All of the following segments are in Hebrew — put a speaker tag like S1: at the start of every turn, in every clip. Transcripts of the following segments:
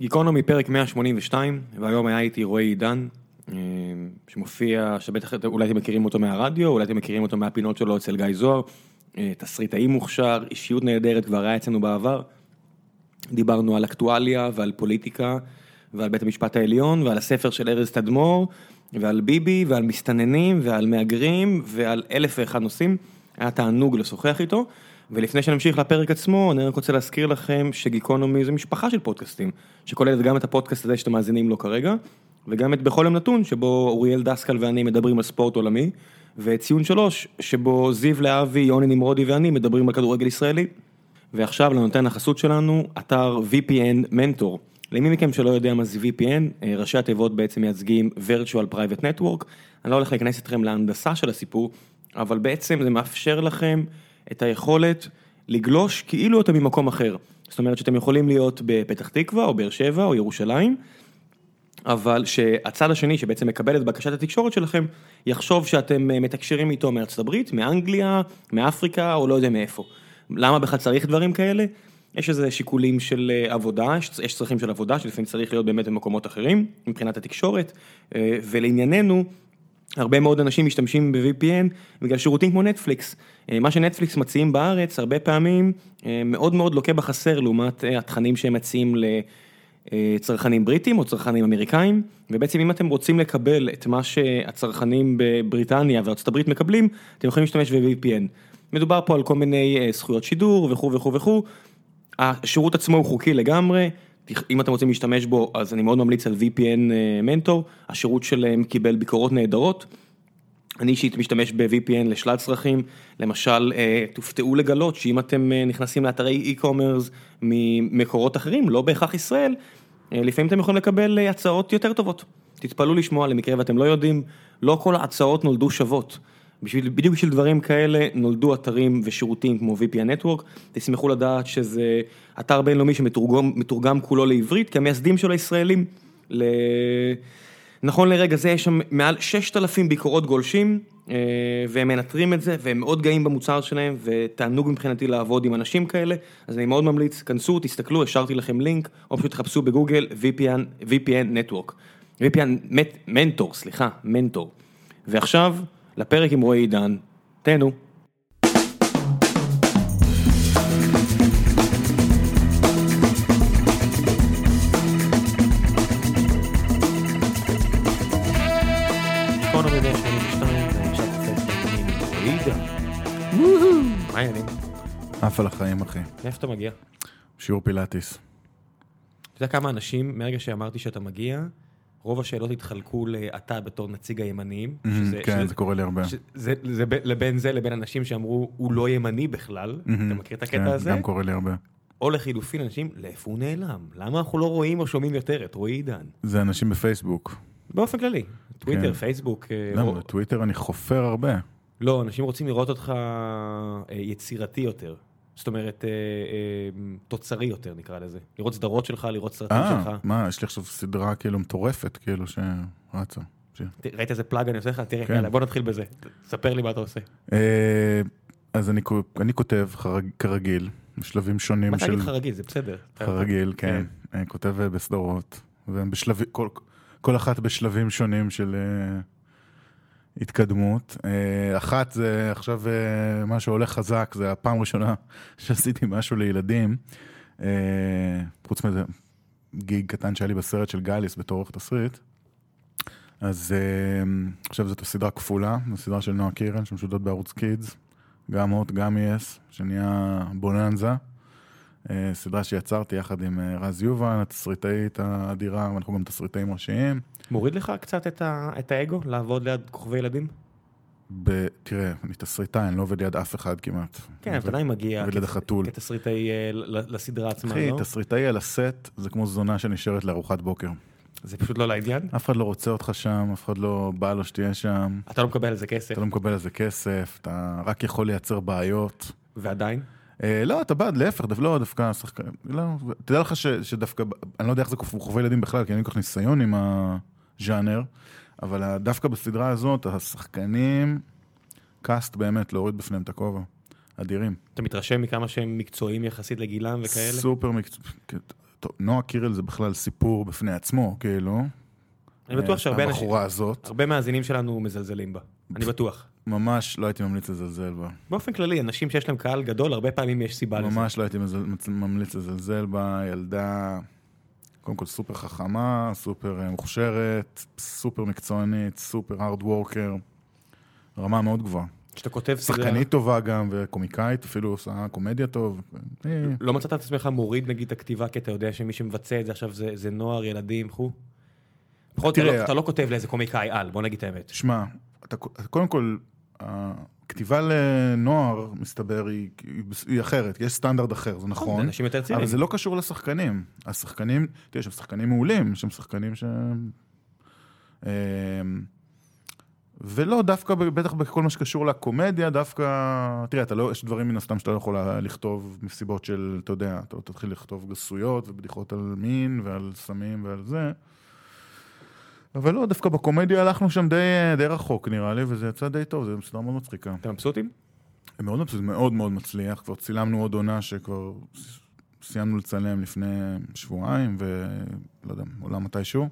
S1: גיקונומי פרק 182, והיום היה איתי רועי עידן, אה, שמופיע, שבטח את- אולי אתם מכירים אותו מהרדיו, אולי אתם מכירים אותו מהפינות שלו אצל גיא זוהר, אה, תסריטאי מוכשר, אישיות נהדרת, כבר היה אצלנו בעבר. דיברנו על אקטואליה ועל פוליטיקה ועל בית המשפט העליון ועל הספר של ארז תדמור ועל ביבי ועל מסתננים ועל מהגרים ועל אלף ואחד נושאים. היה תענוג לשוחח איתו. ולפני שנמשיך לפרק עצמו, אני רק רוצה להזכיר לכם שגיקונומי זה משפחה של פודקאסטים, שכוללת גם את הפודקאסט הזה שאתם מאזינים לו כרגע, וגם את בכל יום נתון, שבו אוריאל דסקל ואני מדברים על ספורט עולמי, וציון שלוש, שבו זיו להבי, יוני נמרודי ואני מדברים על כדורגל ישראלי. ועכשיו לנותן החסות שלנו, אתר VPN Mentor. למי מכם שלא יודע מה זה VPN, אה, ראשי התיבות בעצם מייצגים virtual private network. אני לא הולך להיכנס אתכם להנדסה של הסיפור, אבל בעצם זה מאפשר לכם את היכולת לגלוש כאילו אתם ממקום אחר. זאת אומרת שאתם יכולים להיות בפתח תקווה או באר שבע או ירושלים, אבל שהצד השני שבעצם מקבל את בקשת התקשורת שלכם, יחשוב שאתם אה, מתקשרים איתו מארצות הברית, מאנגליה, מאפריקה או לא יודע מאיפה. למה בכלל צריך דברים כאלה? יש איזה שיקולים של אה, עבודה, יש, יש צרכים של עבודה שלפעמים צריך להיות באמת במקומות אחרים מבחינת התקשורת, אה, ולענייננו, הרבה מאוד אנשים משתמשים ב-VPN בגלל שירותים כמו נטפליקס. אה, מה שנטפליקס מציעים בארץ הרבה פעמים אה, מאוד מאוד לוקה בחסר לעומת אה, התכנים שהם מציעים ל... אה, צרכנים בריטים או צרכנים אמריקאים, ובעצם אם אתם רוצים לקבל את מה שהצרכנים בבריטניה וארצות הברית מקבלים, אתם יכולים להשתמש ב-VPN. מדובר פה על כל מיני אה, זכויות שידור וכו' וכו' וכו'. השירות עצמו הוא חוקי לגמרי, תכ- אם אתם רוצים להשתמש בו, אז אני מאוד ממליץ על VPN אה, מנטור, השירות שלהם קיבל ביקורות נהדרות. אני אישית משתמש ב-VPN לשלל צרכים, למשל, אה, תופתעו לגלות שאם אתם אה, נכנסים לאתרי e-commerce ממקורות אחרים, לא בהכרח ישראל, אה, לפעמים אתם יכולים לקבל אה, הצעות יותר טובות. תתפלאו לשמוע למקרה ואתם לא יודעים, לא כל ההצעות נולדו שוות. בשביל, בדיוק בשביל דברים כאלה נולדו אתרים ושירותים כמו VPN Network, תשמחו לדעת שזה אתר בינלאומי שמתורגם מתורגם כולו לעברית, כי המייסדים שלו ישראלים. ל... נכון לרגע זה יש שם מעל 6,000 ביקורות גולשים, אה, והם מנטרים את זה, והם מאוד גאים במוצר שלהם, ותענוג מבחינתי לעבוד עם אנשים כאלה, אז אני מאוד ממליץ, כנסו, תסתכלו, השארתי לכם לינק, או פשוט תחפשו בגוגל VPN, VPN Network, VPN מנטור, סליחה, מנטור. ועכשיו, לפרק עם רועי עידן, תהנו. גיקונומי 182, ועכשיו לפרק עם רועי עידן. מה העניינים?
S2: עף על החיים, אחי.
S1: מאיפה אתה מגיע?
S2: שיעור פילאטיס.
S1: אתה יודע כמה אנשים, מהרגע שאמרתי שאתה מגיע, רוב השאלות התחלקו לאתה בתור נציג הימנים. שזה-
S2: כן,
S1: שזה-
S2: זה קורה לי הרבה.
S1: שזה- זה- זה ב- לבין זה לבין אנשים שאמרו, הוא לא ימני בכלל, אתה מכיר את
S2: כן,
S1: הקטע הזה?
S2: גם קורה לי הרבה.
S1: או לחילופין, אנשים, לאיפה הוא נעלם? למה אנחנו לא רואים או שומעים יותר את רועי עידן?
S2: זה אנשים בפייסבוק.
S1: באופן כללי, טוויטר,
S2: כן. לא.
S1: פייסבוק. אה,
S2: למה?
S1: או-
S2: בטוויטר אני חופר הרבה.
S1: לא, אנשים רוצים לראות אותך אה, יצירתי יותר. זאת אומרת, אה, אה, תוצרי יותר נקרא לזה. לראות סדרות שלך, לראות סרטים שלך.
S2: אה, מה, יש לי עכשיו סדרה כאילו מטורפת, כאילו, שרצה. ש-
S1: ת- ראית איזה פלאג אני עושה לך? תראה,
S2: כן.
S1: יאללה, בוא נתחיל בזה. ספר לי מה אתה עושה.
S2: אה, אז אני כו- אני כותב חרג- כרגיל, בשלבים שונים
S1: מה
S2: של...
S1: תגיד לך רגיל, זה בסדר.
S2: כרגיל, כן. אה, כותב אה, בסדרות, ובשלבים, כל, כל אחת בשלבים שונים של אה, התקדמות. אה, אחת זה עכשיו אה, מה שהולך חזק, זה הפעם הראשונה שעשיתי משהו לילדים. אה, חוץ מזה, גיג קטן שהיה לי בסרט של גאליס בתור עורך תסריט. אז אה, עכשיו זאת הסדרה כפולה, זו סדרה של נועה קירל שמשודת בערוץ קידס, גם הוט, גם יס, שנהיה בוננזה. אה, סדרה שיצרתי יחד עם אה, רז יובן, התסריטאית האדירה, אנחנו גם תסריטאים ראשיים.
S1: מוריד לך קצת את ה- את האגו, לעבוד ליד כוכבי ילדים? כן,
S2: ב... תראה, אני תסריטאי, אני לא עובד ליד אף אחד כמעט.
S1: כן, אתה
S2: עובד-
S1: עדיין מגיע
S2: עובד ליד החתול.
S1: כתסריטאי אה, ל- לסדרה עצמה,
S2: אחי,
S1: לא?
S2: תסריטאי על הסט זה כמו זונה שנשארת לארוחת בוקר.
S1: זה פשוט לא לעניין?
S2: אף אחד לא רוצה אותך שם, אף אחד לא בא לו שתהיה שם,
S1: אתה לא מקבל על זה כסף,
S2: אתה לא מקבל על זה כסף, אתה רק יכול לייצר בעיות.
S1: ועדיין?
S2: אה, לא, אתה בעד, להפך, דו- לא, דווקא השחקן, לא, תדע לך ש, שדווקא, אני לא יודע איך זה חווי ילדים בכלל, כי אין לי כל כך ניסיון עם הז'אנר, אבל ה- דווקא בסדרה הזאת, השחקנים, קאסט באמת, להוריד בפניהם את הכובע. אדירים.
S1: אתה מתרשם מכמה שהם מקצועיים יחסית לגילם וכאלה?
S2: סופר מקצועי. טוב, נועה קירל זה בכלל סיפור בפני עצמו, כאילו. אה,
S1: אני בטוח שהרבה אנשים,
S2: הבחורה הזאת,
S1: הרבה מהאזינים שלנו מזלזלים בה, אני בטוח.
S2: ממש לא הייתי ממליץ לזלזל בה.
S1: באופן כללי, אנשים שיש להם קהל גדול, הרבה פעמים יש סיבה לזה.
S2: ממש לא הייתי מזל- מצ- ממליץ לזלזל בה, ילדה קודם כל סופר חכמה, סופר אה, מוכשרת, סופר מקצוענית, סופר הארד וורקר, רמה מאוד גבוהה.
S1: כשאתה כותב סדרה,
S2: שחקנית טובה גם וקומיקאית, אפילו עושה קומדיה טוב. אה,
S1: לא מצאת את עצמך מוריד נגיד את הכתיבה, כי אתה יודע שמי שמבצע את זה עכשיו זה- זה נוער, ילדים, חו. בכל זאת, אתה
S2: תראה,
S1: לא- אתה לא כותב לאיזה קומיקאי על, בוא נגיד את האמת.
S2: תשמע, אתה, קודם כל, הכתיבה לנוער, מסתבר, היא, היא, היא אחרת, יש סטנדרט אחר, זה נכון.
S1: זה אנשים יותר צעירים.
S2: אבל זה לא קשור לשחקנים. השחקנים, תראה, יש שם שחקנים מעולים, יש שם שחקנים ש... אמ, ולא, דווקא, ב- בטח בכל מה שקשור לקומדיה, דווקא... תראה, אתה לא, יש דברים מן הסתם שאתה לא יכול לכתוב מסיבות של, אתה יודע, אתה תתחיל לכתוב גסויות ובדיחות על מין ועל סמים ועל זה. אבל לא, דווקא בקומדיה הלכנו שם די, אה, די רחוק, נראה לי, וזה יצא די טוב, זו סדרה מאוד מצחיקה.
S1: אתם מבסוטים?
S2: הם מאוד מבסוט, מאוד מאוד מצליח, כבר צילמנו עוד עונה שכבר ס- סיימנו לצלם לפני שבועיים, ולא יודע, עולה מתישהו,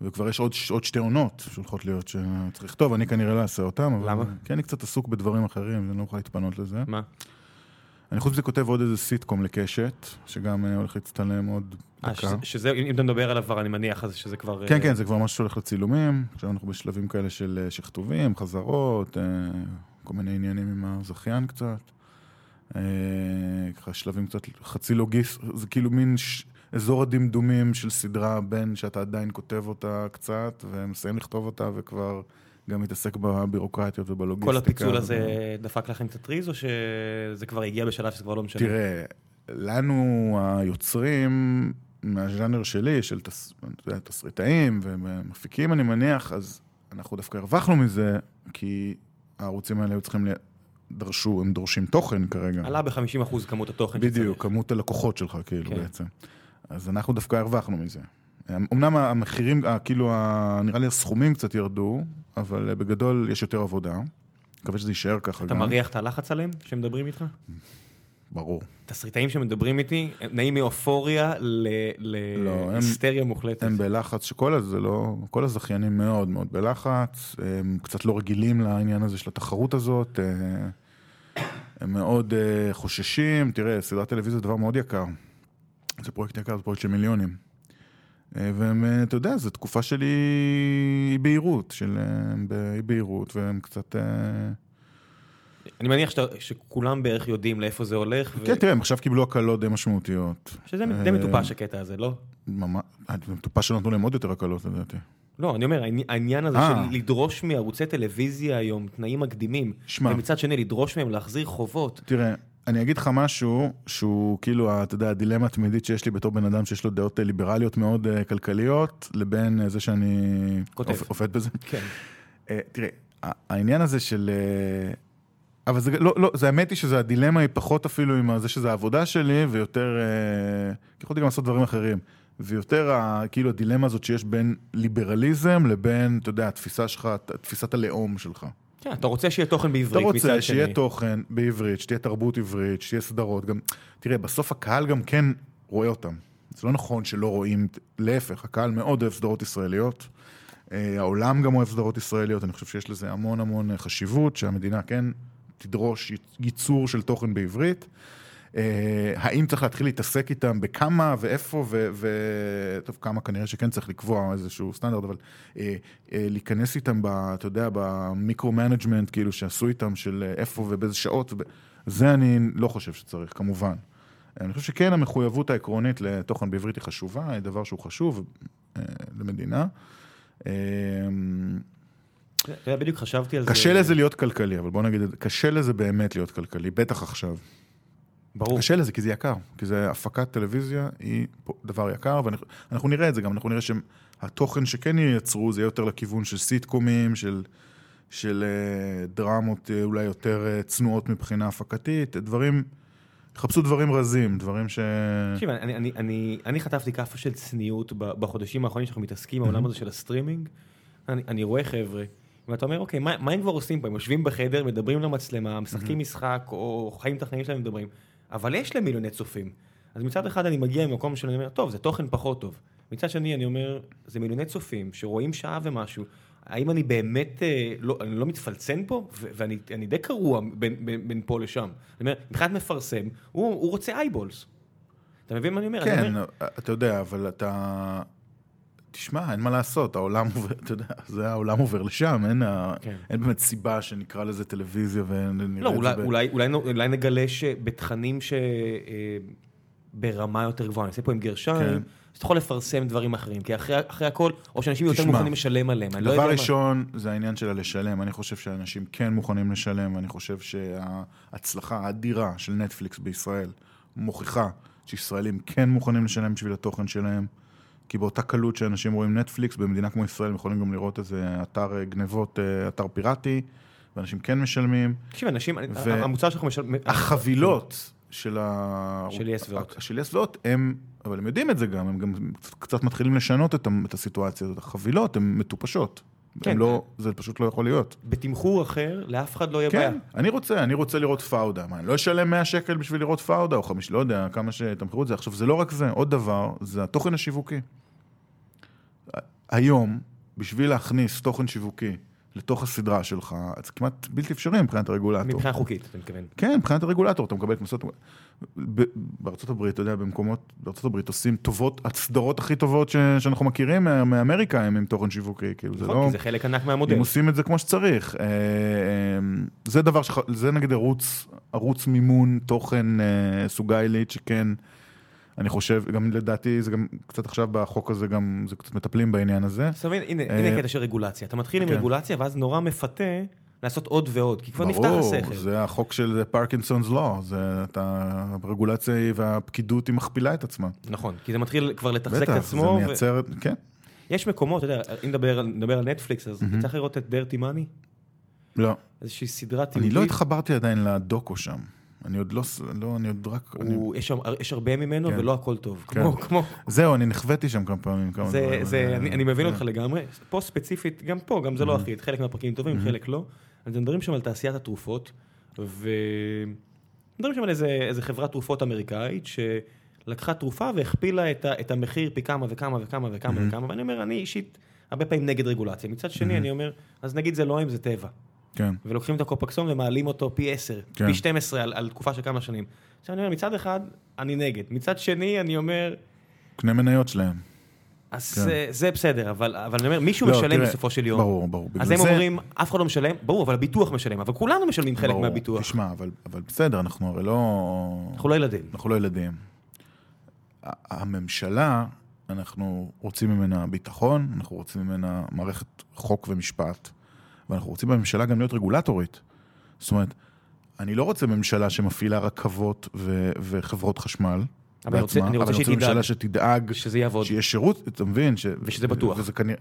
S2: וכבר יש עוד, ש- עוד שתי עונות שהולכות להיות שצריך לכתוב, אני כנראה לא אעשה אותן, אבל...
S1: למה?
S2: כי אני קצת עסוק בדברים אחרים, אני לא יכול להתפנות לזה.
S1: מה?
S2: אני חוץ מזה כותב עוד איזה סיטקום לקשת, שגם אה, הולך להצטלם עוד
S1: אה,
S2: דקה.
S1: שזה- שזה, אם אם אתה מדבר עליו כבר, אני מניח אז שזה כבר...
S2: כן,
S1: אה,
S2: כן, זה כבר משהו שהולך לצילומים, עכשיו אנחנו בשלבים כאלה של אה, שכתובים, חזרות, אה, כל מיני עניינים עם הזכיין קצת. אה, ככה שלבים קצת חצי לוגיס, זה כאילו מין ש... אזור הדמדומים של סדרה בין שאתה עדיין כותב אותה קצת, ומסיים לכתוב אותה וכבר גם מתעסק בבירוקרטיות ובלוגיסטיקה.
S1: כל הפיצול
S2: וב-
S1: הזה דפק לכם את הטריז, או שזה כבר הגיע בשלב שזה כבר לא משנה?
S2: תראה, לנו היוצרים מהז'אנר שלי, של תס... אתה יודע, תסריטאים ומפיקים, אני מניח, אז אנחנו דווקא הרווחנו מזה, כי הערוצים האלה היו צריכים ל... דרשו, הם דורשים תוכן כרגע.
S1: עלה ב-50% כמות התוכן
S2: בדיוק, כמות הלקוחות שלך, כאילו,
S1: כן.
S2: בעצם. אז אנחנו דווקא הרווחנו מזה. אמנם המחירים, אה, כאילו, ה- נראה לי הסכומים קצת ירדו, אבל אה, בגדול יש יותר עבודה. מקווה שזה יישאר ככה
S1: אתה
S2: גם.
S1: מריח את הלחץ עליהם שמדברים איתך?
S2: ברור.
S1: תסריטאים שמדברים איתי, הם נעים מאופוריה ל-
S2: לא, הם-
S1: להיסטריה מוחלטת.
S2: הם בלחץ שכל הזה לא, כל הזכיינים מאוד מאוד בלחץ, הם קצת לא רגילים לעניין הזה של התחרות הזאת, אה, הם מאוד אה, חוששים, תראה, סדרת טלוויזיה זה דבר מאוד יקר, זה פרויקט יקר, זה פרויקט של מיליונים. אה, והם, אה, אתה יודע, זו תקופה של אי- אי בהירות, של אה, באי בהירות, והם קצת... אה,
S1: אני מניח שאתה- שכולם בערך יודעים לאיפה זה הולך, ו-
S2: כן, אה, תראה, הם עכשיו קיבלו הקלות די משמעותיות.
S1: שזה די מטופש הקטע הזה, לא?
S2: ממש, מטופש שנתנו להם עוד יותר הקלות לדעתי.
S1: לא, אני אומר, העני- העניין הזה
S2: אה.
S1: של לדרוש מערוצי טלוויזיה היום תנאים מקדימים,
S2: שמע.
S1: ומצד שני לדרוש מהם להחזיר חובות,
S2: תראה, אני אגיד לך משהו שהוא כאילו, ה- אתה יודע, הדילמה התמידית שיש לי בתור בן אדם שיש לו דעות אה, ליברליות מאוד אה, כלכליות, לבין אה, זה שאני
S1: כותב.
S2: עופ- עובד בזה.
S1: כן,
S2: אה, תראה, ה- העניין הזה של... אה, אבל זה לא, לא, זה האמת היא שזה הדילמה היא פחות אפילו עם זה שזה העבודה שלי, ויותר, אה, כי יכולתי גם לעשות דברים אחרים. ויותר ה, כאילו הדילמה הזאת שיש בין ליברליזם לבין, אתה יודע, התפיסה שלך, ת- תפיסת הלאום שלך.
S1: כן, אתה רוצה שיהיה תוכן
S2: אתה
S1: בעברית מצד שני.
S2: רוצה שיהיה תוכן בעברית, שתהיה תרבות עברית, שתהיה סדרות. גם, תראה, בסוף הקהל גם כן רואה אותם. זה לא נכון שלא רואים, להפך, הקהל מאוד אוהב סדרות ישראליות. אה, העולם גם אוהב סדרות ישראליות, אני חושב שיש לזה המון המון אה, חשיבות, שהמדינה כן תדרוש י- ייצור של תוכן בעברית. אה, האם צריך להתחיל להתעסק איתם בכמה ואיפה ו... ו... טוב, כמה כנראה שכן צריך לקבוע איזשהו סטנדרט, אבל אה, אה, להיכנס איתם, ב, אתה יודע, במיקרו-מנג'מנט, כאילו, שעשו איתם של אה, איפה ובאיזה שעות, וב... זה אני לא חושב שצריך, כמובן. אני חושב שכן, המחויבות העקרונית לתוכן בעברית היא חשובה, היא דבר שהוא חשוב אה, למדינה. אה,
S1: אתה יודע, בדיוק חשבתי על זה.
S2: קשה לזה להיות כלכלי, אבל בוא נגיד את זה, קשה לזה באמת להיות כלכלי, בטח עכשיו.
S1: ברור.
S2: קשה לזה, כי זה יקר. כי זה הפקת טלוויזיה היא פה דבר יקר, ואנחנו נראה את זה גם, אנחנו נראה שהתוכן שכן ייצרו זה יהיה יותר לכיוון של סיטקומים, של, של אה, דרמות אה, אולי יותר אה, צנועות מבחינה הפקתית, דברים, חפשו דברים רזים, דברים ש...
S1: תקשיב, אני, אני, אני, אני חטפתי כאפה של צניעות ב- בחודשים האחרונים שאנחנו מתעסקים בעולם הזה של הסטרימינג. אני, אני רואה חבר'ה, ואתה אומר, אוקיי, מה, מה הם כבר עושים פה? הם יושבים בחדר, מדברים למצלמה, משחקים משחק, או חיים את החיים שלהם, מדברים. אבל יש להם מיליוני צופים. אז מצד אחד אני מגיע ממקום שאני אומר, טוב, זה תוכן פחות טוב. מצד שני אני אומר, זה מיליוני צופים שרואים שעה ומשהו. האם אני באמת, אה, לא, אני לא מתפלצן פה? ו- ואני אני די קרוע בין, בין, בין פה לשם. אני אומר, מבחינת מפרסם, הוא, הוא רוצה אייבולס. אתה מבין מה אני אומר? אני
S2: כן,
S1: אומר,
S2: אתה יודע, אבל אתה... תשמע, אין מה לעשות, העולם עובר, אתה יודע, זה העולם עובר לשם, אין, ה...
S1: כן.
S2: אין באמת סיבה שנקרא לזה טלוויזיה ונראה
S1: לא,
S2: את
S1: אולי,
S2: זה. ב-
S1: אולי, אולי, נו- אולי נגלה שבתכנים שברמה יותר גבוהה, אני עושה פה עם גרשיים,
S2: כן.
S1: אז אתה יכול לפרסם דברים אחרים, כי אחרי, אחרי הכל, או שאנשים יותר
S2: תשמע,
S1: מוכנים לשלם עליהם, אני לא יודע
S2: דבר
S1: מה.
S2: ראשון, זה העניין של הלשלם. אני חושב שאנשים כן מוכנים לשלם, ואני חושב שההצלחה האדירה של נטפליקס בישראל מוכיחה שישראלים כן מוכנים לשלם בשביל התוכן שלהם, כי באותה קלות שאנשים רואים נטפליקס, במדינה כמו ישראל הם יכולים גם לראות איזה אתר אה, גנבות, אה, אתר פיראטי, ואנשים כן משלמים.
S1: תקשיב, אנשים,
S2: ו-
S1: המוצר שאנחנו משלמים...
S2: החבילות של ה...
S1: של יס והוט.
S2: של יס והוט, הם, אבל הם יודעים את זה גם, הם גם קצת מתחילים לשנות את, ה- את הסיטואציה הזאת. החבילות הן מטופשות.
S1: כן.
S2: כן. לא, זה פשוט לא יכול להיות.
S1: בתמחור אחר, לאף אחד לא יהיה בעיה.
S2: כן, אני רוצה, אני רוצה לראות פאודה. מה, אני לא אשלם 100 שקל בשביל לראות פאודה, או חמיש, לא יודע, כמה שתמכרו את זה. עכשיו, זה לא רק זה, עוד דבר, זה התוכן השיווקי. היום, בשביל להכניס תוכן שיווקי לתוך הסדרה שלך, זה כמעט בלתי אפשרי מבחינת הרגולטור.
S1: מבחינה חוקית, אתה מתכוון.
S2: כן, מבחינת הרגולטור, אתה מקבל קנסות. ב- בארצות הברית, אתה יודע, במקומות, בארצות הברית עושים טובות, הסדרות הכי טובות ש- שאנחנו מכירים מה- מאמריקה הם עם תוכן שיווקי, כאילו, זה
S1: נכון,
S2: לא...
S1: כי זה חלק ענק
S2: הם
S1: מהמודל.
S2: עושים את זה כמו שצריך. אה, אה, זה דבר ש... זה נגיד ערוץ, ערוץ מימון תוכן אה, סוגה עילית, שכן, אני חושב, גם לדעתי, זה גם קצת עכשיו בחוק הזה, גם זה קצת מטפלים בעניין הזה.
S1: אז אתה מבין, הנה,
S2: אה,
S1: הנה קטע של רגולציה. אתה מתחיל עם
S2: כן.
S1: רגולציה, ואז נורא מפתה לעשות עוד ועוד, כי כבר נפתח
S2: ברור,
S1: השכל.
S2: זה החוק של פרקינסונס לא, זה אתה, הרגולציה היא והפקידות היא מכפילה את עצמה.
S1: נכון, כי זה מתחיל כבר לתחזק את
S2: בטח, זה
S1: עצמו. ו-
S2: מייצר, כן,
S1: יש מקומות, אתה יודע, אם נדבר על- נדבר על נטפליקס, אז אתה צריך לראות את דרטי מאני,
S2: לא.
S1: איזושהי סדרה
S2: אני לא
S1: תיעודית.
S2: התחברתי עדיין לדוקו שם. אני עוד לא, ס- לא, אני עוד רק... אני...
S1: הוא- יש שם- יש הרבה ממנו
S2: כן.
S1: ולא הכל טוב.
S2: כן.
S1: כמו, כמו,
S2: זהו, אני נחוויתי שם כמה פעמים. כמה
S1: זה,
S2: דברים.
S1: זה, אני, אני מבין
S2: כן. Mm-hmm.
S1: אותך לגמרי. פה ספציפית, גם פה, גם זה לא אחיד, חלק מהפרקים טובים, חלק לא. אז מדברים שם על תעשיית התרופות, ו... מדברים שם על איזה, איזה חברת תרופות אמריקאית, שלקחה תרופה והכפילה את, ה, את המחיר פי כמה וכמה וכמה
S2: Mm-hmm.
S1: וכמה וכמה, ואני אומר, אני אישית הרבה פעמים נגד רגולציה. מצד שני, אני אומר, אז נגיד זה לא הם, זה טבע.
S2: כן.
S1: ולוקחים את הקופקסון ומעלים אותו פי 10,
S2: כן.
S1: פי 12 על, על תקופה של כמה שנים. עכשיו אני אומר, מצד אחד, אני נגד. מצד שני, אני אומר,
S2: קנה מניות שלהם.
S1: אז
S2: כן.
S1: זה, זה בסדר, אבל, אבל אני אומר, מישהו
S2: לא,
S1: משלם
S2: תראה,
S1: בסופו של יום.
S2: ברור, ברור.
S1: אז
S2: בגלל
S1: הם
S2: זה-
S1: אומרים, אף אחד לא משלם, ברור, אבל הביטוח משלם, אבל כולנו משלמים חלק
S2: ברור.
S1: מהביטוח.
S2: תשמע, אבל, אבל בסדר, אנחנו הרי לא...
S1: אנחנו לא ילדים.
S2: אנחנו לא ילדים. ה- הממשלה, אנחנו רוצים ממנה ביטחון, אנחנו רוצים ממנה מערכת חוק ומשפט, ואנחנו רוצים בממשלה גם להיות רגולטורית. זאת אומרת, אני לא רוצה ממשלה שמפעילה רכבות ו- וחברות חשמל
S1: אבל אני רוצה-
S2: בעצמה,
S1: אני רוצה
S2: אבל אני רוצה
S1: שהיא תדאג.
S2: ממשלה שתדאג
S1: שזה יעבוד.
S2: שיהיה שירות, אתה מבין? ש...
S1: ושזה בטוח.
S2: וזה כנראה...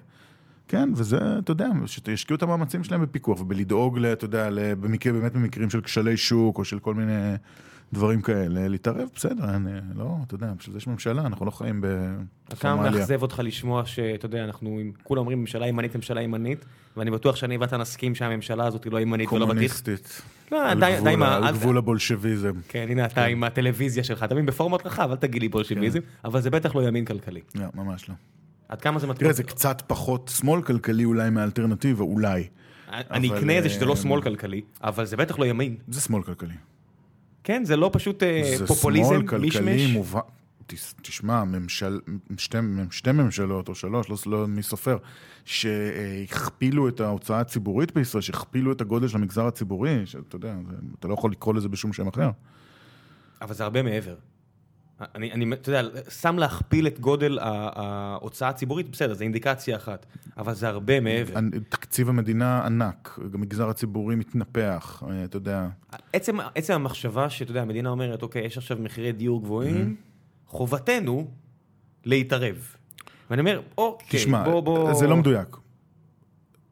S2: כן, וזה, אתה יודע, שישקיעו את המאמצים שלהם בפיקוח ובלדאוג, ל- אתה יודע, ל- במקרה, באמת במקרים של כשלי שוק או של כל מיני דברים כאלה, להתערב, בסדר, אני, לא, אתה יודע, בשביל זה יש ממשלה, אנחנו לא חיים
S1: כמה
S2: בסומליה.
S1: מאכזב אותך לשמוע שאתה יודע, אנחנו, עם- כולם אומרים ממשלה ימנית, ממשלה ימנית, ואני בטוח שאני ואתה נסכים שהממשלה הזאת היא לא ימנית ולא בטיח.
S2: קומוניסטית.
S1: לא,
S2: על
S1: די,
S2: גבול
S1: די עם
S2: ה-
S1: ה...
S2: על
S1: אל-
S2: גבול הבולשביזם.
S1: כן, הנה אתה עם הטלוויזיה שלך, אתה מבין, בפורמט רחב, אל תגיד לי בולשיביזם,
S2: כן.
S1: אבל זה בטח לא ימין כלכלי.
S2: לא, ממש לא.
S1: עד כמה זה מטריד?
S2: תראה, זה קצת פחות שמאל כלכלי אולי מהאלטרנטיבה, אולי.
S1: אני
S2: אבל,
S1: אקנה את זה שזה לא
S2: אה,
S1: שמאל כלכלי, אבל זה בטח לא ימין.
S2: זה שמאל כלכלי.
S1: כן, זה לא פשוט אה,
S2: זה
S1: פופוליזם,
S2: שמאל כלכלי
S1: מישמש.
S2: מובהק. תס- תשמע, ממשל, שתי, שתי ממשלות או שלוש, לא, לא מי סופר, שהכפילו את ההוצאה הציבורית בישראל, שהכפילו את הגודל של המגזר הציבורי, שאתה יודע, זה, אתה לא יכול לקרוא לזה בשום שם אחר.
S1: אבל זה הרבה מעבר. אני, אני, אתה יודע, שם להכפיל את גודל ה- ההוצאה הציבורית, בסדר, זו אינדיקציה אחת, אבל זה הרבה מעבר.
S2: הנ- תקציב המדינה ענק, גם המגזר הציבורי מתנפח, אה, אתה יודע.
S1: עצם, עצם המחשבה שאתה יודע, המדינה אומרת, אוקיי, יש עכשיו מחירי דיור גבוהים, חובתנו להתערב. ואני אומר, אוקיי,
S2: תשמע,
S1: בוא, בוא...
S2: זה לא מדויק.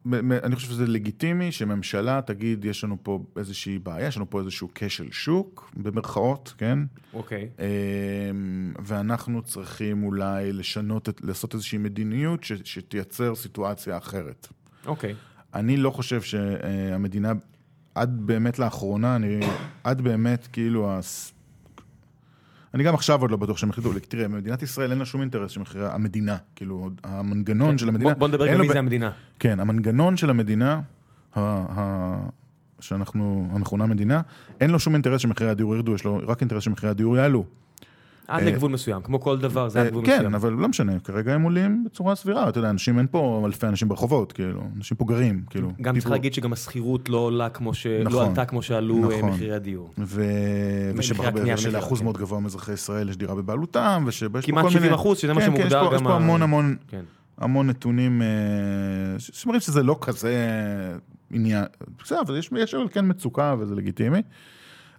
S2: מ- מ- אני חושב שזה לגיטימי שממשלה תגיד, יש לנו פה איזושהי בעיה, יש לנו פה איזשהו כשל שוק, במרכאות, כן?
S1: אוקיי.
S2: אמ, ואנחנו צריכים אולי לשנות, את- לעשות איזושהי מדיניות ש, שתייצר סיטואציה אחרת.
S1: אוקיי.
S2: אני לא חושב שהמדינה, עד באמת לאחרונה, אני, עד באמת כאילו, הס... אני גם עכשיו עוד לא בטוח שהם יחליטו, תראה, מדינת ישראל אין לה שום אינטרס שמחירי המדינה, כאילו, המנגנון של המדינה,
S1: כן, בוא, בוא נדבר
S2: אין
S1: גם
S2: לו
S1: מי
S2: ב-
S1: זה המדינה.
S2: כן, המנגנון של המדינה, ה- ה- שאנחנו, המכונה מדינה, אין לו שום אינטרס שמחירי הדיור ירדו, יש לו רק אינטרס שמחירי הדיור יעלו.
S1: עד
S2: אה,
S1: לגבול מסוים, כמו כל דבר, זה
S2: אה,
S1: עד גבול
S2: כן,
S1: מסוים.
S2: אבל לא משנה, כרגע הם עולים בצורה סבירה, אתה יודע, אנשים, אין פה אלפי אנשים ברחובות, כאילו, אנשים פה גרים, כאילו.
S1: גם צריך
S2: דיבור.
S1: להגיד שגם השכירות לא עולה כמו ש... לא
S2: נכון.
S1: עלתה כמו שעלו אה,
S2: נכון.
S1: מחירי הדיור.
S2: ו...
S1: הקנייה
S2: ושבהרבה,
S1: במחיר,
S2: ושלאחוז
S1: כן.
S2: מאוד גבוה מאזרחי ישראל יש דירה בבעלותם, ושיש
S1: כמעט 70 אחוז, שזה מה
S2: כן, כן, יש
S1: שמוגדר
S2: פה- יש
S1: גם
S2: פה
S1: ה-
S2: המון המון
S1: כן.
S2: המון נתונים אה, ש- שמראים שזה לא כזה עניין, בסדר, אבל יש, יש אבל כן מצוקה וזה לגיטימי.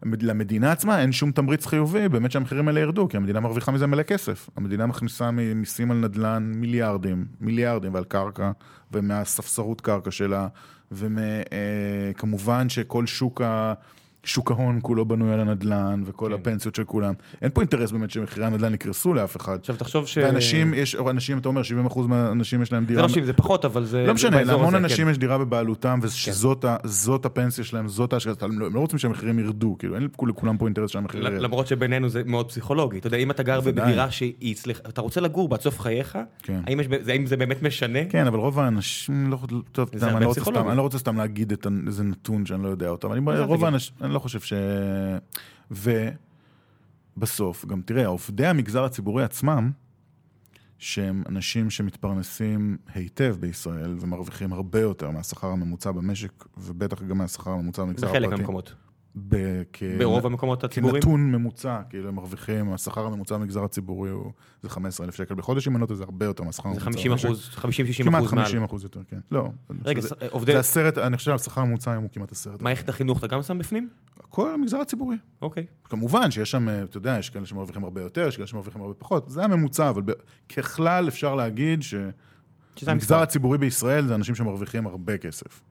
S2: המד- למדינה עצמה אין שום תמריץ חיובי באמת שהמחירים האלה ירדו, כי המדינה מרוויחה מזה מלא כסף. המדינה מכניסה ממיסים על נדל"ן מיליארדים, מיליארדים ועל קרקע, ומהספסרות קרקע שלה, וכמובן שכל שוק ה... שוק ההון כולו בנוי על הנדל"ן, וכל
S1: כן.
S2: הפנסיות של כולם. אין פה אינטרס באמת שמחירי הנדל"ן יקרסו לאף אחד.
S1: עכשיו תחשוב ש...
S2: ואנשים, יש, או אנשים, אתה אומר, 70% מהאנשים יש להם
S1: אה, זה
S2: דירה.
S1: לא שאם זה פחות, אבל זה...
S2: לא
S1: זה
S2: משנה,
S1: באזור
S2: להמון
S1: הזה,
S2: אנשים
S1: כן.
S2: יש דירה בבעלותם, ושזאת ה- זאת הפנסיה שלהם, זאת ההשקעה, הם לא הם לא רוצים שהמחירים ירדו, כאילו, אין לכולם פה אינטרס שהמחירים
S1: ל-
S2: ירדו.
S1: למרות שבינינו זה מאוד פסיכולוגי. אתה יודע, אם אתה גר
S2: בוודאי.
S1: בדירה שהיא אצלך, אתה רוצה לגור בה עד סוף חייך,
S2: כן.
S1: האם יש ב- זה- האם זה באמת משנה?
S2: כן, אבל רוב האנשים, לא, טוב, אתה
S1: הרבה
S2: יודע, מה, אני לא רוצה
S1: פסיכולוגיה.
S2: סתם- אני לא רוצה סתם להגיד את ה- איזה נתון שאני לא יודע אותו, אבל
S1: אל
S2: אני- רוב
S1: תגיד.
S2: האנשים, אני לא חושב ש... ובסוף, גם תראה, עובדי המגזר הציבורי עצמם, שהם אנשים שמתפרנסים היטב בישראל ומרוויחים הרבה יותר מהשכר הממוצע במשק, ובטח גם מהשכר הממוצע במגזר הפרטי.
S1: בחלק מהמקומות.
S2: אוקיי. ב- כ-
S1: ברוב המקומות הציבוריים.
S2: כנתון ממוצע, כאילו הם מרוויחים, השכר הממוצע במגזר הציבורי הוא, זה 15,000 שקל בחודש, אם אני לא טועה, זה הרבה יותר מהשכר
S1: זה
S2: הממוצע.
S1: 50
S2: במשק.
S1: אחוז, 50-60
S2: כמעט
S1: אחוז מעל.
S2: 50 אחוז יותר, כן. לא. אני
S1: רגע,
S2: חושב שזה-
S1: ס- עובדי...
S2: זה עשרת, אני חושב שהשכר הממוצע היום הוא כמעט עשרת.
S1: מערכת החינוך אתה גם שם בפנים?
S2: כל המגזר הציבורי.
S1: אוקיי.
S2: כמובן שיש שם, אה, אתה יודע, יש כאלה שמרוויחים הרבה יותר, יש כאלה שמרוויחים הרבה פחות, זה הממוצע, אבל ב- ככלל אפשר להגיד ש...
S1: שזה
S2: המגזר
S1: המספר.
S2: הציבורי בישראל זה אנשים שמרוויחים הרבה כסף.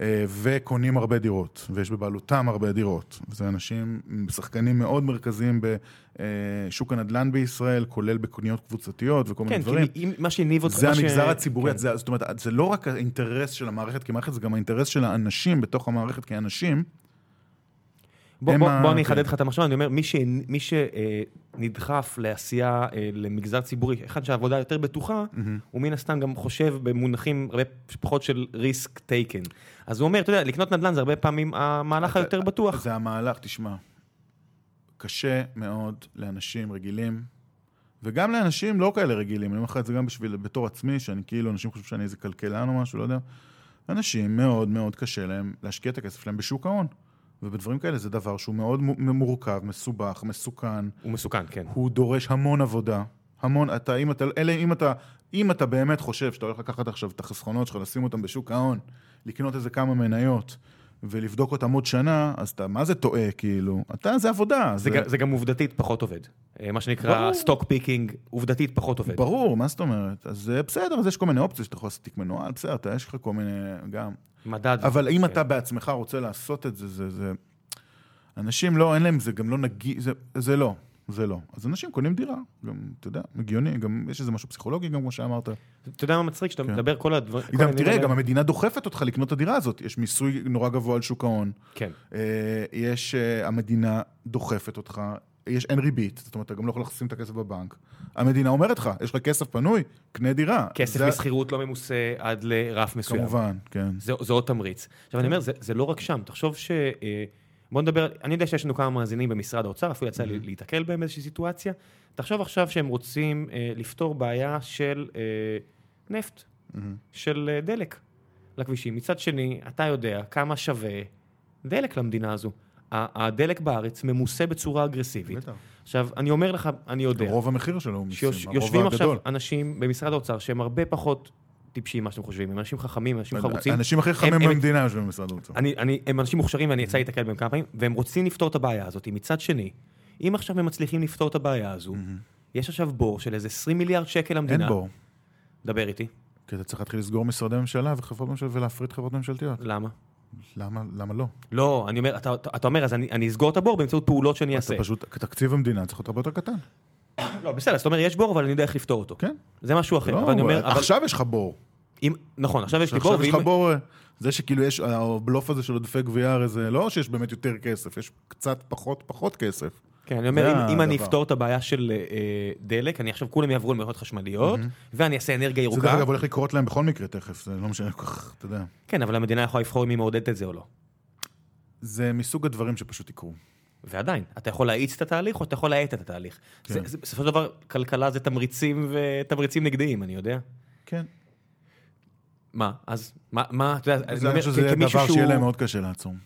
S2: אה, וקונים הרבה דירות, ויש בבעלותם הרבה דירות. וזה אנשים, שחקנים מאוד מרכזיים בשוק הנדל"ן בישראל, כולל בקניות קבוצתיות וכל מיני
S1: כן,
S2: דברים.
S1: כי אם- מה שהניב אותך...
S2: זה
S1: מה ש-
S2: המגזר הציבורי,
S1: כן.
S2: זה- זאת אומרת, זה לא רק האינטרס של המערכת כמערכת, זה גם האינטרס של האנשים בתוך המערכת כאנשים.
S1: בוא,
S2: הם
S1: בוא,
S2: ה-
S1: בוא אני
S2: כן.
S1: אחדד לך את המחשבה, אני אומר, מי, ש, מי שנדחף לעשייה אה, למגזר ציבורי, אחד שהעבודה יותר בטוחה, הוא מן הסתם גם חושב במונחים הרבה פחות של ריסק טייקן. אז הוא אומר, אתה יודע, לקנות נדל"ן זה הרבה פעמים המהלך היותר בטוח.
S2: זה המהלך, תשמע. קשה מאוד לאנשים רגילים, וגם לאנשים לא כאלה רגילים, אני אומר לך את זה גם בשביל, בתור עצמי, שאני כאילו, אנשים חושבים שאני איזה כלכלן או משהו, לא יודע. אנשים מאוד מאוד קשה להם להשקיע את הכסף שלהם בשוק ההון. ובדברים כאלה זה דבר שהוא מאוד מו- מורכב, מסובך, מסוכן,
S1: הוא מסוכן, כן.
S2: הוא דורש המון עבודה. המון, אתה, אם אתה, אלא אם אתה, אם אתה באמת חושב שאתה הולך לקחת עכשיו את החסכונות שלך, לשים אותם בשוק ההון, לקנות איזה כמה מניות, ולבדוק אותם עוד שנה, אז אתה, מה זה טועה, כאילו? אתה, זה עבודה.
S1: זה, גם- זה גם עובדתית פחות עובד. אה, מה שנקרא
S2: ברור.
S1: סטוק פיקינג, עובדתית פחות עובד.
S2: ברור, מה זאת אומרת? אז אה, בסדר, אז יש כל מיני אופציות שאתה יכול לעשות תיק מנוהל, בסדר, אתה, יש לך כל מיני, גם.
S1: מדד.
S2: אבל אם
S1: כן.
S2: אתה בעצמך רוצה לעשות את זה, זה, זה... אנשים לא, אין להם, זה גם לא נגיש, זה, זה לא, זה לא. אז אנשים קונים דירה, גם, אתה יודע, הגיוני, גם יש איזה משהו פסיכולוגי, גם כמו שאמרת.
S1: אתה יודע מה מצחיק? שאתה
S2: כן.
S1: מדבר כל הדברים... כל
S2: גם
S1: העניינים
S2: תראה,
S1: האלה-
S2: גם המדינה דוחפת אותך לקנות את הדירה הזאת. יש מיסוי נורא גבוה על שוק ההון,
S1: כן.
S2: אה, יש, אה, המדינה דוחפת אותך, יש, אין ריבית, זאת אומרת, אתה גם לא יכול לשים את הכסף בבנק. המדינה אומרת לך, יש לך כסף פנוי, קנה דירה.
S1: כסף
S2: זה-
S1: משכירות לא ממוסה עד לרף מסוים.
S2: כמובן, כן.
S1: זה, זה עוד תמריץ. עכשיו אני אומר, זה, זה לא רק שם, תחשוב ש... אה, בוא נדבר, אני יודע שיש לנו כמה מאזינים במשרד האוצר, אפילו יצא לי להיתקל בהם באיזושהי סיטואציה. תחשוב עכשיו שהם רוצים אה, לפתור בעיה של אה, נפט,
S2: מהמם.
S1: של אה, דלק לכבישים. מצד שני, אתה יודע כמה שווה דלק למדינה הזו. ה- הדלק בארץ ממוסה בצורה אגרסיבית.
S2: בטח.
S1: עכשיו, אני אומר לך, אני יודע.
S2: רוב המחיר שלו הוא מיסים,
S1: שיוש-
S2: הרוב
S1: יושבים עכשיו
S2: הגדול.
S1: אנשים במשרד האוצר שהם הרבה פחות טיפשים ממה שאתם חושבים, הם אנשים חכמים, אנשים חרוצים.
S2: האנשים הכי
S1: הם-
S2: חכמים
S1: הם-
S2: במדינה יושבים במשרד האוצר.
S1: אני, אני, הם אנשים מוכשרים ואני יצא להתקל בהם כמה פעמים, והם רוצים לפתור את הבעיה הזאת. מצד שני, אם עכשיו הם מצליחים לפתור את הבעיה הזו, יש עכשיו בור של איזה 20 מיליארד שקל למדינה.
S2: Mm-hmm. אין בור.
S1: דבר איתי.
S2: כי אתה צריך להתחיל לסגור משרדי ממשלה וחברות ממשלתיות ולהפריט חברות ממשלתיות.
S1: למה?
S2: למה, למה לא?
S1: לא, אני אומר, אתה, אתה אתה אומר, אז אני, אני אסגור את הבור באמצעות פעולות שאני
S2: אתה
S1: אעשה.
S2: פשוט, תקציב המדינה צריך להיות הרבה יותר קטן.
S1: לא, בסדר, אז אתה אומר, יש בור, אבל אני יודע איך לפתור אותו.
S2: כן.
S1: זה משהו אחר.
S2: לא,
S1: אבל אני אומר, אבל...
S2: עכשיו יש לך בור.
S1: אם, נכון, עכשיו יש לי בור,
S2: עכשיו יש
S1: ואם...
S2: לך בור, אה, זה שכאילו יש, הבלוף הזה של עודפי גבייה, הרי זה לא שיש באמת יותר כסף, יש קצת פחות פחות כסף.
S1: כן, אני אומר,
S2: זה
S1: אם- אם אני
S2: הדבר.
S1: אפתור את הבעיה של אה, דלק, אני עכשיו כולם יעברו למערכות חשמליות, ואני אעשה אנרגיה
S2: Mm-hmm. זה דרך
S1: ירוקה.
S2: אגב הולך לקרות להם בכל מקרה תכף, זה לא משנה כל כך, אתה יודע.
S1: כן, אבל המדינה יכולה לבחור אם היא מעודדת את זה או לא.
S2: זה מסוג הדברים שפשוט יקרו.
S1: ועדיין, אתה יכול להאיץ את התהליך או אתה יכול להאט את התהליך.
S2: כן.
S1: זה- זה- בסופו של דבר, כלכלה זה תמריצים ותמריצים נגדיים, אני יודע.
S2: כן.
S1: מה, אז, מה, מה, אתה יודע, אני
S2: זה אני
S1: אומר,
S2: חושב
S1: כ-
S2: שזה
S1: כמישהו
S2: דבר
S1: שהוא-
S2: שיהיה להם מאוד קשה לעצום.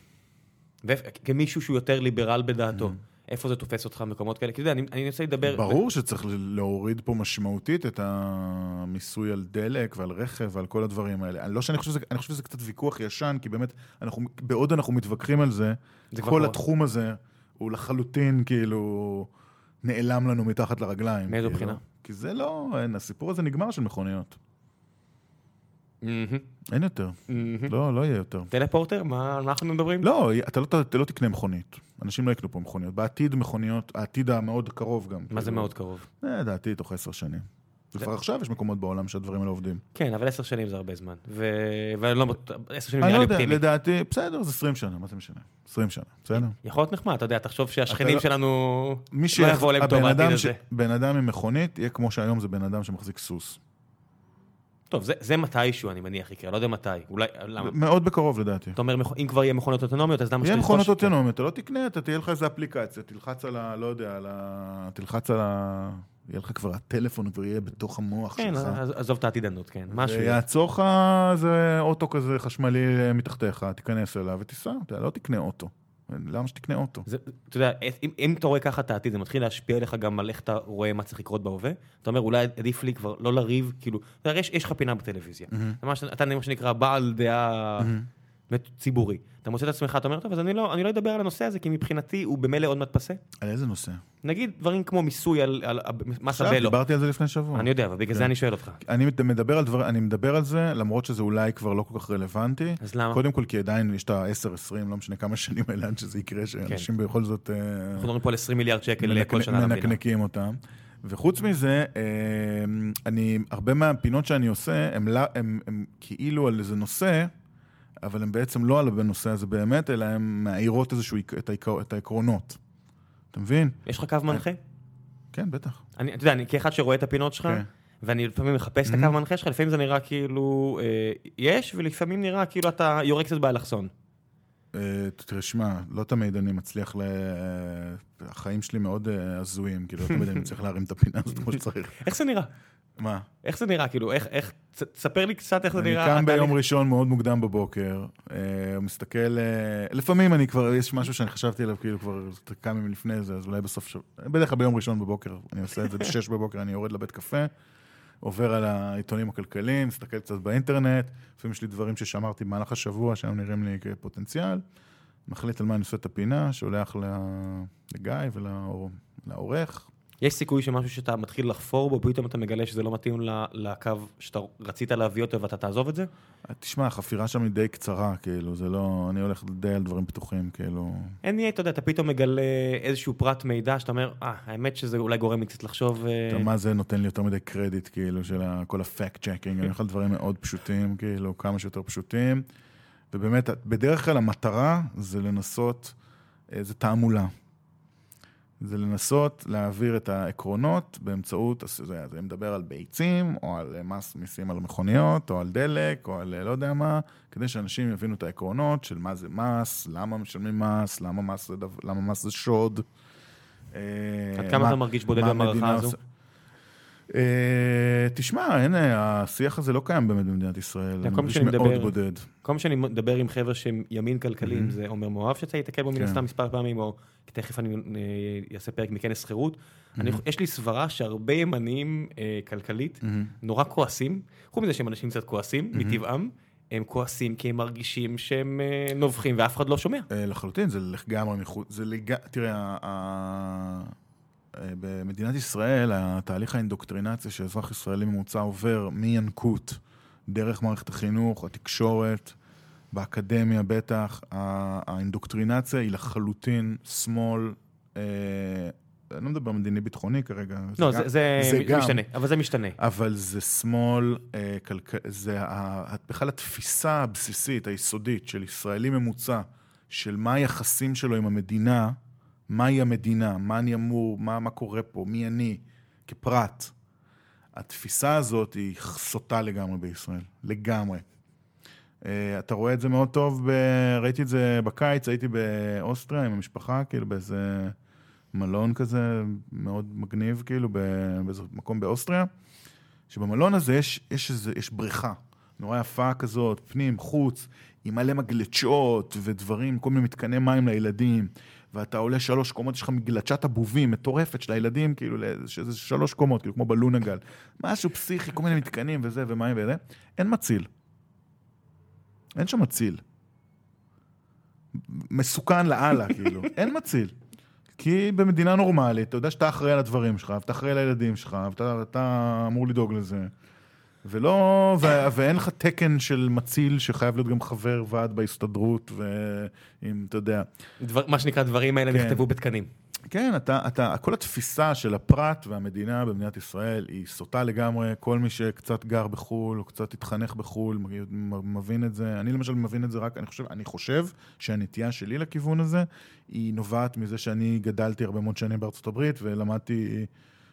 S1: ואיפ- כמישהו שהוא יותר ליברל בדעתו, איפה זה תופס אותך במקומות כאלה? כי אתה יודע, אני- אני רוצה לדבר...
S2: Mm. ברור שצריך להוריד פה משמעותית את המיסוי על דלק ועל רכב ועל כל הדברים האלה. אני- לא שאני חושב שזה, אני חושב שזה קצת ויכוח ישן, כי באמת, אנחנו, בעוד אנחנו מתווכחים על זה,
S1: זה כבר
S2: כל
S1: קורה.
S2: התחום הזה הוא לחלוטין כאילו נעלם לנו מתחת לרגליים.
S1: מאיזו
S2: כאילו.
S1: בחינה?
S2: כי זה לא, אין, הסיפור הזה נגמר של מכוניות.
S1: מהמם,
S2: אין יותר.
S1: מהמם.
S2: לא, לא יהיה יותר.
S1: טלפורטר? מה על מה אנחנו מדברים?
S2: לא, אתה לא, אתה לא תקנה מכונית. אנשים לא יקנו פה מכוניות. בעתיד מכוניות, העתיד המאוד קרוב גם.
S1: מה זה
S2: כאילו.
S1: מאוד קרוב?
S2: אה, דעתי תוך עשר שנים. וכבר עכשיו יש מקומות בעולם שהדברים האלה עובדים.
S1: כן, אבל עשר שנים זה הרבה זמן. ו... ואני לא... בוט- עשר שנים
S2: אני
S1: נראה
S2: לא
S1: לי
S2: יודע,
S1: אופטימי.
S2: לדעתי, בסדר, זה 20 שנה, מה זה משנה? 20 שנה, בסדר.
S1: יכול להיות נחמד, אתה יודע, תחשוב
S2: אתה
S1: שהשכנים
S2: לא-
S1: שלנו
S2: מי ש...
S1: לא יבואו להם טוב
S2: הבן
S1: העתיד
S2: אדם
S1: הזה.
S2: ש- בן אדם עם מכונית יהיה כמו שהיום זה בן אדם שמחזיק סוס.
S1: טוב, זה- זה מתישהו, אני מניח, יקרה, לא יודע מתי. אולי... למה?
S2: מאוד בקרוב לדעתי.
S1: אתה אומר, מכ- אם כבר יהיה מכונות אוטונומיות, אז למה
S2: יהיה
S1: שתרכוש?
S2: מכונות אוטונומיות, אתה לא תקנה, אתה תהיה לך איזה אפליקציה, תלחץ על ה... לא יודע, על ה... תלחץ על ה... יהיה לך כבר, הטלפון כבר יהיה בתוך המוח
S1: כן,
S2: שלך.
S1: אז- עזוב את העתידנות, כן. משהו.
S2: ויעצור לך איזה אוטו כזה חשמלי אה, מתחתיך, תיכנס אליו ותיסע, אתה לא תקנה אוטו. למה שתקנה אוטו?
S1: זה, אתה יודע, אם, אם אתה רואה ככה את העתיד, זה מתחיל להשפיע עליך גם על איך אתה רואה מה צריך לקרות בהווה. אתה אומר, אולי עדיף לי כבר לא לריב, כאילו, אתה יודע, יש יש לך פינה בטלוויזיה. אתה ממש- אתה מה שנקרא בעל דעה באמת ציבורי. אתה מוצא את עצמך, אתה אומר, טוב, אז אני לא, אני לא אדבר על הנושא הזה, כי מבחינתי הוא במילא עוד מעט פסה.
S2: על איזה נושא?
S1: נגיד דברים כמו מיסוי על, על, על מס
S2: עכשיו, כן.
S1: הבלו.
S2: דיברתי על זה לפני שבוע.
S1: אני יודע, אבל בגלל זה אני שואל אותך.
S2: אני מת- מדבר על דבר, אני מדבר על זה, למרות שזה אולי כבר לא כל כך רלוונטי.
S1: אז למה?
S2: קודם כל, כי עדיין יש את ה-10, 20, לא משנה כמה שנים האלה עד שזה יקרה, שאנשים בכל זאת אה,
S1: כן. אנחנו מדברים פה על 20 מיליארד שקל
S2: מנק-
S1: כל שנה למדינה.
S2: מנקנקים אותם. וחוץ מזה, אה, אני, הרבה מהפינות שאני עושה, הם, לא- הם, הם כאילו על איזה נושא, אבל הם בעצם לא על הנושא הזה באמת, אלא הם מאיירות איזשהו, עיק- את, העיקר, את העקרונות. אתה מבין?
S1: יש לך קו מנחה?
S2: כן, בטח.
S1: אני, אתה יודע, אני כאחד שרואה את הפינות שלך,
S2: כן. Mm-hmm.
S1: ואני לפעמים מחפש את הקו המנחה שלך, לפעמים זה נראה כאילו אה, יש, ולפעמים נראה כאילו אתה יורק קצת באלכסון.
S2: אה, תראה, שמע, לא תמיד אני מצליח ל... אה, החיים שלי מאוד אה, הזויים, כאילו, לא תמיד אני מצליח להרים את הפינה הזאת כמו שצריך.
S1: איך זה נראה?
S2: מה?
S1: איך זה נראה? כאילו, איך, איך, ת- תספר לי קצת איך זה
S2: אני
S1: נראה.
S2: קם
S1: התהליך.
S2: ביום ראשון מאוד מוקדם בבוקר, אה, מסתכל, אה, לפעמים אני כבר, יש משהו שאני חשבתי עליו, כאילו כבר כמה ימים לפני זה, אז אולי בסוף שבוע, בדרך כלל ביום ראשון בבוקר, אני עושה את זה בשש בבוקר, אני יורד לבית קפה, עובר על העיתונים הכלכליים, מסתכל קצת באינטרנט, לפעמים יש לי דברים ששמרתי במהלך השבוע, שהיום נראים לי כפוטנציאל, מחליט על מה אני עושה את הפינה, שולח ל- לגיא ולעורך.
S1: יש סיכוי שמשהו שאתה מתחיל לחפור בו, פתאום אתה מגלה שזה לא מתאים ל- לקו שאתה רצית להביא אותו ואתה תעזוב את זה?
S2: תשמע, החפירה שם היא די קצרה, כאילו, זה לא, אני הולך די על דברים פתוחים, כאילו...
S1: אין לי, אתה יודע, אתה פתאום מגלה איזשהו פרט מידע שאתה אומר, אה, האמת שזה אולי גורם לי קצת לחשוב... אה,
S2: אתה מה זה נותן לי יותר מדי קרדיט, כאילו, של ה- כל הפאק צ'קינג, אני הולך על דברים מאוד פשוטים, כאילו, כמה שיותר פשוטים. ובאמת, בדרך כלל המטרה זה לנסות, אה, זה תעמולה. זה לנסות להעביר את העקרונות באמצעות, אז זה זה מדבר על ביצים, או על אה, מס מיסים על מכוניות, או על דלק, או על אה, לא יודע מה, כדי שאנשים יבינו את העקרונות של מה זה מס, למה משלמים מס, למה מס זה, דו, למה מס זה שוד. אה,
S1: עד כמה
S2: מה-
S1: אתה מרגיש בודד
S2: מה
S1: במערכה
S2: המדינה
S1: הזו?
S2: עושה- אה, תשמע, אין, אה, השיח הזה לא קיים באמת במדינת ישראל. אני
S1: מקום
S2: מרגיש
S1: שאני
S2: מאוד
S1: מדבר-
S2: בודד.
S1: כל מה שאני מדבר עם חבר'ה שהם ימין כלכליים, זה עומר מואב שיצא להתקל בו מן
S2: כן.
S1: הסתם מספר פעמים, או כי תכף אני אה, אעשה פרק מכנס חירות. אני- יש לי סברה שהרבה ימנים אה, כלכלית נורא כועסים, חוץ מזה שהם אנשים קצת כועסים מטבעם, הם כועסים כי הם מרגישים שהם אה, נובחים ואף אחד לא שומע.
S2: אה, לחלוטין, זה לגמרי מחוץ, זה לג... תראה, ה- ה- אה, במדינת ישראל, התהליך האינדוקטרינציה שאזרח ישראלי ממוצע עובר מינקות, דרך מערכת החינוך, התקשורת, באקדמיה בטח, ה- האינדוקטרינציה היא לחלוטין שמאל, אה, אני לא מדבר מדיני-ביטחוני כרגע.
S1: לא,
S2: גם-
S1: זה- זה
S2: זה גם-
S1: משתנה, אבל זה משתנה.
S2: אבל זה שמאל, אה, כלכ... זה ה- בכלל התפיסה הבסיסית, היסודית, של ישראלי ממוצע, של מה היחסים שלו עם המדינה, מהי המדינה, מה אני אמור, מה, מה קורה פה, מי אני, כפרט. התפיסה הזאת היא סוטה לגמרי בישראל, לגמרי. אה, אתה רואה את זה מאוד טוב, ב... ראיתי את זה בקיץ, הייתי באוסטריה עם המשפחה, כאילו באיזה מלון כזה מאוד מגניב, כאילו ב... באיזה מקום באוסטריה, שבמלון הזה יש, יש, איזה, יש בריכה נורא יפה כזאת, פנים, חוץ, עם מלא מגלצ'ות ודברים, כל מיני מתקני מים לילדים. ואתה עולה שלוש קומות, יש לך מגלצ'ת הבובים מטורפת של הילדים, כאילו, שזה שלוש קומות, כאילו, כמו בלונגל. משהו פסיכי, כל מיני מתקנים וזה ומים וזה. אין מציל. אין שם מציל. מסוכן לאללה, כאילו, אין מציל. כי במדינה נורמלית, אתה יודע שאתה אחראי על הדברים שלך, ואתה אחראי על הילדים שלך, ואתה אתה אמור לדאוג לזה. ולא, ו, ואין לך תקן של מציל שחייב להיות גם חבר ועד בהסתדרות, ואם, אתה יודע.
S1: דבר, מה שנקרא, דברים האלה
S2: כן.
S1: נכתבו בתקנים.
S2: כן, אתה, אתה, כל התפיסה של הפרט והמדינה במדינת ישראל היא סוטה לגמרי. כל מי שקצת גר בחו"ל, או קצת התחנך בחו"ל, מ- מ- מבין את זה. אני למשל מבין את זה רק, אני חושב, אני חושב שהנטייה שלי לכיוון הזה, היא נובעת מזה שאני גדלתי הרבה מאוד שנים בארצות הברית, ולמדתי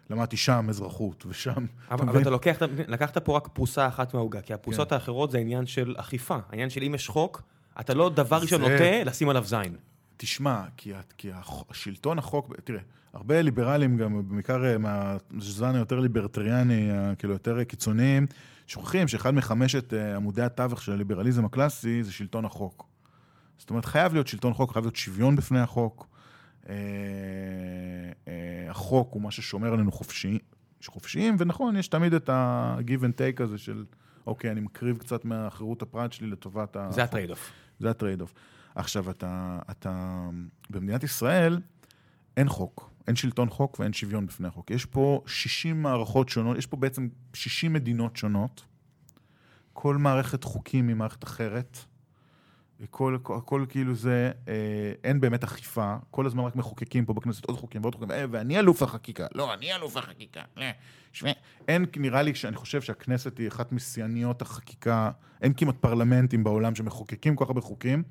S2: למדתי שם אזרחות, ושם...
S1: אבל, אבל
S2: מבין?
S1: אתה לוקח, את- לקחת פה רק פרוסה אחת מהעוגה, כי
S2: כן.
S1: הפרוסות האחרות זה עניין של אכיפה. העניין של אם יש חוק, אתה לא דבר ראשון
S2: זה- אה,
S1: נוטה לשים עליו זין.
S2: תשמע, כי, ה- כי הח- שלטון החוק, תראה, הרבה ליברלים גם, בעיקר אה, מהז'אן היותר ליברטריאני, אה, כאילו יותר אה, קיצוניים, שוכחים שאחד מחמשת אה, עמודי התווך של הליברליזם הקלאסי זה שלטון החוק. זאת אומרת, חייב להיות שלטון חוק, חייב להיות שוויון בפני החוק. אה, אה, החוק הוא מה ששומר עלינו חופשי, חופשיים, ונכון, יש תמיד את ה-give and take הזה של, אוקיי, אני מקריב קצת מהחירות הפרט שלי לטובת ה...
S1: זה הטרייד אוף.
S2: זה הטרייד אוף. עכשיו, אתה, אתה... במדינת ישראל אין חוק. אין שלטון חוק ואין שוויון בפני החוק. יש פה 60 מערכות שונות, יש פה בעצם 60 מדינות שונות. כל מערכת חוקים היא מערכת אחרת. כל, כל, הכל כאילו זה, אה, אין באמת אכיפה, כל הזמן רק מחוקקים פה בכנסת עוד חוקים ועוד חוקים, אה, ואני אלוף החקיקה, לא, אני אלוף החקיקה, לא, שמע, אין, נראה לי, שאני חושב שהכנסת היא אחת משיאניות החקיקה, אין כמעט פרלמנטים בעולם שמחוקקים כל כך הרבה חוקים,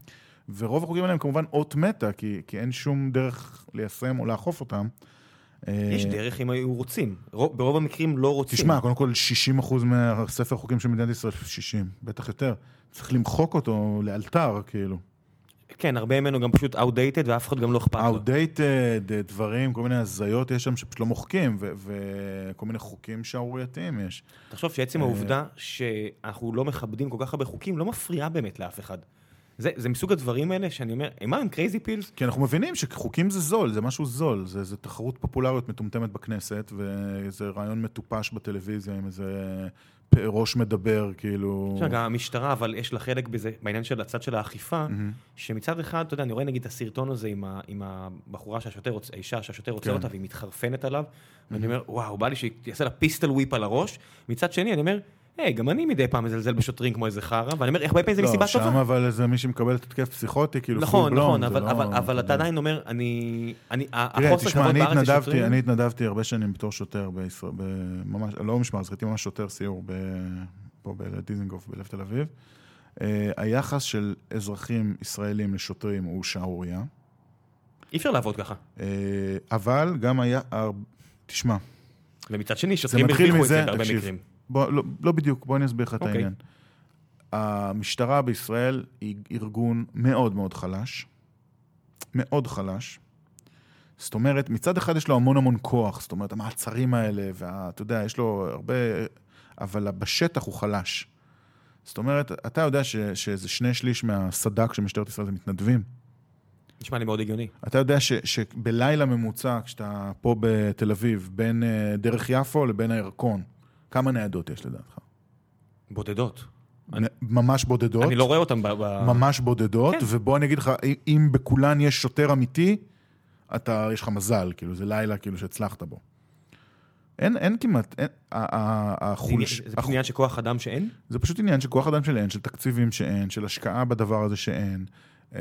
S2: ורוב החוקים האלה הם כמובן אות מתה, כי, כי אין שום דרך ליישם או לאכוף אותם. אה,
S1: יש דרך אם היו רוצים. רוב, ברוב המקרים לא רוצים.
S2: תשמע, קודם כל 60% מהספר חוקים של מדינת ישראל, 60, בטח יותר, צריך למחוק אותו לאלתר, כאילו.
S1: כן, הרבה ממנו גם פשוט outdated ואף אחד גם לא אכפת לו.
S2: outdated, אה, דברים, כל מיני הזיות יש שם שפשוט לא מוחקים, ו- וכל מיני חוקים שערורייתיים יש.
S1: תחשוב שעצם
S2: אה.
S1: העובדה שאנחנו לא מכבדים כל כך הרבה חוקים לא מפריעה באמת לאף אחד. זה, זה מסוג הדברים האלה שאני אומר, "אה, מה הם קרייזי פילס?
S2: כי אנחנו מבינים שחוקים זה זול, זה משהו זול, זה, זה תחרות פופולריות מטומטמת בכנסת, וזה רעיון מטופש בטלוויזיה עם איזה פ- ראש מדבר, כאילו...
S1: עכשיו, גם המשטרה, אבל יש לה חלק בזה, בעניין של הצד של האכיפה, שמצד אחד, אתה יודע, אני רואה נגיד את הסרטון הזה עם, ה, עם הבחורה שהשוטר, רוצ- האישה שהשוטר עוצר
S2: כן.
S1: אותה והיא מתחרפנת עליו, ואני אומר, וואו, בא לי שיעשה לה פיסטל וויפ על הראש. מצד שני, אני אומר, היי, גם אני מדי פעם מזלזל בשוטרים כמו איזה חרא, ואני אומר, הרבה פעמים זה מסיבה
S2: לא, שם
S1: טובה.
S2: אבל איזה מישהי מקבלת התקף פסיכוטי, כאילו...
S1: נכון,
S2: full blown,
S1: נכון,
S2: זה
S1: אבל,
S2: לא-
S1: אבל, אבל אתה
S2: יודע.
S1: עדיין אומר, אני... אני
S2: תראה,
S1: החוסר
S2: תשמע,
S1: כבוד
S2: אני
S1: בארץ
S2: התנדבתי,
S1: לשוטרים...
S2: אני התנדבתי הרבה שנים בתור שוטר בישראל, ב- ממש, לא משמר, אז הייתי ממש שוטר סיור ב- פה בדיזנגוף בלב תל אביב. אה, היחס של אזרחים ישראלים לשוטרים הוא שערורייה,
S1: אי אפשר לעבוד ככה.
S2: אה, אבל גם היה, הר- תשמע,
S1: ומצד שני,
S2: זה
S1: שוטרים
S2: מתחיל
S1: הרוויחו את זה
S2: מזה,
S1: בהרבה
S2: תקשיב,
S1: מקרים.
S2: בוא, לא, לא בדיוק, בוא אני אסביר לך את
S1: אוקיי.
S2: העניין. המשטרה בישראל היא ארגון מאוד מאוד חלש, מאוד חלש. זאת אומרת, מצד אחד יש לו המון המון כוח, זאת אומרת, המעצרים האלה, ואתה יודע, יש לו הרבה... אבל בשטח הוא חלש. זאת אומרת, אתה יודע ש, שזה שני שליש מהסד"כ של משטרת ישראל זה מתנדבים?
S1: נשמע לי מאוד הגיוני.
S2: אתה יודע ש, שבלילה ממוצע, כשאתה פה בתל אביב, בין אה, דרך יפו לבין הירקון, כמה ניידות יש לדעתך?
S1: בודדות.
S2: ממש בודדות.
S1: אני לא רואה אותם ב... ב-
S2: ממש בודדות,
S1: כן.
S2: כן. ובוא אני אגיד לך, אם- אם בכולן יש שוטר אמיתי, אתה, יש לך מזל, כאילו, זה לילה כאילו שהצלחת בו. אין, אין כמעט, אין, ה- ה- החולש...
S1: זה
S2: הח-
S1: פשוט עניין שכוח אדם שאין?
S2: זה פשוט עניין של כוח אדם של אין, של תקציבים שאין, של השקעה בדבר הזה שאין. אמ,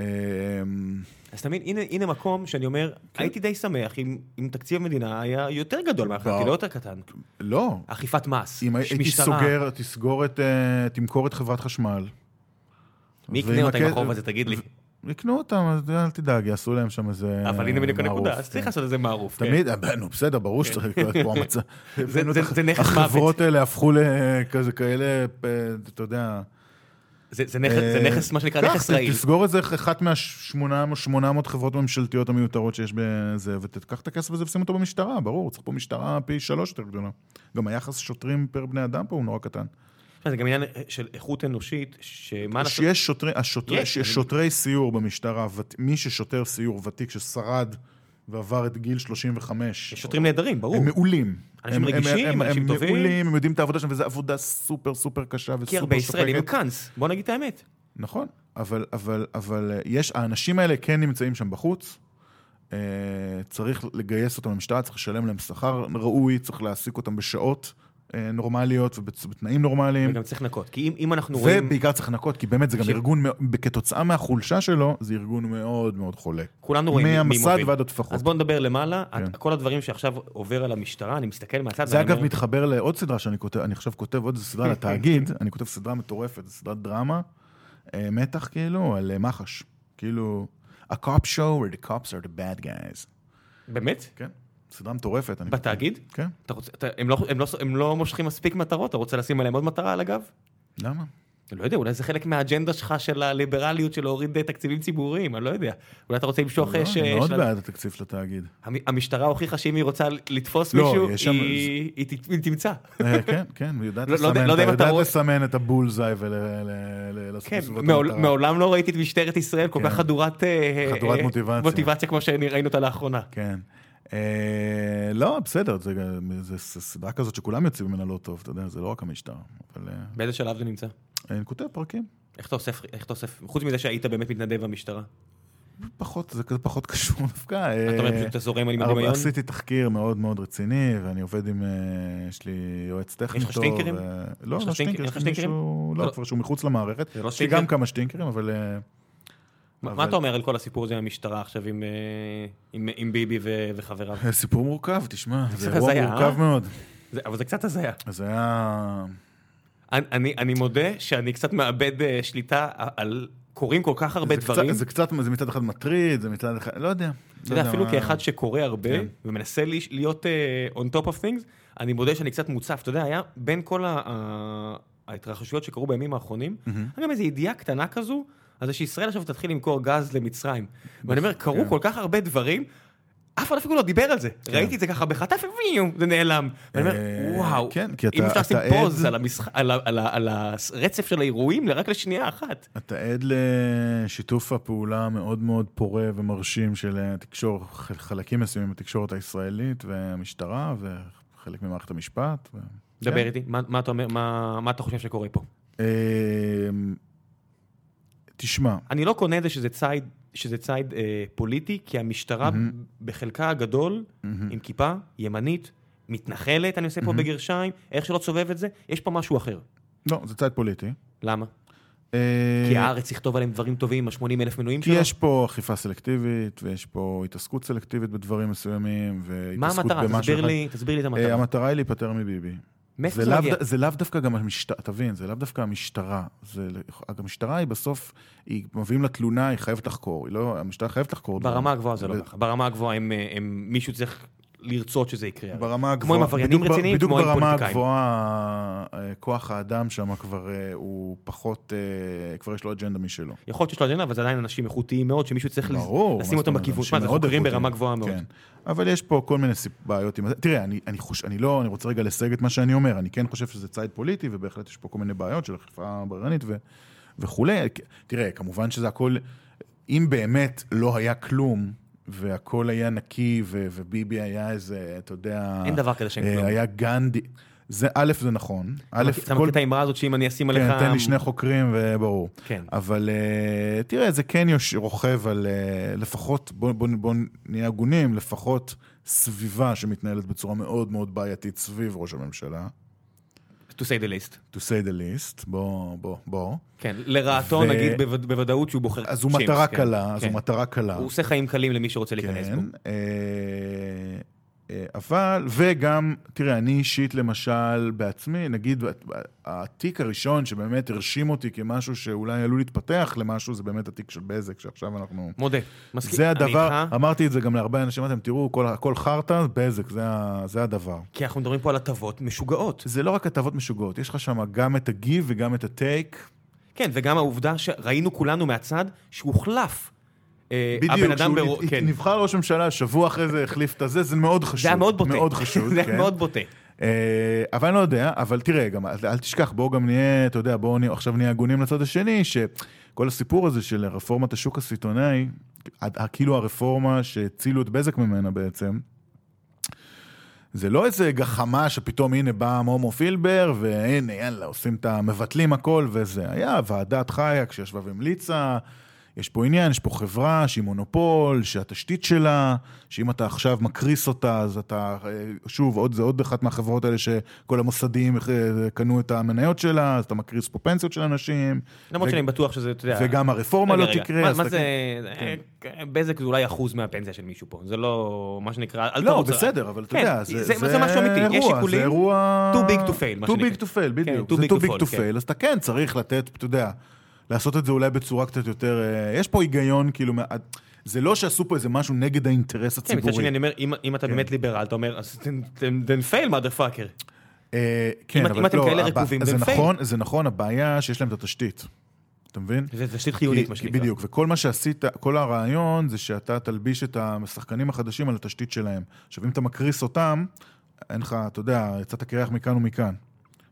S1: אז אתה מבין, הנה, הנה מקום שאני אומר,
S2: כן.
S1: הייתי די שמח אם, אם תקציב המדינה היה יותר גדול מהחלטתי,
S2: וואו.
S1: לא יותר קטן.
S2: לא,
S1: אכיפת מס,
S2: אם
S1: יש
S2: הייתי סוגר, תסגור את, אה, תמכור את חברת חשמל.
S1: מי יקנה
S2: ועם
S1: אותה עם
S2: הכ- אה,
S1: החוב הזה, תגיד לי?
S2: יקנו אותם, אז אל תדאג, יעשו להם שם איזה...
S1: אבל הנה בדיוק
S2: מערוף,
S1: הנקודה, אז צריך
S2: כן.
S1: לעשות איזה מערוף. כן.
S2: תמיד, אה, נו בסדר, ברור שצריך לקרוא את פה המצב.
S1: זה- זה זה נכס מוות.
S2: החברות האלה הפכו לכזה כאלה, אה, אתה יודע...
S1: זה זה נכס, זה
S2: אה,
S1: נכס, מה שנקרא,
S2: קח,
S1: נכס
S2: ת-
S1: רעיל.
S2: תסגור את זה אחת מה-800 חברות ממשלתיות המיותרות שיש בזה, ותקח את הכסף הזה ושים אותו במשטרה, ברור, צריך פה משטרה פי שלוש יותר גדולה. גם היחס שוטרים פר בני אדם פה הוא נורא קטן.
S1: תשמע, זה גם עניין של איכות אנושית, שמה לעשות,
S2: שיש שוטרי, השוטרי,
S1: יש,
S2: יש,
S1: אני-
S2: שוטרי סיור במשטרה, ות- מי ששוטר סיור ותיק ששרד ועבר את גיל 35,
S1: יש שוטרים נהדרים, ברור.
S2: הם מעולים.
S1: אנשים
S2: הם- הם-
S1: רגישים,
S2: הם-
S1: אנשים טובים.
S2: הם מעולים, הם יודעים את העבודה שלהם, וזו עבודה סופר סופר קשה וסופר
S1: כי
S2: שוחקת.
S1: הרבה ישראלים הם קאנס, בוא נגיד את האמת.
S2: נכון, אבל, אבל, אבל אה, יש, האנשים האלה כן נמצאים שם בחוץ. אה, צריך לגייס אותם למשטרה, צריך לשלם להם שכר ראוי, צריך להעסיק אותם בשעות אה, נורמליות ובתנאים נורמליים.
S1: וגם צריך לנקות, כי אם- אם אנחנו רואים,
S2: ובעיקר צריך לנקות, כי באמת זה גם
S1: ש-
S2: ארגון, מאו- כתוצאה מהחולשה שלו, זה ארגון מאוד מאוד חולה.
S1: כולנו רואים מי- מי
S2: מהמסד
S1: מוביל.
S2: ועד הטפחות.
S1: אז בוא נדבר למעלה,
S2: כן.
S1: את- כל הדברים שעכשיו עובר על המשטרה, אני מסתכל מהצד,
S2: זה
S1: ואני
S2: אגב
S1: אומר,
S2: מתחבר לעוד סדרה שאני כותב, אני עכשיו כותב עוד איזה סדרה לתאגיד, אני כותב סדרה מטורפת, זו סדרת דרמה, אה, מתח כאילו, על אה, מח"ש. כאילו, a cop show where the cops are the bad guys.
S1: באמת?
S2: כן, סדרה מטורפת. אני-
S1: בתאגיד?
S2: כן,
S1: אתה רוצה, אתה, הם, לא, הם, לא, הם לא מושכים מספיק מטרות, אתה רוצה לשים עליהם עוד מטרה על הגב?
S2: למה?
S1: אני לא יודע, אולי זה חלק מהאג'נדה שלך של הליברליות של להוריד אה, תקציבים ציבוריים, אני לא יודע. אולי אתה רוצה למשוך
S2: לא,
S1: אה, ש...
S2: אני מאוד
S1: של-
S2: בעד התקציב של התאגיד.
S1: המ- המשטרה הוכיחה שאם היא רוצה לתפוס
S2: לא,
S1: מישהו,
S2: יש שם-
S1: היא, היא, ת- היא תמצא.
S2: אה, כן, כן, היא יודעת
S1: לא- לא יודע-
S2: לסמן
S1: לא
S2: את
S1: יודע אם
S2: ה-
S1: אתה
S2: יודעת
S1: רואה-
S2: לסמן את הבולזאי ולעשות
S1: כן,
S2: בסביבות
S1: מעול-
S2: המטרה.
S1: מעולם לא ראיתי את משטרת ישראל כל
S2: כן.
S1: כך חדורת... אה,
S2: חדורת
S1: אה,
S2: מוטיבציה.
S1: מוטיבציה כמו שראינו אותה לאחרונה.
S2: כן. אה, לא, בסדר, זה גם- זה ס- סדרה כזאת שכולם יוצאים ממנה לא טוב, אתה יודע, זה לא רק המשטרה. אבל אה,
S1: באיזה שלב זה נמצא?
S2: אני כותב פרקים.
S1: איך אתה אוסף, איך אתה אוסף, חוץ מזה שהיית באמת מתנדב במשטרה.
S2: פחות, זה כזה פחות קשור דווקא.
S1: אתה אומר
S2: אה,
S1: פשוט אתה זורם על עם
S2: אבל
S1: הדמיון?
S2: עשיתי תחקיר מאוד מאוד רציני, ואני עובד עם, אה, יש לי יועץ טכני
S1: יש
S2: טוב.
S1: לך שטינקרים?
S2: אה, לא,
S1: יש לך שטינק-
S2: לא שטינקר,
S1: אין לך
S2: יש לי
S1: שטינקרים?
S2: מישהו,
S1: זה
S2: לא,
S1: לא-
S2: כבר שהוא מחוץ למערכת.
S1: זה לא
S2: יש לי
S1: שטינקר?
S2: גם כמה שטינקרים, אבל... אה,
S1: מה מה
S2: אבל-
S1: אתה אומר על כל הסיפור הזה עם המשטרה עכשיו עם, אה, עם, עם ביבי ו- וחבריו?
S2: אה, סיפור מורכב, תשמע,
S1: זה
S2: זה אירוע
S1: הזיה, אה?
S2: מורכב מאוד.
S1: זה, אבל זה קצת הזיה.
S2: אז זה היה...
S1: אני, אני, אני מודה שאני קצת מאבד אה, שליטה על... קורים כל כך הרבה
S2: זה קצת-
S1: דברים.
S2: זה קצת, זה מצד אחד מטריד, זה מצד אחד, לא יודע.
S1: אתה יודע, אפילו
S2: מה-
S1: כאחד שקורא הרבה
S2: כן.
S1: ומנסה לי- להיות אה, on top of things, אני מודה שאני קצת מוצף. אתה יודע, היה בין כל ה- ה- ההתרחשויות שקרו בימים האחרונים, היה גם איזו ידיעה קטנה כזו, על זה שישראל עכשיו תתחיל למכור גז למצרים. ואני אומר, קרו
S2: כן.
S1: כל כך הרבה דברים, אף אחד אפילו לא דיבר על זה. ראיתי את זה ככה בחטף, ויו, זה נעלם. ואני אומר,
S2: אה,
S1: וואו,
S2: כן, כי אתה-
S1: אם אפשר לשים
S2: אתה
S1: פוז
S2: עד-
S1: על המשח- על ה- על ה- על הרצף של האירועים רק לשנייה אחת.
S2: אתה עד לשיתוף הפעולה המאוד מאוד פורה ומרשים של התקשורת, חלקים מסוימים בתקשורת הישראלית והמשטרה וחלק ממערכת המשפט. ו...
S1: דבר
S2: כן.
S1: איתי, מה מה אתה אומר, מה מה אתה חושב שקורה פה?
S2: אמ, תשמע,
S1: אני לא קונה את זה שזה צייד, שזה צייד אה, פוליטי, כי המשטרה בחלקה הגדול, עם כיפה, ימנית, מתנחלת, אני עושה פה בגרשיים, איך שלא תסובב את זה, יש פה משהו אחר.
S2: לא, זה צעד פוליטי.
S1: למה?
S2: אה,
S1: כי הארץ יכתוב עליהם דברים טובים עם ה-80 אלף מנויים
S2: כי
S1: שלו?
S2: יש פה אכיפה סלקטיבית, ויש פה התעסקות סלקטיבית בדברים מסוימים,
S1: מה
S2: והתעסקות
S1: המטרה?
S2: במשהו
S1: תסביר
S2: אחד.
S1: לי, תסביר לי את
S2: אה,
S1: המטרה.
S2: המטרה היא להיפטר מביבי.
S1: מאיפה
S2: זה
S1: זה
S2: לאו
S1: מגיע?
S2: ד- זה לאו דווקא גם המשטרה, תבין, זה לאו דווקא המשטרה. זה, המשטרה היא בסוף, היא מביאים לה תלונה, היא חייבת לחקור. היא לא, המשטרה חייבת לחקור. דברים.
S1: ברמה הגבוהה זה
S2: ב-
S1: לא ככה. ברמה הגבוהה הם, אה, הם, מישהו צריך לרצות שזה יקרה. הרי.
S2: ברמה הגבוהה.
S1: עם עבריינים
S2: בדיוק ב-
S1: רציניים, כמו עם
S2: בדיוק ברמה
S1: פוליטיקאים.
S2: הגבוהה, אה, כוח האדם שם כבר אה, הוא פחות, אה, כבר יש לו אג'נדה משלו.
S1: יכול להיות שיש לו אג'נדה, אבל זה עדיין אנשים איכותיים מאוד, שמישהו צריך לז-
S2: ברור.
S1: לשים אותם
S2: מה זאת אומרת,
S1: בכיוון.
S2: אנשים
S1: שמע, זה
S2: מאוד
S1: חוקרים
S2: איכותיים.
S1: ברמה גבוהה מאוד.
S2: כן. אבל יש פה כל מיני סיב- בעיות עם זה. תראה, אני, אני, חוש... אני לא, אני רוצה רגע לסייג את מה שאני אומר. אני כן חושב שזה צעד פוליטי, ובהחלט יש פה כל מיני בעיות של אכיפה בררנית ו... וכולי. תראה, כמובן שזה הכל, אם באמת לא היה כלום, והכל היה נקי, ו... וביבי היה איזה, אתה יודע...
S1: אין דבר כזה לא. שאין
S2: אה,
S1: כלום.
S2: היה גנדי. זה, א', זה נכון. א',
S1: אתה מכיר את האמרה הזאת שאם אני אשים עליך...
S2: כן, תן לי שני חוקרים וברור.
S1: כן.
S2: אבל אה, תראה, זה כן יוש- רוכב על אה, לפחות, בואו בוא, בוא נהיה הגונים, לפחות סביבה שמתנהלת בצורה מאוד מאוד בעייתית סביב ראש הממשלה,
S1: to say the least.
S2: to say the least, בוא, בוא, בוא.
S1: כן, לרעתו
S2: ו-
S1: נגיד בווד- בוודאות שהוא בוחר
S2: אז הוא
S1: צ'יפס,
S2: מטרה
S1: כן,
S2: קלה, כן. אז
S1: כן.
S2: הוא מטרה קלה.
S1: הוא עושה חיים קלים למי שרוצה להיכנס
S2: כן,
S1: בו.
S2: אה, אה, אבל, וגם, תראה, אני אישית למשל, בעצמי, נגיד, התיק הראשון שבאמת הרשים אותי כמשהו שאולי עלול להתפתח למשהו, זה באמת התיק של בזק, שעכשיו אנחנו...
S1: מודה, מסכים.
S2: זה
S1: אני
S2: הדבר,
S1: איתך,
S2: אמרתי את זה גם להרבה אנשים, אמרתם, תראו, כל- הכל חרטא, בזק, זה ה- זה הדבר.
S1: כי אנחנו מדברים פה על הטבות משוגעות.
S2: זה לא רק הטבות משוגעות, יש לך שם גם את הגיב וגם את הטייק.
S1: כן, וגם העובדה שראינו כולנו מהצד שהוחלף. אה, הבן
S2: בדיוק,
S1: אדם
S2: שהוא
S1: ברוב...
S2: נת-
S1: כן.
S2: נבחר לראש ממשלה, שבוע אחרי זה החליף את הזה, זה מאוד חשוב.
S1: זה היה מאוד בוטה.
S2: מאוד חשוב,
S1: זה
S2: כן.
S1: היה מאוד בוטה.
S2: אה, אבל אני לא יודע, אבל תראה, גם, אל אל תשכח, בואו גם נהיה, אתה יודע, בואו נהיה- עכשיו נהיה הגונים לצד השני, שכל הסיפור הזה של רפורמת השוק הסיטונאי, עד- כאילו הרפורמה שהצילו את בזק ממנה בעצם, זה לא איזה גחמה שפתאום הנה בא מומו פילבר והנה יאללה עושים את ה... מבטלים הכל וזה. היה ועדת חייק שישבה והמליצה, יש פה עניין, יש פה חברה שהיא מונופול, שהתשתית שלה, שאם אתה עכשיו מקריס אותה אז אתה, אה, שוב, עוד זה עוד אחת מהחברות האלה שכל המוסדים אה, קנו את המניות שלה, אז אתה מקריס פה פנסיות של אנשים,
S1: למרות
S2: ו-
S1: שאני בטוח שזה, אתה יודע...
S2: וגם הרפורמה
S1: רגע,
S2: לא
S1: רגע,
S2: תקרה.
S1: מה-
S2: אז
S1: מה
S2: אתה- כן.
S1: זה... אה, בזק זה אולי אחוז מהפנסיה של מישהו פה. זה לא, מה שנקרא... אל
S2: לא,
S1: תרוץ-
S2: בסדר, אבל אתה
S1: כן,
S2: יודע,
S1: זה זה משהו אמיתי. יש
S2: אירוע,
S1: שיקולים.
S2: זה אירוע...
S1: too big to fail, מה
S2: too
S1: שנקרא.
S2: big to fail, בדיוק.
S1: too
S2: זה
S1: big
S2: too
S1: to
S2: big
S1: fall,
S2: to
S1: כן.
S2: fail, אז אתה כן צריך לתת, אתה יודע, לעשות את זה אולי בצורה קצת יותר... אה, יש פה היגיון, כאילו, מה- זה לא שעשו פה איזה משהו נגד
S1: כן,
S2: האינטרס
S1: מצד שני,
S2: הציבורי.
S1: אני אומר, אם- אם
S2: כן.
S1: אתה באמת ליברל, אתה אומר, אז תן פייל, מאדר פאקר.
S2: אה, כן,
S1: אם- אם
S2: אבל
S1: אתם
S2: לא,
S1: כאלה
S2: הבע-
S1: רקובים,
S2: זה
S1: then fail.
S2: נכון, זה נכון, הבעיה שיש להם את התשתית. אתה מבין?
S1: זה תשתית חיונית,
S2: כי-
S1: מה
S2: כי
S1: שנקרא.
S2: בדיוק, וכל מה שעשית, כל הרעיון זה שאתה תלביש את השחקנים החדשים על התשתית שלהם. עכשיו, אם אתה מקריס אותם, אין לך, אתה יודע, יצאת קרח מכאן ומכאן.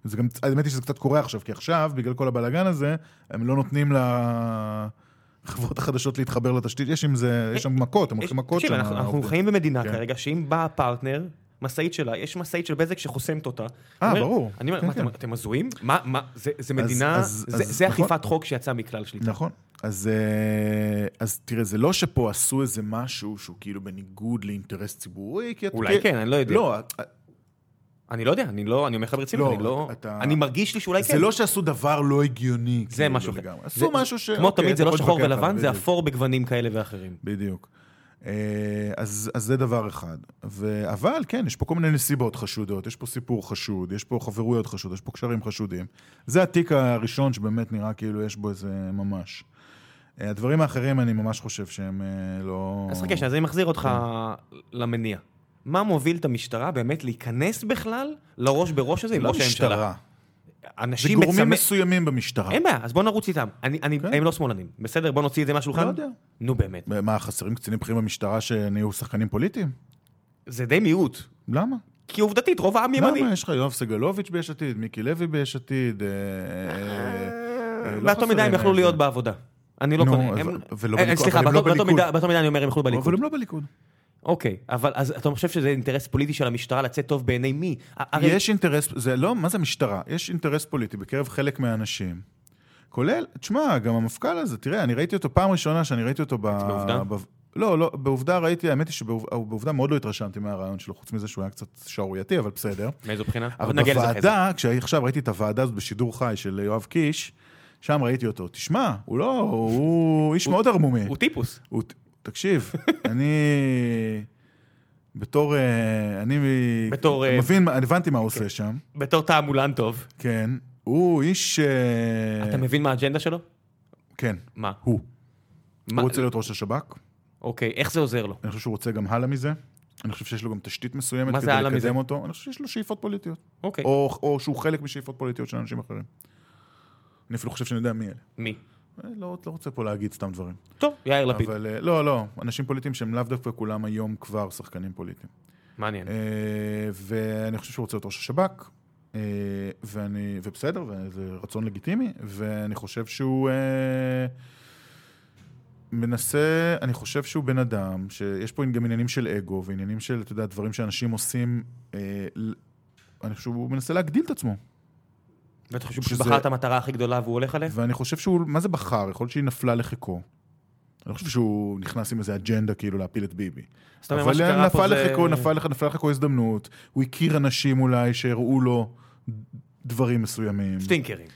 S2: זה גם, האמת היא שזה קצת קורה עכשיו, כי עכשיו, בגלל כל הבלאגן הזה, הם לא נותנים לחברות החדשות להתחבר לתשתית. יש עם זה, יש שם מכות, הם
S1: יש-
S2: הולכים מכות
S1: אה, תקשיב,
S2: שם.
S1: אנחנו אנחנו
S2: העובדים.
S1: חיים במדינה
S2: כן.
S1: כרגע, שאם בא הפרטנר, משאית שלה, יש משאית של בזק שחוסמת אותה.
S2: אה,
S1: אומר-
S2: ברור.
S1: אני אומר,
S2: כן,
S1: מה, אתם-
S2: כן.
S1: אתם הזויים? מה, מה, זה- זה מדינה,
S2: אז-
S1: זה-
S2: אז-
S1: זה
S2: נכון.
S1: אכיפת חוק שיצאה מכלל שליטה.
S2: נכון. אז, אה, אז תראה, זה לא שפה עשו איזה משהו שהוא כאילו בניגוד לאינטרס ציבורי, כי... את-
S1: אולי
S2: כי-
S1: כן, אני לא יודע.
S2: לא,
S1: אני לא יודע, אני לא, אני אומר לך ברצינות,
S2: לא,
S1: אני לא,
S2: אתה-
S1: אני מרגיש לי שאולי
S2: זה
S1: כן.
S2: לא שעשו דבר לא הגיוני.
S1: זה
S2: כאילו,
S1: משהו אחר.
S2: לגמרי.
S1: זה-
S2: עשו משהו ש...
S1: כמו
S2: אוקיי,
S1: תמיד, זה
S2: אתה
S1: לא
S2: יכול
S1: שחור
S2: להתווכח
S1: ולבן,
S2: עליו,
S1: זה
S2: בדיוק.
S1: אפור בגוונים כאלה ואחרים.
S2: בדיוק. אה, אז, אז זה דבר אחד. ו... אבל כן, יש פה כל מיני נסיבות חשודות, יש פה סיפור חשוד, יש פה חברויות חשוד, יש פה קשרים חשודים. זה התיק הראשון שבאמת נראה כאילו יש בו איזה ממש. אה, הדברים האחרים אני ממש חושב שהם אה, לא...
S1: אז חכה שנייה, אז אני מחזיר אותך למניע. מה מוביל את המשטרה באמת להיכנס בכלל לראש בראש הזה עם
S2: לא
S1: ראש הממשלה?
S2: משטרה. זה
S1: אנשים
S2: גורמים
S1: מצמא...
S2: מסוימים במשטרה.
S1: אין בעיה, אז בוא נרוץ איתם. אני, אני,
S2: כן.
S1: הם לא שמאלנים. בסדר, בוא נוציא את זה מהשולחן?
S2: לא יודע.
S1: נו באמת.
S2: מה, חסרים קצינים בכירים במשטרה שנהיו שחקנים פוליטיים?
S1: זה די מיעוט.
S2: למה?
S1: כי עובדתית, רוב העם ימני.
S2: למה? יש לך יואב סגלוביץ' ביש עתיד, מיקי לוי ביש עתיד. אה, אה, אה, לא
S1: באותו מידה הם
S2: חסרים,
S1: יכלו
S2: אה,
S1: להיות
S2: זה.
S1: בעבודה. אני לא
S2: נו,
S1: קונה.
S2: אז-
S1: הם-
S2: ולא
S1: אה,
S2: בליכוד,
S1: סליחה,
S2: אבל הם
S1: באותו-
S2: לא
S1: באותו
S2: בליכוד.
S1: מידה- באותו מידה אני אומר, הם יכלו
S2: אבל
S1: בליכוד.
S2: הם לא בליכוד.
S1: אוקיי, אבל אז אתה חושב שזה אינטרס פוליטי של המשטרה לצאת טוב בעיני מי? הרי-
S2: יש אינטרס, זה לא, מה זה משטרה? יש אינטרס פוליטי בקרב חלק מהאנשים. כולל, תשמע, גם המפכ"ל הזה, תראה, אני ראיתי אותו פעם ראשונה שאני ראיתי אותו ב...
S1: בעובדה?
S2: ב... לא, לא, בעובדה ראיתי, האמת היא שבעובדה מאוד לא התרשמתי מהרעיון שלו, חוץ מזה שהוא היה קצת שערורייתי, אבל בסדר.
S1: מאיזו בחינה?
S2: אבל
S1: נגיע לזה אחרי זה.
S2: בוועדה, כשעכשיו ראיתי את הוועדה הזאת בשידור חי של יואב קיש, שם ראיתי אותו. תשמע, הוא לא, הוא איש מאוד ערמומי.
S1: הוא טיפוס.
S2: הוא- תקשיב, אני... בתור... אה, אני מ-
S1: בתור, אה,
S2: מבין, מה- הבנתי מה הוא עושה שם,
S1: בתור תעמולן טוב.
S2: כן. הוא איש... אה,
S1: אתה מבין מה האג'נדה שלו?
S2: כן,
S1: מה?
S2: הוא.
S1: מה-
S2: הוא רוצה להיות ראש השב"כ,
S1: אוקיי, איך זה עוזר לו?
S2: אני חושב שהוא רוצה גם הלאה מזה. אני חושב שיש לו גם תשתית מסוימת
S1: מה זה
S2: כדי
S1: הלאה מזה?
S2: לקדם אותו. אני חושב שיש לו שאיפות פוליטיות.
S1: אוקיי.
S2: או או שהוא חלק משאיפות פוליטיות של אנשים אחרים. אני אפילו חושב שאני יודע מי אלה.
S1: מי?
S2: אה, לא לא רוצה פה להגיד סתם דברים.
S1: טוב, יאיר לפיד.
S2: אבל אה, לא, לא, אנשים פוליטיים שהם לאו דווקא כולם היום כבר שחקנים פוליטיים.
S1: מעניין.
S2: אה, ואני חושב שהוא רוצה להיות ראש השב"כ, אה, ואני, ובסדר, וזה רצון לגיטימי, ואני חושב שהוא אה, מנסה, אני חושב שהוא בן אדם, שיש פה גם עניינים של אגו, ועניינים של, אתה יודע, דברים שאנשים עושים, אה, ל- אני חושב שהוא מנסה להגדיל את עצמו.
S1: ואתה חושב שהוא
S2: שזה-
S1: בחר את המטרה הכי גדולה והוא הולך עליה?
S2: ואני חושב שהוא, מה זה בחר? יכול להיות שהיא נפלה לחיקו. אני לא חושב שהוא נכנס עם איזה אג'נדה כאילו להפיל את ביבי.
S1: זאת אומרת, מה
S2: אבל
S1: שקרה פה
S2: נפל
S1: זה-
S2: לחיקו, נפל לך, נפלה לחיקו הזדמנות, הוא הכיר אנשים אולי שהראו לו דברים מסוימים.
S1: שטינקרים.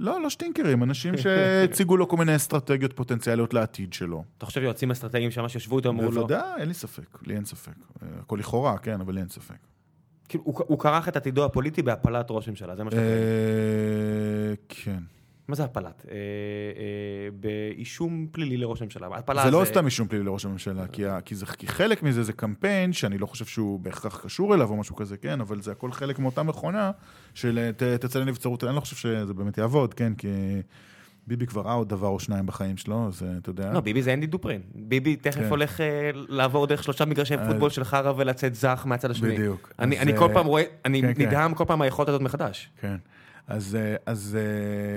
S2: לא, לא שטינקרים, אנשים שהציגו לו כל מיני אסטרטגיות פוטנציאליות לעתיד שלו.
S1: אתה חושב יועצים אסטרטגיים שממש ישבו איתו, אמרו לו,
S2: בוודאי, אין לי ספק, לי אין ספק. אה, הכל לכאורה, כן, אבל לי אין ספק.
S1: כאילו, הוא הוא כרך את עתידו הפוליטי בהפלת ראש ממשלה, זה מה שאתה אומר.
S2: אה, כן.
S1: מה זה הפלת? אה, אה, באישום פלילי לראש ממשלה. הפלה
S2: זה לא סתם אישום פלילי לראש הממשלה, כי ה- כי זה- כי חלק מזה זה קמפיין, שאני לא חושב שהוא בהכרח קשור אליו או משהו כזה, כן, אבל זה הכל חלק מאותה מכונה של אה, ת- תצא לנבצרות, אני לא חושב שזה באמת יעבוד, כן, כי ביבי כבר ראה עוד דבר או שניים בחיים שלו, אז אה, אתה יודע.
S1: לא, ביבי זה אנדי דופרין. ביבי תכף
S2: כן. אה-
S1: הולך אה, לעבור דרך שלושה מגרשי פוטבול של חרא ולצאת זך מהצד השני.
S2: בדיוק.
S1: אני
S2: אז,
S1: אני כל
S2: אה,
S1: פעם רואה, אני
S2: כן, כן.
S1: נדהם כל פעם מהיכולת הזאת מחדש.
S2: כן. אז, אה, אז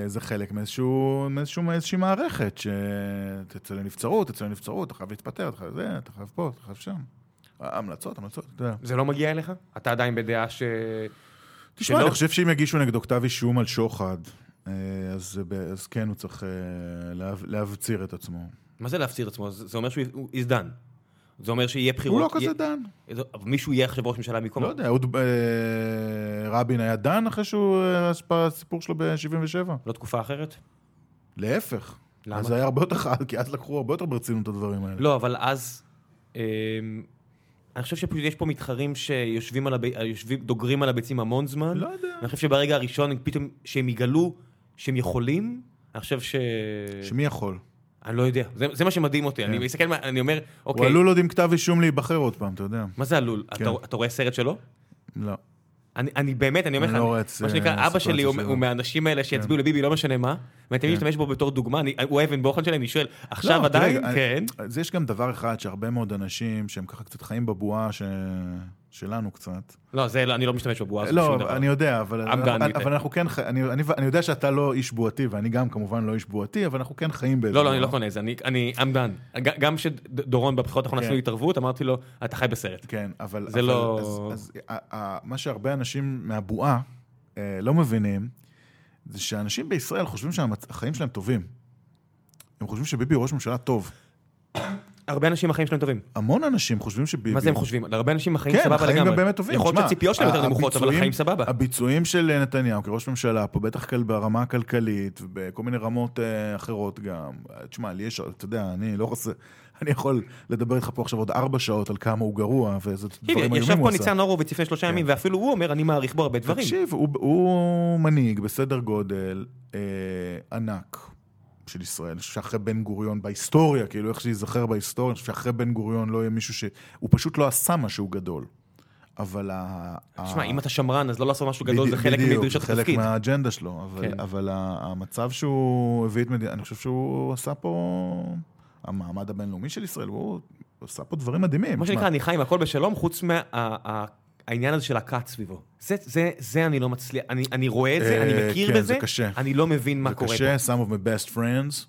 S2: אה, זה חלק מאיזשהו, מאיזשהו, מאיזושהי מערכת שתצא לנבצרות, תצא לנבצרות, אתה חייב להתפטר, אתה חייב זה, אתה חייב פה, אתה חייב שם. המלצות, המלצות, אתה יודע.
S1: זה לא מגיע אליך? אתה עדיין בדעה ש...
S2: תשמע,
S1: שלא-
S2: אני חושב שאם יגישו נגדו כתב אישום על שוחד, אה, אז, זה ב- אז כן, הוא צריך אה, להב- להבציר את עצמו.
S1: מה זה להפציר את עצמו? זה זה אומר שהוא הוא איזדן. זה אומר שיהיה בחירות.
S2: הוא לא כזה
S1: יהיה-
S2: דן.
S1: זה- אבל מישהו יהיה עכשיו ראש ממשלה במקומו.
S2: לא יודע, אהוד, אה, רבין היה דן אחרי שהוא, אה, השפע- הסיפור שלו ב-77.
S1: לא תקופה אחרת?
S2: להפך.
S1: למה?
S2: אז זה היה הרבה יותר חד, כי אז לקחו הרבה יותר ברצינות את הדברים האלה.
S1: לא, אבל אז... אמ, אני חושב שפשוט יש פה מתחרים שיושבים על הביצים, דוגרים על הביצים המון זמן.
S2: לא יודע.
S1: אני חושב שברגע הראשון, פתאום שהם יגלו שהם יכולים, אני חושב ש... אה,
S2: שמי יכול?
S1: אני לא יודע. זה, זה מה שמדהים אותי. אני מסתכל, מה- אני אומר,
S2: הוא
S1: אוקיי,
S2: עלול עוד עם כתב אישום להיבחר עוד פעם, אתה יודע.
S1: מה זה עלול?
S2: כן.
S1: אתה, אתה רואה סרט שלו?
S2: לא.
S1: אני, אני באמת, אני אומר
S2: אני
S1: לך,
S2: לא
S1: אני-
S2: רואה את,
S1: מה
S2: אה,
S1: שנקרא, אבא שלי הוא,
S2: הסיטואציה
S1: הוא
S2: שלו.
S1: מהאנשים האלה
S2: כן.
S1: שיצביעו לביבי, לא משנה מה, ואני תמיד משתמש בו בתור דוגמה, אני, הוא אבן בוחן שלהם, אני שואל, עכשיו
S2: לא, תראה,
S1: עדיין?
S2: אני-
S1: כן.
S2: אז יש גם דבר אחד שהרבה מאוד אנשים שהם ככה קצת חיים בבועה ש... שלנו קצת.
S1: לא, זה לא, אני לא משתמש בבועה הזאת בשום
S2: לא,
S1: דבר.
S2: אני יודע, אבל
S1: I'm gone with
S2: אנחנו-
S1: it.
S2: אבל אנחנו כן, חי- אני אני- אני יודע שאתה לא איש בועתי, ואני גם כמובן לא איש בועתי, אבל אנחנו כן חיים באיזה...
S1: לא, לא, אני לא
S2: בועה.
S1: קונה את זה, אני- אני עמדן. גם כשדורון בבחירות האחרונות
S2: כן.
S1: עשו התערבות, אמרתי לו, אתה חי בסרט.
S2: כן, אבל...
S1: זה
S2: אבל-
S1: לא-
S2: אז- אז ה- ה- מה שהרבה אנשים מהבועה אה, לא מבינים, זה שאנשים בישראל חושבים שהחיים שלהם טובים. הם חושבים שביבי הוא ראש ממשלה טוב.
S1: הרבה אנשים החיים שלהם טובים.
S2: המון אנשים חושבים שביבי...
S1: מה זה הם חושבים? להרבה אנשים החיים
S2: כן,
S1: סבבה לגמרי.
S2: החיים הם באמת טובים.
S1: יכול להיות
S2: שמע,
S1: שהציפיות שלהם יותר
S2: ה-
S1: נמוכות, אבל
S2: הביצועים-
S1: החיים סבבה.
S2: הביצועים של נתניהו כראש ממשלה פה, בטח כל- ברמה הכלכלית, ובכל מיני רמות אה, אחרות גם. תשמע, לי יש, אתה יודע, אני לא רוצה, אני יכול לדבר איתך פה עכשיו עוד ארבע שעות על כמה הוא גרוע, ואיזה
S1: הנה,
S2: דברים
S1: ישב
S2: איומים
S1: פה
S2: הוא עשה. כן.
S1: ניצן הורוביץ לפני שלושה ימים, ואפילו הוא אומר, אני מעריך בו הרבה דברים.
S2: תקשיב, הוא, הוא מנהיג בסדר גודל אה, ענק של ישראל. אני חושב שאחרי בן גוריון בהיסטוריה, כאילו איך שייזכר בהיסטוריה, אני חושב שאחרי בן גוריון לא יהיה מישהו ש... הוא פשוט לא עשה משהו גדול. אבל ה...
S1: תשמע,
S2: ה-
S1: אם אתה שמרן, אז לא לעשות משהו גדול,
S2: אה. בדי-
S1: זה חלק
S2: בדיוק,
S1: מדרישות
S2: זה חלק
S1: התפקיד.
S2: מהאג'נדה שלו, אבל,
S1: כן.
S2: כן. אבל ה- המצב שהוא הביא את מדינה, אני חושב שהוא עשה פה... המעמד הבינלאומי של ישראל, הוא עשה פה דברים מדהימים.
S1: מה
S2: תשמע,
S1: שנקרא, אני חי עם הכל בשלום, חוץ מהעניין הזה של הכת סביבו. זה- זה- זה אני לא מצליח, אני- אני רואה את זה,
S2: אה,
S1: אני מכיר
S2: כן,
S1: בזה,
S2: זה קשה.
S1: אני לא מבין מה קורה פה.
S2: זה קשה, some of my best friends.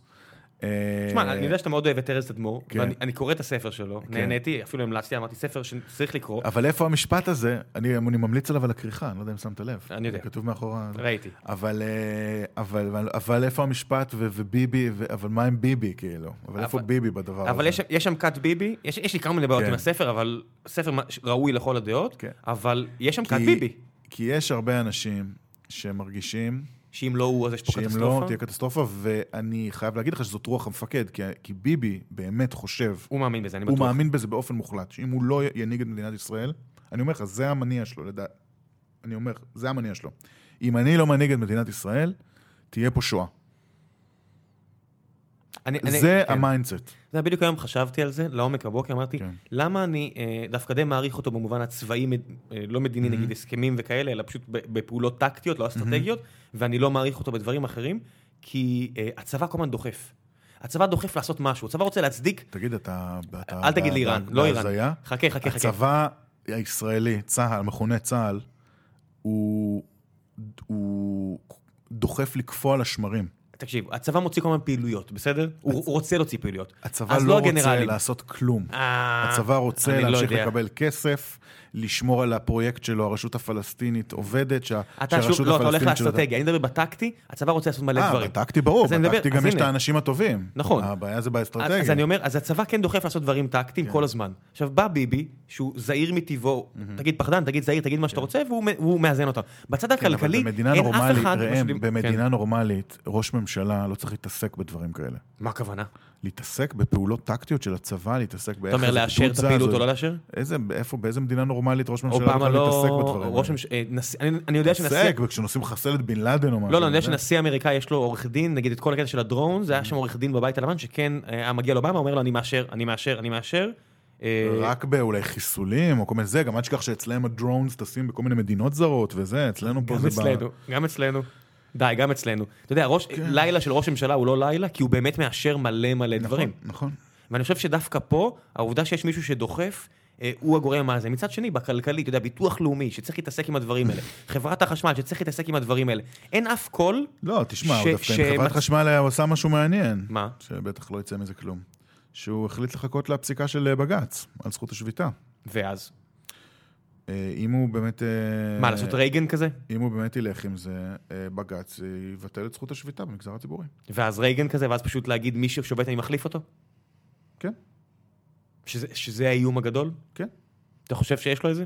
S2: אה,
S1: תשמע, אני יודע שאתה מאוד אוהב את ארז תדמור,
S2: כן.
S1: ואני אני קורא את הספר שלו, נהניתי, אפילו המלצתי, אמרתי ספר שצריך לקרוא,
S2: אבל איפה המשפט הזה? אני, אני ממליץ עליו על הכריכה, אני לא יודע אם שמת לב.
S1: אני יודע.
S2: זה כתוב מאחורי... ה-
S1: ראיתי.
S2: אבל, אה, אבל, אבל, אבל איפה המשפט ו, וביבי, ו, אבל מה עם ביבי, כאילו? אבל איפה
S1: אבל-
S2: ביבי בדבר הזה?
S1: אבל יש- יש שם כת ביבי, יש- יש לי כמה מיני בעיות
S2: אה. כן.
S1: עם הספר, אבל ספר מה- ראוי לכל הדעות,
S2: כן.
S1: אבל יש שם
S2: כי-
S1: כת ביבי,
S2: כי יש הרבה אנשים שמרגישים
S1: שאם לא הוא אז יש פה
S2: שאם לא,
S1: קטסטרופה.
S2: תהיה קטסטרופה, ואני חייב להגיד לך שזאת רוח המפקד, כי, כי ביבי באמת חושב,
S1: הוא מאמין בזה, אני
S2: הוא
S1: בטוח.
S2: מאמין בזה באופן מוחלט, שאם הוא לא ינהיג את מדינת ישראל, אני אומר לך, זה המניע שלו, לדע... אני אומר, זה המניע שלו. אם אני לא מנהיג את מדינת ישראל, תהיה פה שואה.
S1: אני- אני-
S2: זה
S1: כן.
S2: המיינדסט.
S1: זה בדיוק היום חשבתי על זה, לעומק הבוקר, אמרתי,
S2: כן.
S1: למה אני אה, דווקא די מעריך אותו במובן הצבאי, מד- אה, לא מדיני
S2: Mm-hmm.
S1: נגיד הסכמים וכאלה, אלא פשוט ב- בפעולות טקטיות, לא אסטרטגיות, ואני לא מעריך אותו בדברים אחרים, כי אה, הצבא כל הזמן דוחף. הצבא דוחף לעשות משהו, הצבא רוצה להצדיק,
S2: תגיד, אתה... אתה
S1: אל תגיד לי
S2: ב-
S1: איראן,
S2: ב-
S1: לא איראן.
S2: בהזיה?
S1: חכה, חכה, חכה.
S2: הצבא הישראלי, צה"ל, מכונה צה"ל, הוא, הוא דוחף לקפוא על השמרים.
S1: תקשיב, הצבא מוציא כל הזמן פעילויות, בסדר? הוא הוא רוצה להוציא פעילויות.
S2: הצבא
S1: אז
S2: לא רוצה
S1: הגנרלים.
S2: לעשות כלום.
S1: אה,
S2: הצבא רוצה
S1: אני לא
S2: להמשיך
S1: יודע.
S2: לקבל כסף, לשמור על הפרויקט שלו, הרשות הפלסטינית עובדת, שה-
S1: אתה שוב,
S2: שהרשות
S1: לא, אתה הולך
S2: הפלסטינית שלו...
S1: לאסטרטגיה, אני מדבר בטקטי, הצבא רוצה לעשות מלא דברים.
S2: אה, בטקטי ברור,
S1: אז אני מדבר-
S2: בטקטי
S1: אז
S2: גם יש את
S1: הנה.
S2: האנשים הטובים.
S1: נכון.
S2: הבעיה זה
S1: אז,
S2: באסטרטגיה.
S1: אז אני אומר, אז הצבא כן דוחף לעשות דברים טקטיים כל הזמן. עכשיו, בא ביבי, שהוא זהיר מטבעו, תגיד פחדן, תגיד זהיר, תגיד מה שאתה רוצה, והוא מ- והוא מאזן אותם. בצד
S2: כן, אבל
S1: הכלכלי, אין
S2: במדינה
S1: אף
S2: נורמלית,
S1: אחד...
S2: ראם,
S1: משלים-
S2: במדינה
S1: כן.
S2: נורמלית, ראש ממשלה לא צריך להתעסק בדברים כאלה.
S1: מה הכוונה?
S2: להתעסק בפעולות טקטיות של הצבא, להתעסק באיך...
S1: אתה אומר
S2: איזה
S1: לאשר
S2: גדוד
S1: את
S2: זז,
S1: הפעילות או
S2: או-
S1: לא לאשר?
S2: איזה, איפה, באיזה מדינה נורמלית ראש ממשלה
S1: אובמה
S2: בכלל מתעסק
S1: לא...
S2: בדברים
S1: ראש
S2: האלה?
S1: ממשלה... אה, נשיא- אני- אני יודע שנשיא...
S2: מתעסק, וכשנוסעים לחסל את בן לאדן או משהו.
S1: לא, לא, אני יודע
S2: זה-
S1: שנשיא אמריקאי יש לו עורך דין, נגיד את כל הקטע של הדרון, זה היה שם עורך דין בבית הלבן, שכן אה, היה מגיע לאובמה, אומר לו, אני מאשר, אני מאשר, אני מאשר. אה,
S2: רק באולי חיסולים או כל מיני זה, גם אל תשכח שאצלהם הדרונס טסים בכל מיני מדינות זרות וזה, אצלנו פה
S1: גם
S2: זה... ב-
S1: אצלנו, גם אצלנו. די, גם אצלנו. אתה יודע, ראש- לילה של ראש ממשלה הוא לא לילה, כי הוא באמת מאשר מלא מלא
S2: כן. נכון,
S1: דברים.
S2: נכון.
S1: ואני חושב שדווקא פה, העובדה שיש מישהו שדוחף, אה, הוא הגורם המאזן. מצד שני, בכלכלי, אתה יודע, ביטוח לאומי, שצריך להתעסק עם הדברים האלה, חברת החשמל, שצריך להתעסק עם הדברים האלה. אין אף קול,
S2: לא, תשמע,
S1: ש-
S2: הוא דווקא
S1: ש-
S2: עם חברת
S1: מצ-
S2: חשמל היה- הוא עשה משהו מעניין.
S1: מה?
S2: שבטח לא יצא מזה כלום. שהוא החליט לחכות לפסיקה של אה, בג"ץ על זכות השביתה.
S1: ואז,
S2: אה, אם הוא באמת... אה,
S1: מה, לעשות רייגן כזה?
S2: אם הוא באמת ילך עם זה, אה, בג"ץ אה, יבטל את זכות השביתה במגזר הציבורי.
S1: ואז רייגן כזה, ואז פשוט להגיד מי ששובת אני מחליף אותו?
S2: כן.
S1: שזה, שזה האיום הגדול?
S2: כן.
S1: אתה חושב שיש לו את זה?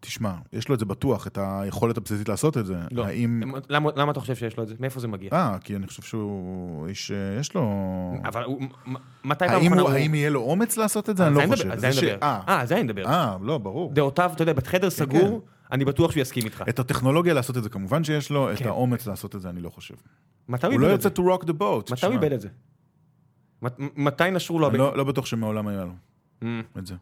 S2: תשמע, יש לו את זה בטוח, את היכולת הבסיסית לעשות את זה.
S1: לא.
S2: האם...
S1: למה, למה אתה חושב שיש לו את זה? מאיפה זה מגיע?
S2: אה, כי אני חושב שהוא איש... אה, יש לו...
S1: אבל הוא, מ- מתי פעם
S2: האם
S1: אחרונה
S2: הוא- האם יהיה לו אומץ לעשות את זה?
S1: על
S2: אני
S1: זה
S2: לא
S1: מדבר,
S2: חושב.
S1: על זה אני
S2: ש-
S1: מדבר.
S2: אה,
S1: אה, על זה אני מדבר.
S2: אה, כן. לא, ברור.
S1: דעותיו, אתה יודע, בחדר סגור, אני בטוח שהוא יסכים איתך.
S2: את הטכנולוגיה לעשות את זה כמובן שיש לו, את
S1: כן.
S2: האומץ לעשות את זה אני לא חושב.
S1: מתי הוא
S2: הוא לא
S1: איבד את
S2: יוצא
S1: זה?
S2: to rock the boat.
S1: מתי
S2: תשמע.
S1: הוא איבד את זה? מת- מתי נשרו לו...
S2: אני
S1: הב-
S2: לא לא בטוח שמעולם היה לו
S1: אמ,
S2: את זה.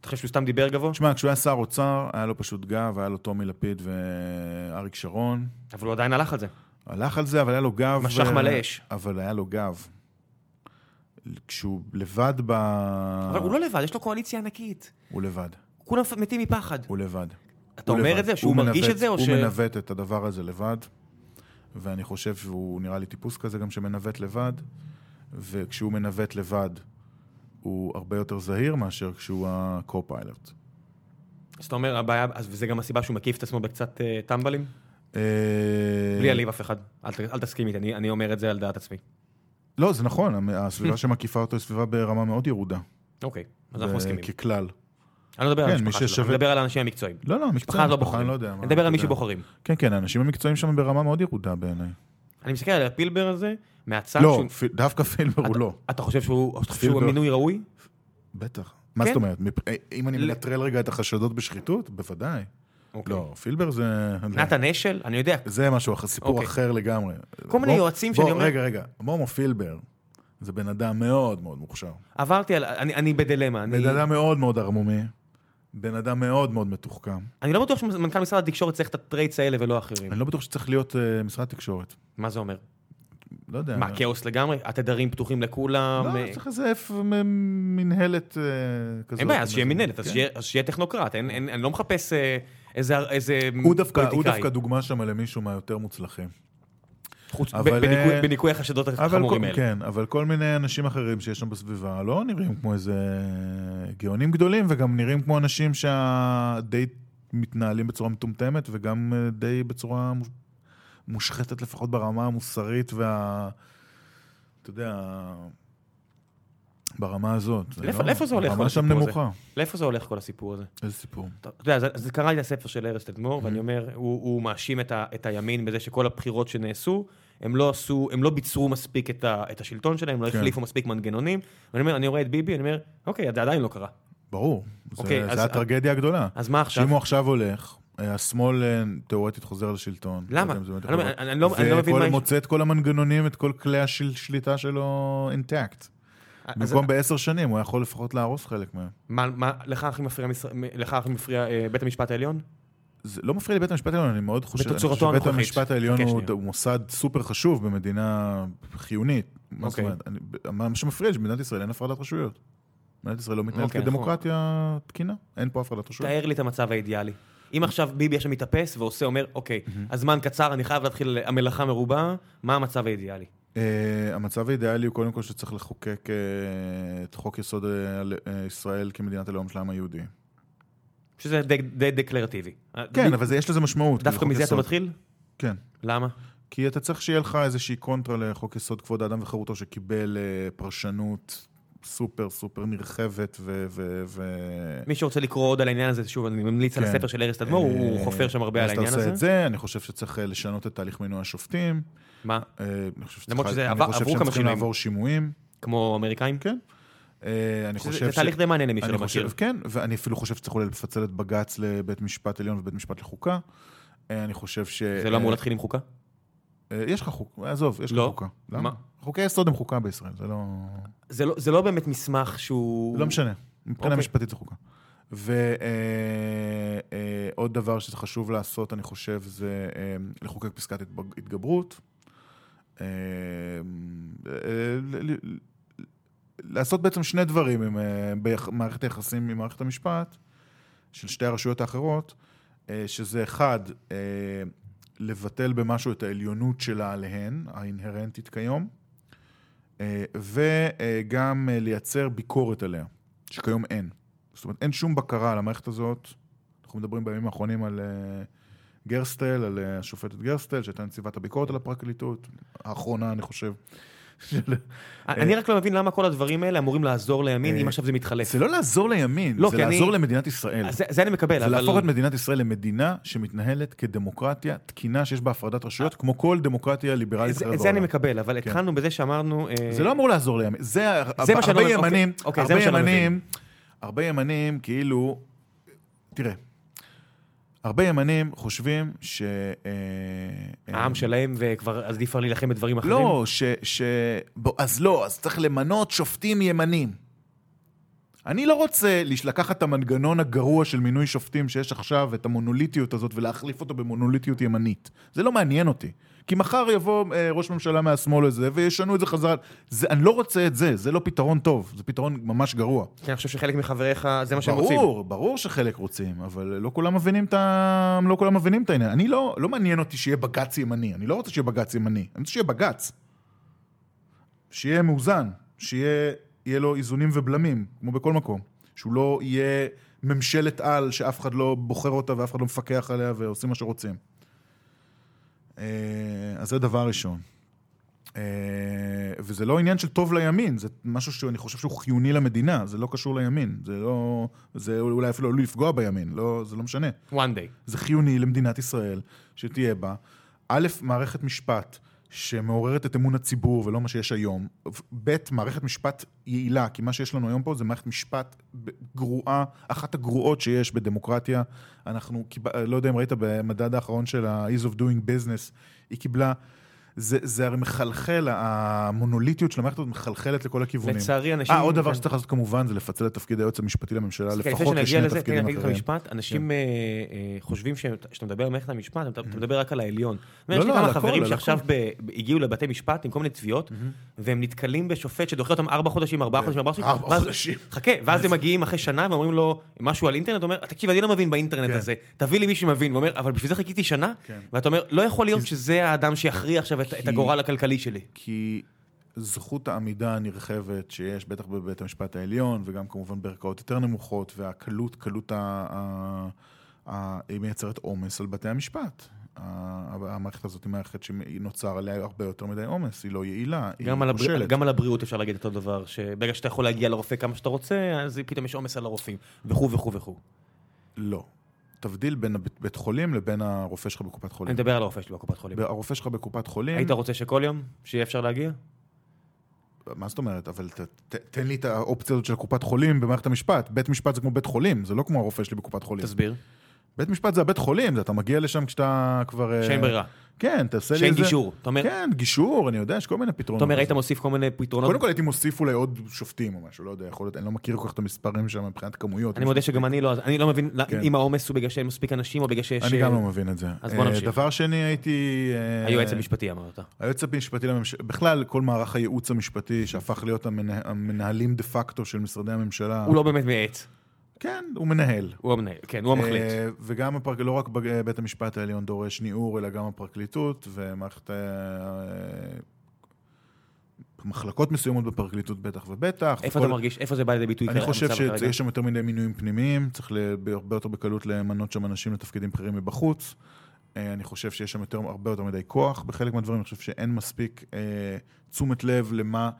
S1: אתה חושב שהוא סתם דיבר גבוה?
S2: תשמע, כשהוא היה שר אוצר, היה לו פשוט גב, היה לו טומי לפיד ואריק שרון.
S1: אבל הוא עדיין הלך על זה.
S2: אה. הלך על זה, אבל היה לו גב...
S1: משך
S2: אה,
S1: מלא אש.
S2: אבל היה לו גב. כשהוא לבד ב...
S1: אבל הוא לא לבד, יש לו קואליציה ענקית.
S2: הוא לבד,
S1: כולם מתים מפחד.
S2: הוא לבד.
S1: אתה
S2: הוא
S1: אומר
S2: לבד.
S1: את זה? שהוא
S2: הוא
S1: מרגיש
S2: מנווט-
S1: את זה? או ש...
S2: הוא מנווט את הדבר הזה לבד, ואני חושב שהוא נראה לי טיפוס כזה גם שמנווט לבד, וכשהוא מנווט לבד, הוא הרבה יותר זהיר מאשר כשהוא ה-co-pilot.
S1: אז אתה אומר, הבעיה, אז וזה גם הסיבה שהוא מקיף את עצמו בקצת אה, טמבלים?
S2: אה,
S1: בלי להעליב אף אחד. אל ת- אל תסכים איתי, אני- אני אומר את זה על דעת עצמי.
S2: לא, זה נכון, המ- הסביבה שמקיפה אותו היא סביבה ברמה מאוד ירודה.
S1: אוקיי, אז אנחנו מסכימים.
S2: ככלל.
S1: אני לא מדבר על
S2: אה, כן,
S1: המשפחה
S2: מי
S1: שלו, אני
S2: ששווה-
S1: מדבר על האנשים המקצועיים.
S2: לא, לא,
S1: משפחה
S2: המקצוע,
S1: לא
S2: אני
S1: בוחרים.
S2: לא יודע.
S1: אני
S2: מה,
S1: מדבר
S2: אתה
S1: על מי
S2: יודע.
S1: שבוחרים.
S2: כן, כן, האנשים המקצועיים שם ברמה מאוד ירודה בעיניי.
S1: אני מסתכל על הפילבר הזה, מהצד
S2: לא,
S1: שהוא...
S2: פי- דווקא פילבר הוא לא.
S1: אתה חושב שהוא אתה חושב
S2: פילבר.
S1: שהוא מינוי ראוי?
S2: בטח. מה
S1: כן.
S2: זאת אומרת? מפ- אה, אם אני
S1: ל-
S2: מנטרל רגע את החשדות בשחיתות? בוודאי.
S1: אוקיי.
S2: לא, פילבר זה...
S1: נתן אשל? אני יודע.
S2: זה משהו, אחר, סיפור
S1: אוקיי.
S2: אחר לגמרי.
S1: כל מיני
S2: בוא-
S1: יועצים
S2: בוא,
S1: שאני אומר-
S2: רגע, רגע. מומו פילבר זה בן אדם מאוד מאוד מוכשר.
S1: עברתי על... אני אני בדילמה. אני-
S2: בן אדם מאוד מאוד ערמומי. בן אדם מאוד מאוד מתוחכם.
S1: אני לא בטוח שמנכ"ל משרד התקשורת צריך את הטרייטס האלה ולא האחרים.
S2: אני לא בטוח שצריך להיות אה, משרד תקשורת.
S1: מה זה אומר?
S2: לא יודע.
S1: מה, כאוס לגמרי? התדרים פתוחים לכולם?
S2: לא,
S1: אה,
S2: צריך איזה F מנהלת אה, כזאת.
S1: אין בעיה, אז שיהיה מנהלת, אז
S2: כן.
S1: שיהיה- אז שיהיה טכנוקרט. אין- אין- אני לא מחפש אה, איזה איזה
S2: הוא דווקא, הוא
S1: פוליטיקאי.
S2: דווקא דוגמה שם למישהו מהיותר מוצלחים.
S1: חוץ- ב-
S2: אבל,
S1: בניכוי-
S2: אה,
S1: בניכוי החשדות
S2: אבל כל,
S1: החמורים האלה.
S2: כן, אבל כל מיני אנשים אחרים שיש שם בסביבה לא נראים כמו איזה גאונים גדולים, וגם נראים כמו אנשים שדי מתנהלים בצורה מטומטמת, וגם אה, די בצורה מוש- מושחתת לפחות ברמה המוסרית וה... אתה יודע, ברמה הזאת. זה
S1: לאיפה- לאיפה זה הולך, כל
S2: הרמה שם
S1: הסיפור הזה?
S2: נמוכה.
S1: לאיפה זה הולך כל הסיפור הזה?
S2: איזה סיפור.
S1: אתה אתה יודע, זה, זה קראתי את הספר של ארז תדמור,
S2: Mm-hmm.
S1: ואני אומר, הוא, הוא מאשים את, ה, את הימין בזה שכל הבחירות שנעשו, הם לא עשו, הם לא ביצרו מספיק את, ה, את השלטון שלהם, לא
S2: כן.
S1: החליפו מספיק מנגנונים. ואני אומר, אני רואה את ביבי, אני אומר, אוקיי, זה עדיין לא קרה.
S2: ברור.
S1: אוקיי,
S2: זה,
S1: אז-
S2: זה הטרגדיה הגדולה.
S1: אז מה עכשיו?
S2: שאם הוא עכשיו הולך, אה, השמאל אה, תאורטית חוזר לשלטון.
S1: למה?
S2: לא יודע אם זה באמת
S1: אני לא-
S2: יכול להיות.
S1: אני לא- אני לא מבין מה
S2: וכל-
S1: יש-
S2: מוצא את כל המנגנונים, את כל כלי השליטה שלו אינטקט.
S1: אז,
S2: במקום בעשר שנים, הוא יכול לפחות להרוס חלק מהם.
S1: מה, מה, לך הכי מפריע, משר- מ- לך הכי מפריע אה, בית המשפט העליון?
S2: זה לא מפריע לבית המשפט העליון, אני מאוד חושב... אני
S1: בתצורתו
S2: חושב שבית
S1: הנוכחית.
S2: המשפט העליון
S1: חכה
S2: הוא
S1: שנייה.
S2: הוא מוסד סופר חשוב במדינה חיונית. מה זאת
S1: אוקיי.
S2: אומרת? אני- מה מה שמפריע זה שבמדינת ישראל אין הפרדת רשויות. מדינת ישראל לא מתנהלת
S1: אוקיי, אנחנו-
S2: כדמוקרטיה תקינה, אין פה הפרדת רשויות.
S1: תאר לי את המצב האידיאלי. אם עכשיו ביבי עכשיו מתאפס ועושה, אומר, אוקיי,
S2: Mm-hmm.
S1: הזמן קצר, אני חייב להתחיל, המלאכה מרובה, מה המצב האידיאלי?
S2: אה, המצב האידיאלי הוא קודם כל שצריך לחוקק אה, את חוק יסוד אה, על- אה, ישראל כמדינת הלאום של העם היהודי.
S1: שזה די- די דקלרטיבי.
S2: כן, אבל זה- יש לזה משמעות. כי זה
S1: דווקא
S2: חוק
S1: מזה אתה
S2: יסוד.
S1: מתחיל?
S2: כן.
S1: למה?
S2: כי אתה צריך שיהיה לך איזושהי קונטרה לחוק יסוד כבוד האדם וחירותו שקיבל אה, פרשנות סופר סופר נרחבת ו... ו, ו...
S1: מי שרוצה לקרוא עוד על העניין הזה, שוב, אני ממליץ על
S2: כן.
S1: הספר של ארז תדמור,
S2: אה,
S1: הוא חופר שם הרבה על העניין
S2: אז אתה עושה
S1: הזה.
S2: את זה, אני חושב שצריך אה, לשנות את תהליך מינוי השופטים.
S1: מה?
S2: אה, אני חושב שצריך-
S1: למרות שזה
S2: אני
S1: עבר-
S2: חושב
S1: עברו
S2: שהם
S1: כמה
S2: צריכים
S1: שינויים.
S2: לעבור שימועים.
S1: כמו אמריקאים?
S2: כן. אה, אני
S1: שזה-
S2: חושב
S1: זה
S2: ש-
S1: תהליך די מעניין למי
S2: אני
S1: שלא
S2: חושב,
S1: מכיר.
S2: כן, ואני אפילו חושב שצריך אולי לפצל את בג"ץ לבית משפט עליון ובית משפט לחוקה. אה, אני חושב ש...
S1: זה לא אמור להתחיל עם חוקה?
S2: אה, יש לך חוקה, עזוב, יש לך
S1: לא.
S2: חוקה. למה?
S1: מה?
S2: חוקי יסוד הם חוקה בישראל, זה לא...
S1: זה לא- זה לא באמת מסמך שהוא...
S2: לא משנה, מבחינה
S1: אוקיי.
S2: משפטית זה חוקה. ועוד דבר שחשוב לעשות, אני חושב, זה אה, לחוקק פסקת התבג- התגברות. אה, אה, ל- ל- לעשות בעצם שני דברים עם, אה, במערכת היחסים עם מערכת המשפט של שתי הרשויות האחרות, אה, שזה אחד, אה, לבטל במשהו את העליונות שלה עליהן, האינהרנטית כיום, אה, וגם אה, לייצר ביקורת עליה, שכיום אין. זאת אומרת, אין שום בקרה על המערכת הזאת. אנחנו מדברים בימים האחרונים על אה, גרסטל, על אה, השופטת גרסטל, שהייתה נציבת הביקורת על הפרקליטות, האחרונה, אני חושב. של-
S1: אני רק לא מבין למה כל הדברים האלה אמורים לעזור לימין, אם עכשיו זה מתחלף.
S2: זה לא לעזור לימין,
S1: לא,
S2: זה
S1: כי אני-
S2: לעזור למדינת ישראל.
S1: אז זה זה אני מקבל,
S2: זה
S1: אבל...
S2: להפוך את מדינת ישראל למדינה שמתנהלת כדמוקרטיה תקינה שיש בה הפרדת רשויות, כמו כל דמוקרטיה ליברלית
S1: זה-
S2: אחרת
S1: את זה אני
S2: בעולם. כן.
S1: מקבל, אבל התחלנו בזה שאמרנו... אה,
S2: זה לא אמור לעזור לימין. זה,
S1: זה מה
S2: הרבה
S1: שאני אומר, אוקיי,
S2: ימנים,
S1: אוקיי, זה
S2: הרבה
S1: מה שאני לא
S2: ימנים, הרבה ימנים כאילו, תראה, הרבה ימנים חושבים ש... אה, אה,
S1: העם שלהם, וכבר עדיף כבר להילחם בדברים אחרים?
S2: לא, ש... ש... בוא, אז לא, אז צריך למנות שופטים ימנים. אני לא רוצה לש- לקחת את המנגנון הגרוע של מינוי שופטים שיש עכשיו, את המונוליטיות הזאת, ולהחליף אותו במונוליטיות ימנית. זה לא מעניין אותי. כי מחר יבוא אה, ראש ממשלה מהשמאל לזה, וישנו את זה חזרה. זה, אני לא רוצה את זה, זה לא פתרון טוב, זה פתרון ממש גרוע.
S1: כי אני חושב שחלק מחבריך, זה מה שהם רוצים.
S2: ברור, ברור שחלק רוצים, אבל לא כולם מבינים את ה... לא כולם מבינים את העניין. אני לא, לא מעניין אותי שיהיה בג"ץ ימני, אני לא רוצה שיהיה בג"ץ ימני, אני רוצה שיהיה בג"ץ. שיהיה מאוזן, שיהיה יהיה לו איזונים ובלמים, כמו בכל מקום. שהוא לא יהיה ממשלת על שאף אחד לא בוחר אותה ואף אחד לא מפקח עליה ועושים מה שרוצים. אה, אז זה דבר ראשון. אה, וזה לא עניין של טוב לימין, זה משהו שאני חושב שהוא חיוני למדינה, זה לא קשור לימין, זה לא... זה אולי אפילו עלול לפגוע בימין, לא, זה לא משנה.
S1: one day.
S2: זה חיוני למדינת ישראל שתהיה בה. א', מערכת משפט שמעוררת את אמון הציבור ולא מה שיש היום. ב', מערכת משפט יעילה, כי מה שיש לנו היום פה זה מערכת משפט ב- גרועה, אחת הגרועות שיש בדמוקרטיה. אנחנו, קיב- לא יודע אם ראית במדד האחרון של ה-Ease of Doing Business, היא קיבלה... זה, זה הרי מחלחל, המונוליטיות של המערכת הזאת מחלחלת לכל הכיוונים.
S1: לצערי, אנשים...
S2: אה, עוד דבר
S1: כן.
S2: שצריך לעשות כמובן זה לפצל את תפקיד היועץ המשפטי לממשלה,
S1: כן,
S2: לא, לפחות
S1: לפני שנגיע
S2: לשני
S1: לזה, תן לי
S2: תפקידים
S1: להגיד לך
S2: אחרים. כן.
S1: משפט, אנשים אה, אה, חושבים שכשאתה מדבר על מערכת המשפט, אתה אתה מדבר רק על העליון.
S2: לא,
S1: לא, לא, יש לי כמה
S2: Mm-hmm. לא, על הכל, Mm-hmm.
S1: חברים
S2: על
S1: שעכשיו ב- ב- הגיעו לבתי משפט עם כל מיני תביעות, והם נתקלים בשופט שדוחה אותם ארבע חודשים, ארבעה חודשים, ארבעה חודשים.
S2: ארבע
S1: ואז-
S2: כן. חודשים.
S1: חכה, ואז הם מגיעים אחרי שנה ואומרים לו משהו על אינטרנט, הוא אומר, תקשיב, אני לא מבין באינטרנט
S2: כן.
S1: הזה, תביא לי מישהו שמבין. הוא אומר, אבל בשביל זה חיכיתי שנה? ואתה אומר, לא יכול להיות שזה האדם שיכריע עכשיו את- את
S2: כן. כי-
S1: הגורל הכלכלי שלי.
S2: כי זכות העמידה הנרחבת שיש, בטח בבית המשפט העליון, וגם כמובן בערכאות יותר נמוכות, והקלות, קלות ה... ה, ה היא מייצרת עומס על בתי המשפט. ה- המערכת הזאת היא מערכת שנוצר עליה הרבה יותר מדי עומס, היא לא יעילה, היא
S1: גם על, הבר...
S2: כושלת.
S1: גם על הבריאות אפשר להגיד אותו דבר, שברגע שאתה יכול להגיע לרופא כמה שאתה רוצה, אז פתאום יש עומס על הרופאים, וכו' וכו' וכו'.
S2: לא. תבדיל בין הבית בית חולים לבין הרופא שלך בקופת
S1: אני
S2: חולים.
S1: מדבר על הרופא שלי בקופת חולים.
S2: הרופא שלך בקופת חולים...
S1: היית רוצה שכל יום, שיהיה אפשר להגיע?
S2: מה זאת אומרת? אבל ת, ת, תן לי את האופציה הזאת של קופת חולים במערכת המשפט. בית משפט זה כמו בית חולים, זה לא כמו הרופא שלי בקופת חולים.
S1: תסביר.
S2: בית משפט זה הבית חולים, זה אתה מגיע לשם כשאתה כבר... אה,
S1: שאין ברירה,
S2: כן, תעשה לי
S1: שאין
S2: איזה...
S1: גישור. אתה אומר,
S2: כן, גישור, אני יודע, יש כל מיני פתרונות.
S1: אתה אומר, היית מוסיף כל מיני פתרונות.
S2: קודם כל הייתי מוסיף אולי עוד שופטים או משהו, לא יודע, יכול להיות, אני לא מכיר כל כך את המספרים שם מבחינת כמויות.
S1: אני מודה שגם אני לא, אז אני לא מבין לא-
S2: כן.
S1: אם העומס הוא בגלל שאין מספיק אנשים, או בגלל שיש...
S2: אני גם לא מבין את זה.
S1: אז בוא
S2: אה,
S1: נמשיך.
S2: דבר שני, הייתי... אה,
S1: היועץ המשפטי אמרת.
S2: היועץ המשפטי לממשלה, בכלל, כל מערך הייעוץ המשפטי שהפך להיות המנה- המנהלים דה פקטו של משרדי הממשלה.
S1: לא- הוא לא באמת מייעץ.
S2: כן, הוא מנהל.
S1: הוא המנהל, כן, הוא המחליט.
S2: אה, וגם הפרק... לא רק בג- בית המשפט העליון דורש ניעור, אלא גם הפרקליטות ומערכת... אה, מחלקות מסוימות בפרקליטות בטח ובטח.
S1: איפה
S2: וכל-
S1: אתה מרגיש, איפה זה בא לידי ביטוי?
S2: אני
S1: כרגע,
S2: חושב
S1: המצב כרגע?
S2: שיש שם יותר מדי מינויים פנימיים, צריך ל- הרבה יותר בקלות למנות שם אנשים לתפקידים בכירים מבחוץ. אה, אני חושב שיש שם יותר, הרבה יותר מדי כוח בחלק מהדברים, אני חושב שאין מספיק אה, תשומת לב למה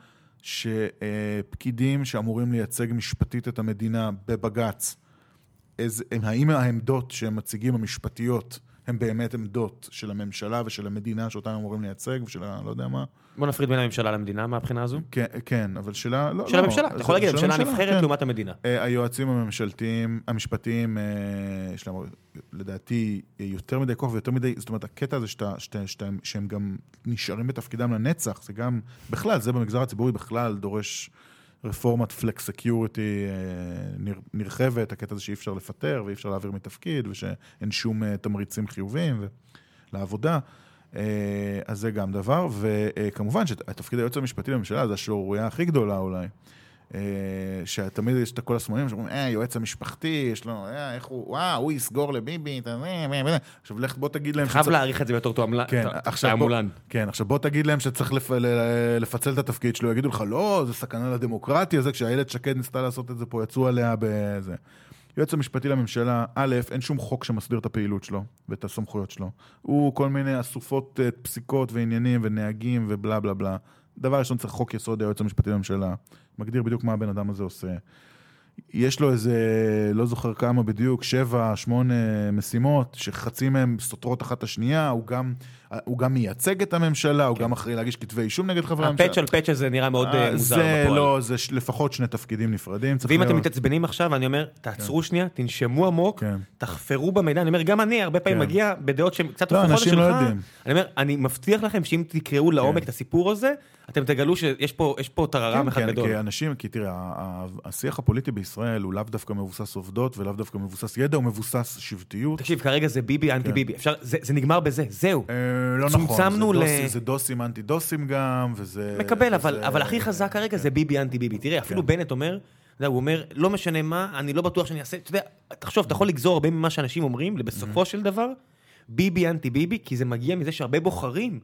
S2: שפקידים שאמורים לייצג משפטית את המדינה בבג"ץ, איזה, הם- האם העמדות שהם מציגים, המשפטיות, הן באמת עמדות של הממשלה ושל המדינה שאותן הם אמורים לייצג ושל ה... לא יודע מה.
S1: בוא נפריד בין הממשלה למדינה מהבחינה הזו.
S2: כן, כן אבל שאלה... לא,
S1: של
S2: לא,
S1: הממשלה, אתה יכול להגיד,
S2: של
S1: הממשלה
S2: הממשלה,
S1: הנבחרת
S2: כן.
S1: לעומת המדינה.
S2: אה, היועצים הממשלתיים, המשפטיים, אה, יש להם לדעתי אה, יותר מדי כוח ויותר מדי, זאת אומרת, הקטע הזה שאתה, שאתה, שאתה, שהם גם נשארים בתפקידם לנצח, זה גם, בכלל, זה במגזר הציבורי בכלל דורש רפורמת פלקס סקיוריטי נר, נרחבת, הקטע הזה שאי אפשר לפטר ואי אפשר להעביר מתפקיד ושאין שום אה, תמריצים חיוביים. ו... לעבודה. אה, אז זה גם דבר, וכמובן שתפקיד היועץ המשפטי לממשלה זה השערורייה הכי גדולה אולי. אה, שתמיד יש את כל השמאלים שאומרים, אה, היועץ המשפחתי, יש לו, אה, איך הוא, וואו, הוא יסגור לביבי, אתה זה, זה, זה." עכשיו לך בוא תגיד להם
S1: חייב להעריך את זה בתור תועמלן.
S2: כן,
S1: ת-
S2: עכשיו בוא,
S1: תעמולן.
S2: כן, עכשיו בוא תגיד להם שצריך לפ... ל- ל- לפצל את התפקיד שלו, יגידו לך, לא, זה סכנה לדמוקרטיה, זה כשאיילת שקד ניסתה לעשות את זה פה, יצאו עליה בזה. היועץ המשפטי לממשלה, א', אין שום חוק שמסדיר את הפעילות שלו ואת הסמכויות שלו. הוא כל מיני אסופות אה, פסיקות ועניינים ונהגים ובלה בלה בלה. דבר ראשון, צריך חוק יסוד היועץ המשפטי לממשלה. מגדיר בדיוק מה הבן אדם הזה עושה. יש לו איזה, לא זוכר כמה בדיוק, שבע, שמונה משימות, שחצי מהן סותרות אחת את השנייה, הוא גם, הוא גם מייצג את הממשלה,
S1: כן.
S2: הוא גם אחראי להגיש כתבי אישום נגד חברי הממשלה.
S1: הפאץ' על פאץ' הזה נראה מאוד
S2: אה,
S1: אה, מוזר
S2: זה
S1: בפועל.
S2: לא, זה ש- לפחות שני תפקידים נפרדים. צריך
S1: ואם אתם
S2: להיות-
S1: מתעצבנים עכשיו, אני אומר, תעצרו שנייה, תנשמו עמוק,
S2: כן.
S1: תחפרו במידע. אני אומר, גם אני הרבה פעמים
S2: כן.
S1: מגיע בדעות שהן קצת
S2: לא,
S1: הפוכות
S2: אנשים
S1: לשלך.
S2: לא יודעים. כן.
S1: אני אומר, אני מבטיח לכם שאם תקראו לעומק את הסיפור הזה, אתם תגלו שיש פה יש פה טררם
S2: כן,
S1: אחד
S2: כן,
S1: גדול.
S2: כי אנשים, כי תראה, ה- ה- השיח הפוליטי בישראל הוא לאו דווקא מבוסס עובדות ולאו דווקא מבוסס ידע, הוא מבוסס שבטיות.
S1: תקשיב, כרגע זה ביבי
S2: כן.
S1: אנטי ביבי. אפשר, זה זה נגמר בזה, זהו.
S2: אה, לא נכון, זה
S1: צומצמנו ל-
S2: דוסים- זה דוסים אנטי דוסים גם, וזה...
S1: מקבל, אבל,
S2: וזה- כן.
S1: אבל הכי חזק כרגע זה ביבי אנטי ביבי. תראה, אפילו בנט אומר, אתה יודע, הוא אומר, לא משנה מה, אני לא בטוח שאני אעשה, אתה יודע, תחשוב, אתה יכול לגזור הרבה ממה שאנשים אומרים, בסופו של דבר, ביבי אנטי ביבי, כי זה מגיע מזה שהרבה בוחרים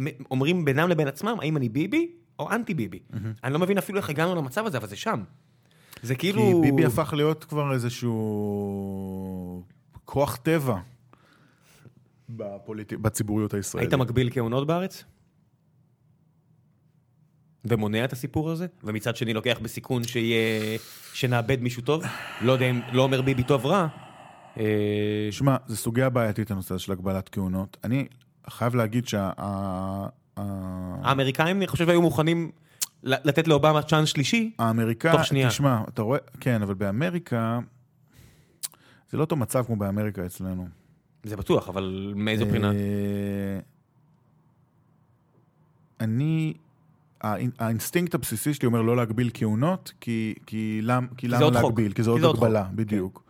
S1: מ- אומרים בינם לבין עצמם, האם אני ביבי או אנטי ביבי. אני לא מבין אפילו איך הגענו למצב הזה, אבל זה שם. זה
S2: כי
S1: כאילו...
S2: ביבי הפך להיות כבר איזשהו כוח טבע בפוליט... בציבוריות הישראלית.
S1: היית מגביל כהונות בארץ? ומונע את הסיפור הזה? ומצד שני לוקח בסיכון שיהיה... שנאבד מישהו טוב? לא יודע אם... לא אומר ביבי טוב רע. אה,
S2: שמע, זו סוגיה בעייתית הנושא הזה של הגבלת כהונות. אני חייב להגיד שה... ה- ה-
S1: האמריקאים, אני חושב, היו מוכנים ל- לתת לאובמה צ'אנס שלישי.
S2: האמריקה,
S1: תוך שנייה.
S2: תשמע, אתה רואה, כן, אבל באמריקה, זה לא אותו מצב כמו באמריקה אצלנו.
S1: זה בטוח, אבל מאיזו לא בחינה?
S2: אה, אני, האינ- האינסטינקט הבסיסי שלי אומר לא להגביל כהונות, כי, כי, למ, כי
S1: זה
S2: למה
S1: עוד חוק. כן.
S2: להגביל? כי זה עוד
S1: זה עוד
S2: הגבלה, בדיוק.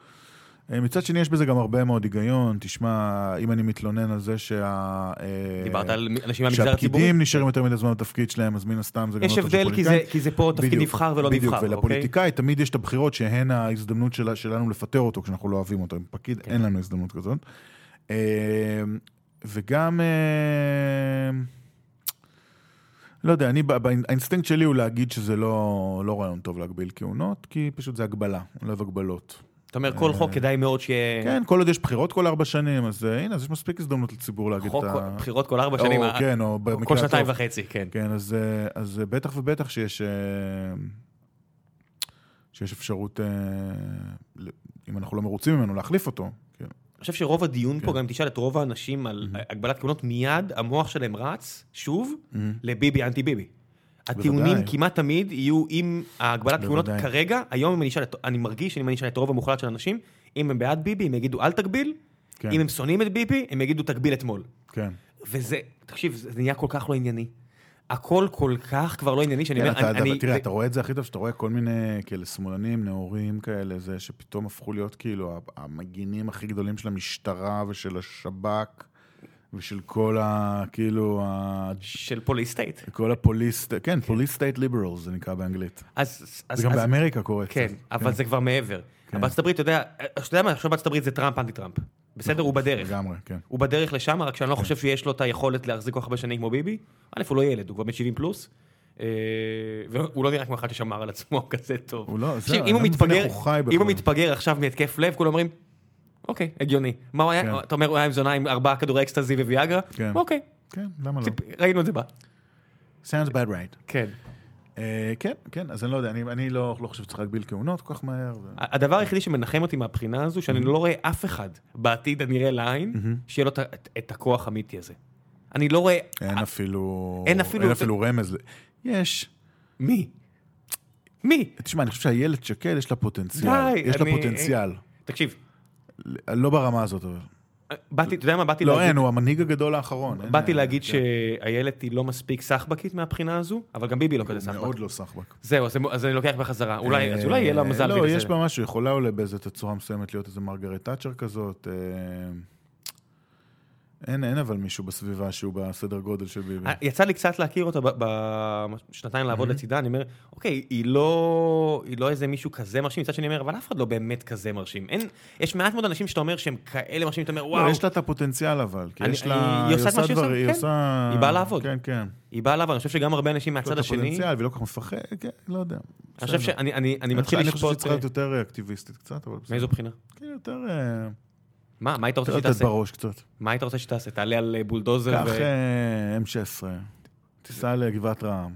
S2: אה, מצד שני, יש בזה גם הרבה מאוד היגיון. תשמע, אם אני מתלונן על זה שה... אה,
S1: דיברת על אנשים מהמגזר הציבורי?
S2: שהפקידים נשארים יותר מדי זמן בתפקיד שלהם, אז מן הסתם זה גם לא
S1: יש
S2: טוב
S1: הבדל, כי זה-
S2: שפוליטיקאים-
S1: כי זה פה תפקיד
S2: בדיוק,
S1: נבחר ולא
S2: בדיוק,
S1: נבחר, אוקיי?
S2: ולפוליטיקאי תמיד יש את הבחירות שהן ההזדמנות שלה, שלנו לפטר אותו כשאנחנו לא אוהבים אותו. עם פקיד
S1: כן.
S2: אין לנו הזדמנות כזאת. אה, וגם, אה, לא יודע, אני, בא- באינ- האינסטינקט שלי הוא להגיד שזה לא, לא רעיון טוב להגביל כהונות, כי פשוט זה הגבלה, אני לא אוהב הגבלות.
S1: אתה אומר, כל חוק כדאי מאוד שיהיה...
S2: אה. כן, כל עוד יש בחירות כל ארבע שנים, אז אה, הנה, אז יש מספיק הזדמנות לציבור להגיד
S1: חוק,
S2: את ה...
S1: בחירות כל ארבע שנים,
S2: או,
S1: ה-
S2: כן, או במקרה
S1: כל
S2: הטוב.
S1: שנתיים וחצי, כן.
S2: כן, אז, אה, אז אה, בטח ובטח שיש, אה, שיש אפשרות, אה, ל- אם אנחנו לא מרוצים ממנו, להחליף אותו. כן.
S1: אני חושב שרוב הדיון פה, גם אם תשאל את רוב האנשים על הגבלת כהונות, מיד המוח שלהם רץ, שוב, לביבי אנטי ביבי. הטיעונים
S2: בוודאי.
S1: כמעט תמיד יהיו אם ההגבלת כהונות
S2: בוודאי.
S1: כרגע, היום אם אני אשאל, את- אני מרגיש אם אני אשאל את הרוב המוחלט של האנשים, אם הם בעד ביבי, הם יגידו אל תגביל,
S2: כן.
S1: אם הם שונאים את ביבי, הם יגידו תגביל אתמול.
S2: כן.
S1: וזה, תקשיב, זה נהיה כל כך לא ענייני. הכל כל כך כבר לא ענייני, שאני
S2: כן,
S1: אומר,
S2: אתה,
S1: אני-
S2: אתה,
S1: אני...
S2: תראה,
S1: זה-
S2: אתה רואה את זה הכי טוב, שאתה רואה כל מיני כאלה שמאלנים, נאורים כאלה, זה שפתאום הפכו להיות כאילו המגינים הכי גדולים של המשטרה ושל השב"כ. ושל כל ה... כאילו, ה...
S1: של פוליסטייט.
S2: כל הפוליס... כן, פוליס סטייט ליברלס זה נקרא באנגלית.
S1: אז... אז
S2: זה גם
S1: אז-
S2: באמריקה קורה.
S1: כן,
S2: קצת.
S1: אבל זה כבר מעבר.
S2: כן.
S1: בארצות הברית, אתה יודע, אתה יודע מה, עכשיו בארצות הברית זה טראמפ אנטי טראמפ. בסדר, הוא בדרך.
S2: לגמרי, כן.
S1: הוא בדרך לשם, רק שאני לא חושב שיש לו את היכולת להחזיק כל כך הרבה שנים כמו ביבי. א', הוא לא ילד, הוא כבר בן 70 פלוס. אה, והוא לא נראה כמו אחד ששמר על עצמו כזה טוב.
S2: הוא לא- זהו,
S1: תקשיב,
S2: אני
S1: אם הוא
S2: לא מבין
S1: מתפגר-
S2: איך הוא חי
S1: אם
S2: בכלל.
S1: הוא מתפגר עכשיו מהתקף לב, כולם אומרים, אוקיי, הגיוני. מה הוא היה,
S2: כן.
S1: אתה אומר, הוא היה עם זונה עם ארבעה כדורי אקסטזי וויאגרה?
S2: כן.
S1: אוקיי,
S2: כן, למה לא?
S1: ציפ- ראינו את זה בה.
S2: Sounds bad right.
S1: כן.
S2: אה, כן, כן, אז אני לא יודע, אני- אני לא לא חושב שצריך להגביל כהונות כל כך מהר. ו-
S1: הדבר היחידי שמנחם אותי מהבחינה הזו, שאני לא רואה אף אחד בעתיד הנראה לעין, שיהיה לו את ה- את- את הכוח האמיתי הזה. אני לא רואה...
S2: אין אפילו...
S1: אין אפילו-
S2: אין אפילו רמז. ל- יש.
S1: מי? מי?
S2: תשמע, אני חושב שאיילת שקד יש לה פוטנציאל.
S1: די,
S2: יש לה
S1: אני-
S2: פוטנציאל.
S1: תקשיב,
S2: לא ברמה הזאת, אבל.
S1: באתי, אתה יודע מה? באתי
S2: לא,
S1: להגיד-
S2: אין, הוא המנהיג הגדול האחרון. אין-
S1: באתי להגיד
S2: כן.
S1: שאיילת היא לא מספיק סחבקית מהבחינה הזו, אבל גם ביבי לא כזה
S2: הוא
S1: סחבק.
S2: מאוד לא סחבק.
S1: זהו, אז אז אני לוקח בחזרה. אולי, אז אולי יהיה לה
S2: אה,
S1: מזל.
S2: לא,
S1: בגלל
S2: יש
S1: זה.
S2: בה משהו, יכולה אולי באיזה תצורה מסוימת להיות איזה מרגרט תאצ'ר כזאת. אה, אין, אין אבל מישהו בסביבה שהוא בסדר גודל של ביבי. לא,
S1: אה, יצא לי קצת להכיר אותה ב- בשנתיים לעבוד לצידה, אני אומר, אוקיי, היא לא, היא לא איזה מישהו כזה מרשים, מצד שני אני אומר, אבל אף אחד לא באמת כזה מרשים. אין, יש מעט מאוד אנשים שאתה אומר שהם כאלה מרשימים, אתה אומר,
S2: לא,
S1: וואו,
S2: יש לה את הפוטנציאל אבל, כי
S1: אני-
S2: יש לה...
S1: היא עושה את מה שהיא
S2: דבר-
S1: עושה,
S2: היא
S1: כן.
S2: עושה...
S1: היא באה לעבוד.
S2: כן, כן.
S1: היא באה אליו, אני חושב שגם הרבה אנשים
S2: יש לה
S1: מהצד
S2: את
S1: השני,
S2: הפוטנציאל, והיא לא כל כך מפחד, כן, לא יודע.
S1: אני חושב
S2: בסדר.
S1: שאני אני- אני
S2: אני
S1: מתחיל
S2: חושב- אני חושב שהיא
S1: לשפוט,
S2: צריכה להיות יותר אקטיביסטית קצת, אבל בסדר.
S1: מאיזו בחינה?
S2: כן, יותר... אה,
S1: מה, מה היית רוצה
S2: יותר לתת
S1: שתעשה?
S2: בראש קצת.
S1: מה היית רוצה שתעשה? תעלה על אה, בולדוזר
S2: קח
S1: ו...
S2: אה, M16, תיסע לגבעת רעם.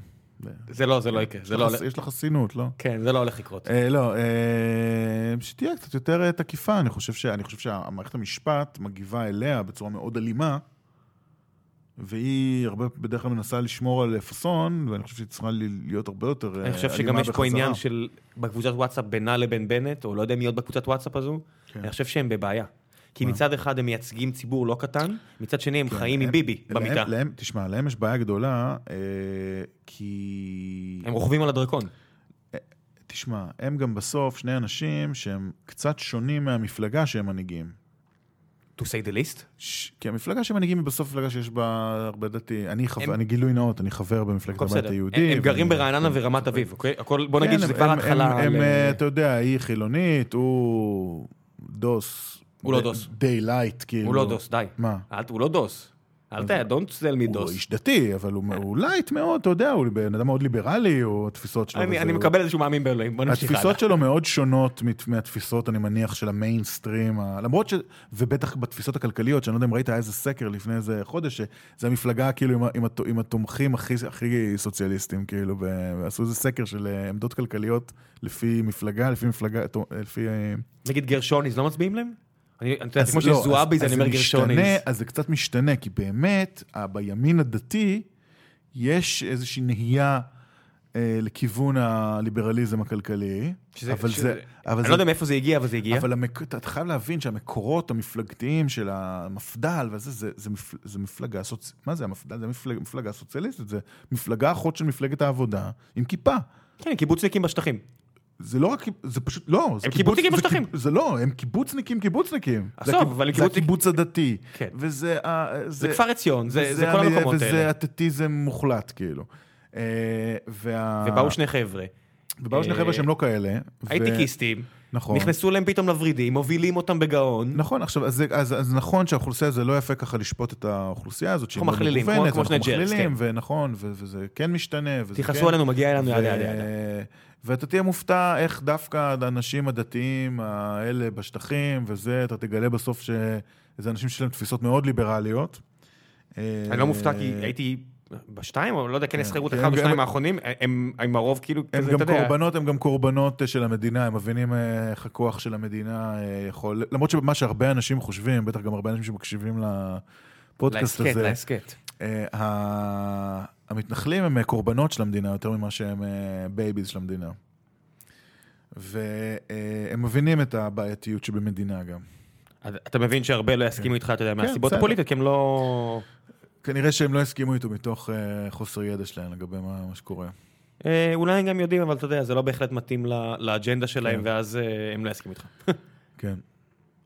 S1: זה לא, זה לא יקרה, זה
S2: יש
S1: לא
S2: לך-
S1: הולך-
S2: יש לך חסינות, לא?
S1: כן, זה לא הולך לקרות.
S2: אה, לא, אה, שתהיה קצת יותר אה, תקיפה, אני חושב, ש... אני חושב שהמערכת המשפט מגיבה אליה בצורה מאוד אלימה, והיא הרבה, בדרך כלל מנסה לשמור על אה, פאסון, ואני חושב שהיא צריכה ל- להיות הרבה יותר אה, אלימה
S1: אני חושב שגם יש פה עניין של בקבוצת וואטסאפ בינה לבין בנט, או לא יודע מי עוד בקבוצת וואטסאפ הזו,
S2: כן.
S1: אני חושב שהם בבעיה. כי מצד אחד הם מייצגים ציבור לא קטן, מצד שני הם חיים עם
S2: כן, הם-
S1: ביבי
S2: להם-
S1: במיטה.
S2: להם- תשמע, להם יש בעיה גדולה, אה, כי...
S1: הם רוכבים על הדרקון.
S2: תשמע, הם גם בסוף שני אנשים שהם קצת שונים מהמפלגה שהם מנהיגים.
S1: To say the least.
S2: ש... כי המפלגה שמנהיגים היא בסוף מפלגה שיש בה הרבה דתי. אני, חו...
S1: הם-
S2: אני גילוי נאות, אני חבר במפלגת
S1: הכל
S2: הבית
S1: בסדר.
S2: היהודי.
S1: הם הם גרים
S2: ואני-
S1: ברעננה ורמת אביב, אוקיי? הכל, בוא נגיד
S2: כן,
S1: שזה
S2: הם-
S1: כבר
S2: הם-
S1: התחלה.
S2: הם-
S1: על-
S2: הם, אה, אתה יודע, היא חילונית, הוא דוס.
S1: הוא לא דוס.
S2: די לייט, כאילו.
S1: הוא לא דוס, די.
S2: מה?
S1: אל- הוא לא דוס. אל ת... don't tell me
S2: הוא
S1: דוס.
S2: איש דתי, אבל הוא, הוא לייט מאוד, אתה יודע, הוא בן אדם מאוד ליברלי, או התפיסות שלו.
S1: אני
S2: וזה-
S1: אני
S2: לא הוא-
S1: מקבל איזשהו מאמין באלוהים, בוא נמשיך הלאה.
S2: התפיסות שלו מאוד שונות מת- מהתפיסות, אני מניח, של המיינסטרים, ה- למרות ש... ובטח בתפיסות הכלכליות, שאני לא יודע אם ראית איזה סקר לפני איזה חודש, שזה המפלגה כאילו עם, ה- עם, הת- עם התומכים הכי, הכי סוציאליסטים, כאילו, ב... עשו איזה סקר של אה, עמדות כלכליות לפי מפלגה, לפי מפלגה, תו- לפי... אה,
S1: נגיד גרשוניז, לא מצביעים להם? אני, אתה יודע,
S2: אז
S1: כמו
S2: לא,
S1: שזועבי זה
S2: אז-
S1: אני
S2: אז
S1: אומר
S2: זה
S1: גרשוניז.
S2: משתנה, אז זה קצת משתנה, כי באמת, ה- בימין הדתי, יש איזושהי נהייה אה, לכיוון הליברליזם הכלכלי,
S1: שזה-
S2: אבל
S1: שזה-
S2: זה... אבל
S1: אני
S2: זה-
S1: לא יודע מאיפה זה הגיע, אבל זה הגיע.
S2: אבל המק... אתה אתה חייב להבין שהמקורות המפלגתיים של המפד"ל וזה, זה, זה, מפל... זה מפלגה סוצ... מה זה המפד"ל? זה מפלג... מפלגה סוציאליסטית, זה מפלגה אחות של מפלגת העבודה עם כיפה.
S1: כן, קיבוצניקים בשטחים.
S2: זה לא רק, זה פשוט, לא. זה
S1: הם
S2: קיבוץ-
S1: קיבוצניקים
S2: זה
S1: בשטחים.
S2: קיב- זה לא, הם קיבוצניקים, קיבוצניקים. זה
S1: עזוב,
S2: הקיב-
S1: אבל הם
S2: זה
S1: קיבוצניק-
S2: הקיבוץ הדתי.
S1: כן.
S2: וזה... ה-
S1: זה כפר עציון, זה זה כל
S2: ה-
S1: המקומות
S2: וזה
S1: האלה.
S2: אתטיזם מוחלט, כאילו. אה, וה-
S1: ובאו שני חבר'ה,
S2: ובאו שני חבר'ה שהם לא כאלה. ו-
S1: הייטקיסטים,
S2: נכון.
S1: נכנסו להם פתאום לוורידים, מובילים אותם בגאון.
S2: נכון, עכשיו, אז, זה- אז, אז נכון שהאוכלוסייה, זה לא יפה ככה לשפוט את האוכלוסייה הזאת, שהיא
S1: אנחנו
S2: מאוד
S1: מכלילים, כמו-
S2: מגוונת,
S1: כמו
S2: ואנחנו
S1: שני ג'רס, כן.
S2: מכלילים, ונכון, ו- וזה כן משתנה, וזה
S1: תכעסו
S2: כן...
S1: עלינו, מגיע אלינו, ידה
S2: ו-
S1: ידה ידה.
S2: ואתה תהיה מופתע איך דווקא האנשים הדתיים האלה בשטחים וזה, אתה תגלה בסוף שזה אנשים שיש להם תפיסות מאוד ליברליות. אה,
S1: אני לא מופתע כי הייתי בשתיים, או לא יודע, כנס חירות
S2: כן,
S1: אחד או
S2: הם-
S1: שניים
S2: הם-
S1: האחרונים, הם עם הרוב כאילו,
S2: הם
S1: כזה,
S2: גם
S1: אתה יודע,
S2: קורבנות, הם גם קורבנות אה, של המדינה, הם מבינים אה, איך הכוח של המדינה אה, יכול... למרות שמה שהרבה אנשים חושבים, בטח גם הרבה אנשים שמקשיבים לפודקאסט
S1: להסכת,
S2: הזה,
S1: להסכת.
S2: אה, ה- המתנחלים הם אה, קורבנות של המדינה יותר ממה שהם אה, בייביז של המדינה. והם מבינים את הבעייתיות שבמדינה גם.
S1: אז אתה מבין שהרבה לא יסכימו איתך, אתה יודע, מהסיבות
S2: בסדר.
S1: הפוליטיות, כי הם לא...
S2: כנראה שהם לא יסכימו איתו מתוך אה, חוסר ידע שלהם לגבי מה מה שקורה.
S1: אה, אולי הם גם יודעים, כן. לא, אבל אתה יודע, זה לא בהחלט מתאים ל- לאג'נדה שלהם, ואז אה, הם לא יסכימו איתך.
S2: כן.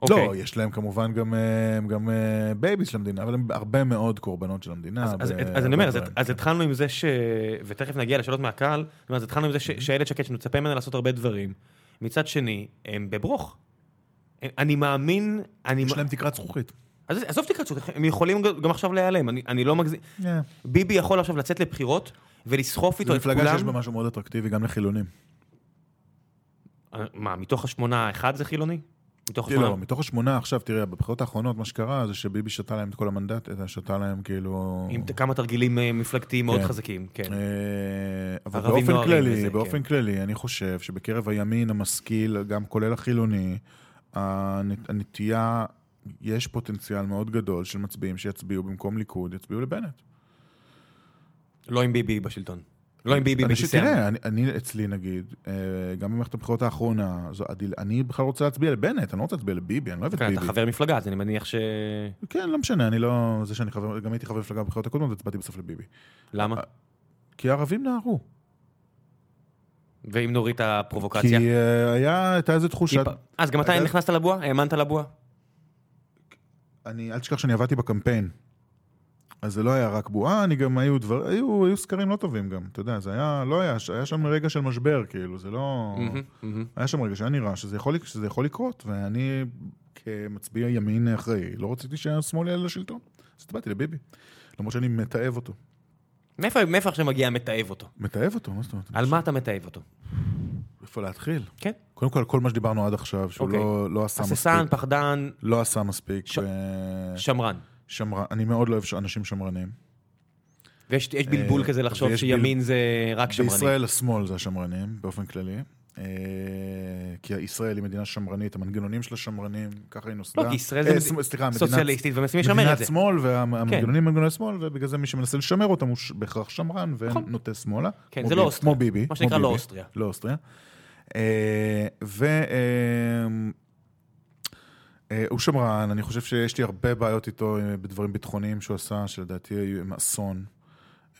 S1: אוקיי.
S2: לא, יש להם כמובן גם, אה, הם גם אה, בייביס של המדינה, אבל הם הרבה מאוד קורבנות של המדינה.
S1: אז- אז-
S2: בהרבה
S1: אז אני אומר, אז-
S2: דברים.
S1: אז התחלנו עם זה ש... ותכף נגיע לשאלות מהקהל, זאת אומרת, אז התחלנו עם זה ש- שאיילת שקד, שנצפה ממנה לעשות הרבה דברים, מצד שני, הם בברוך. הם- אני מאמין, אני...
S2: יש
S1: מא-
S2: להם תקרת זכוכית.
S1: אז עזוב תקרצות, הם יכולים גם- גם עכשיו להיעלם, אני- אני לא מגזים. ביבי יכול עכשיו לצאת לבחירות ולסחוף
S2: זו
S1: איתו את כולם.
S2: מפלגה שיש בה משהו מאוד אטרקטיבי גם לחילונים.
S1: אה, מה, מתוך השמונה, אחד זה חילוני? מתוך השמונה?
S2: לא, מתוך השמונה עכשיו, תראה, בבחירות האחרונות מה שקרה זה שביבי שתה להם את כל המנדט, אה, שתה להם כאילו...
S1: עם כמה תרגילים אה, מפלגתיים מאוד
S2: כן.
S1: חזקים, כן.
S2: אה, אבל
S1: ערבים
S2: באופן
S1: נוהרים
S2: כללי,
S1: וזה, כן.
S2: באופן כללי, אני חושב שבקרב הימין המשכיל, גם כולל החילוני, הנט- הנטייה, יש פוטנציאל מאוד גדול של מצביעים שיצביעו במקום ליכוד, יצביעו לבנט.
S1: לא עם ביבי בשלטון. לא עם ביבי
S2: אנשים-
S1: בכיסא.
S2: אה, תראה, אני- אני אצלי נגיד, אה, גם במערכת הבחירות האחרונה, זו הדיל- אני בכלל רוצה להצביע לבנט, אני לא רוצה להצביע לביבי, אני לא אוהב את
S1: כן, אתה
S2: ביבי.
S1: חבר מפלגה, אז אני מניח ש...
S2: כן, לא משנה, אני לא... זה שאני חבר, גם הייתי חבר מפלגה בבחירות הקודמות, הצבעתי בסוף לביבי. אה,
S1: למה?
S2: כי הערבים נהרו.
S1: ואם נוריד את הפרובוקציה?
S2: כי אה, היה, הייתה איזו תחושת...
S1: טיפה. אז גם אתה
S2: אגב-
S1: נכנסת לבועה? האמנת לבועה?
S2: אה. אני, אל תשכח שאני עבדתי בקמפיין. אז זה לא היה רק בועה, אני גם, היו דבר, היו, היו סקרים לא טובים גם, אתה יודע, זה היה, לא היה, היה שם רגע של משבר, כאילו, זה לא...
S1: מהמם, מהמם.
S2: היה שם רגע שהיה נראה שזה יכול, שזה יכול לקרות, ואני כמצביע ימין אחראי, לא רציתי שהשמאל יעלה לשלטון. אז הצבעתי לביבי, למרות שאני מתעב אותו.
S1: מאיפה מאיפה עכשיו מגיע מתעב אותו?
S2: מתעב אותו, מה זאת אומרת?
S1: על מה אתה מתעב אותו?
S2: איפה להתחיל?
S1: כן.
S2: קודם כל, כל מה שדיברנו עד עכשיו, שהוא
S1: אוקיי.
S2: לא, לא עשה
S1: הססן,
S2: מספיק.
S1: פחדן,
S2: לא עשה מספיק.
S1: ש-
S2: ש...
S1: שמרן.
S2: שמרן, אני מאוד לא אוהב ש- אנשים שמרנים.
S1: ויש יש בלבול
S2: אה,
S1: כזה לחשוב
S2: ויש
S1: שימין זה רק שמרני.
S2: בישראל השמאל זה השמרנים, באופן כללי. אה, כי ישראל היא מדינה שמרנית, המנגנונים שלה שמרנים, ככה היא נוסדה.
S1: לא, כי ישראל זה
S2: אה,
S1: מד-
S2: סמ- סליחה, מדינת-
S1: סוציאליסטית, ומנסים לשמר את זה. כן.
S2: מדינת שמאל, והמנגנונים הם מנגנוני שמאל, ובגלל זה מי שמנסה לשמר אותם הוא ש- בהכרח שמרן
S1: נכון.
S2: ונוטה שמאלה.
S1: כן,
S2: כמו
S1: זה לא
S2: ביב-
S1: אוסטריה.
S2: כמו ביבי.
S1: מה
S2: כמו
S1: שנקרא לא
S2: ביבי.
S1: אוסטריה.
S2: לא אוסטריה. אה, ו... אה, אה, הוא שמרן, אני חושב שיש לי הרבה בעיות איתו אה, בדברים ביטחוניים שהוא עשה, שלדעתי היו- הם אסון.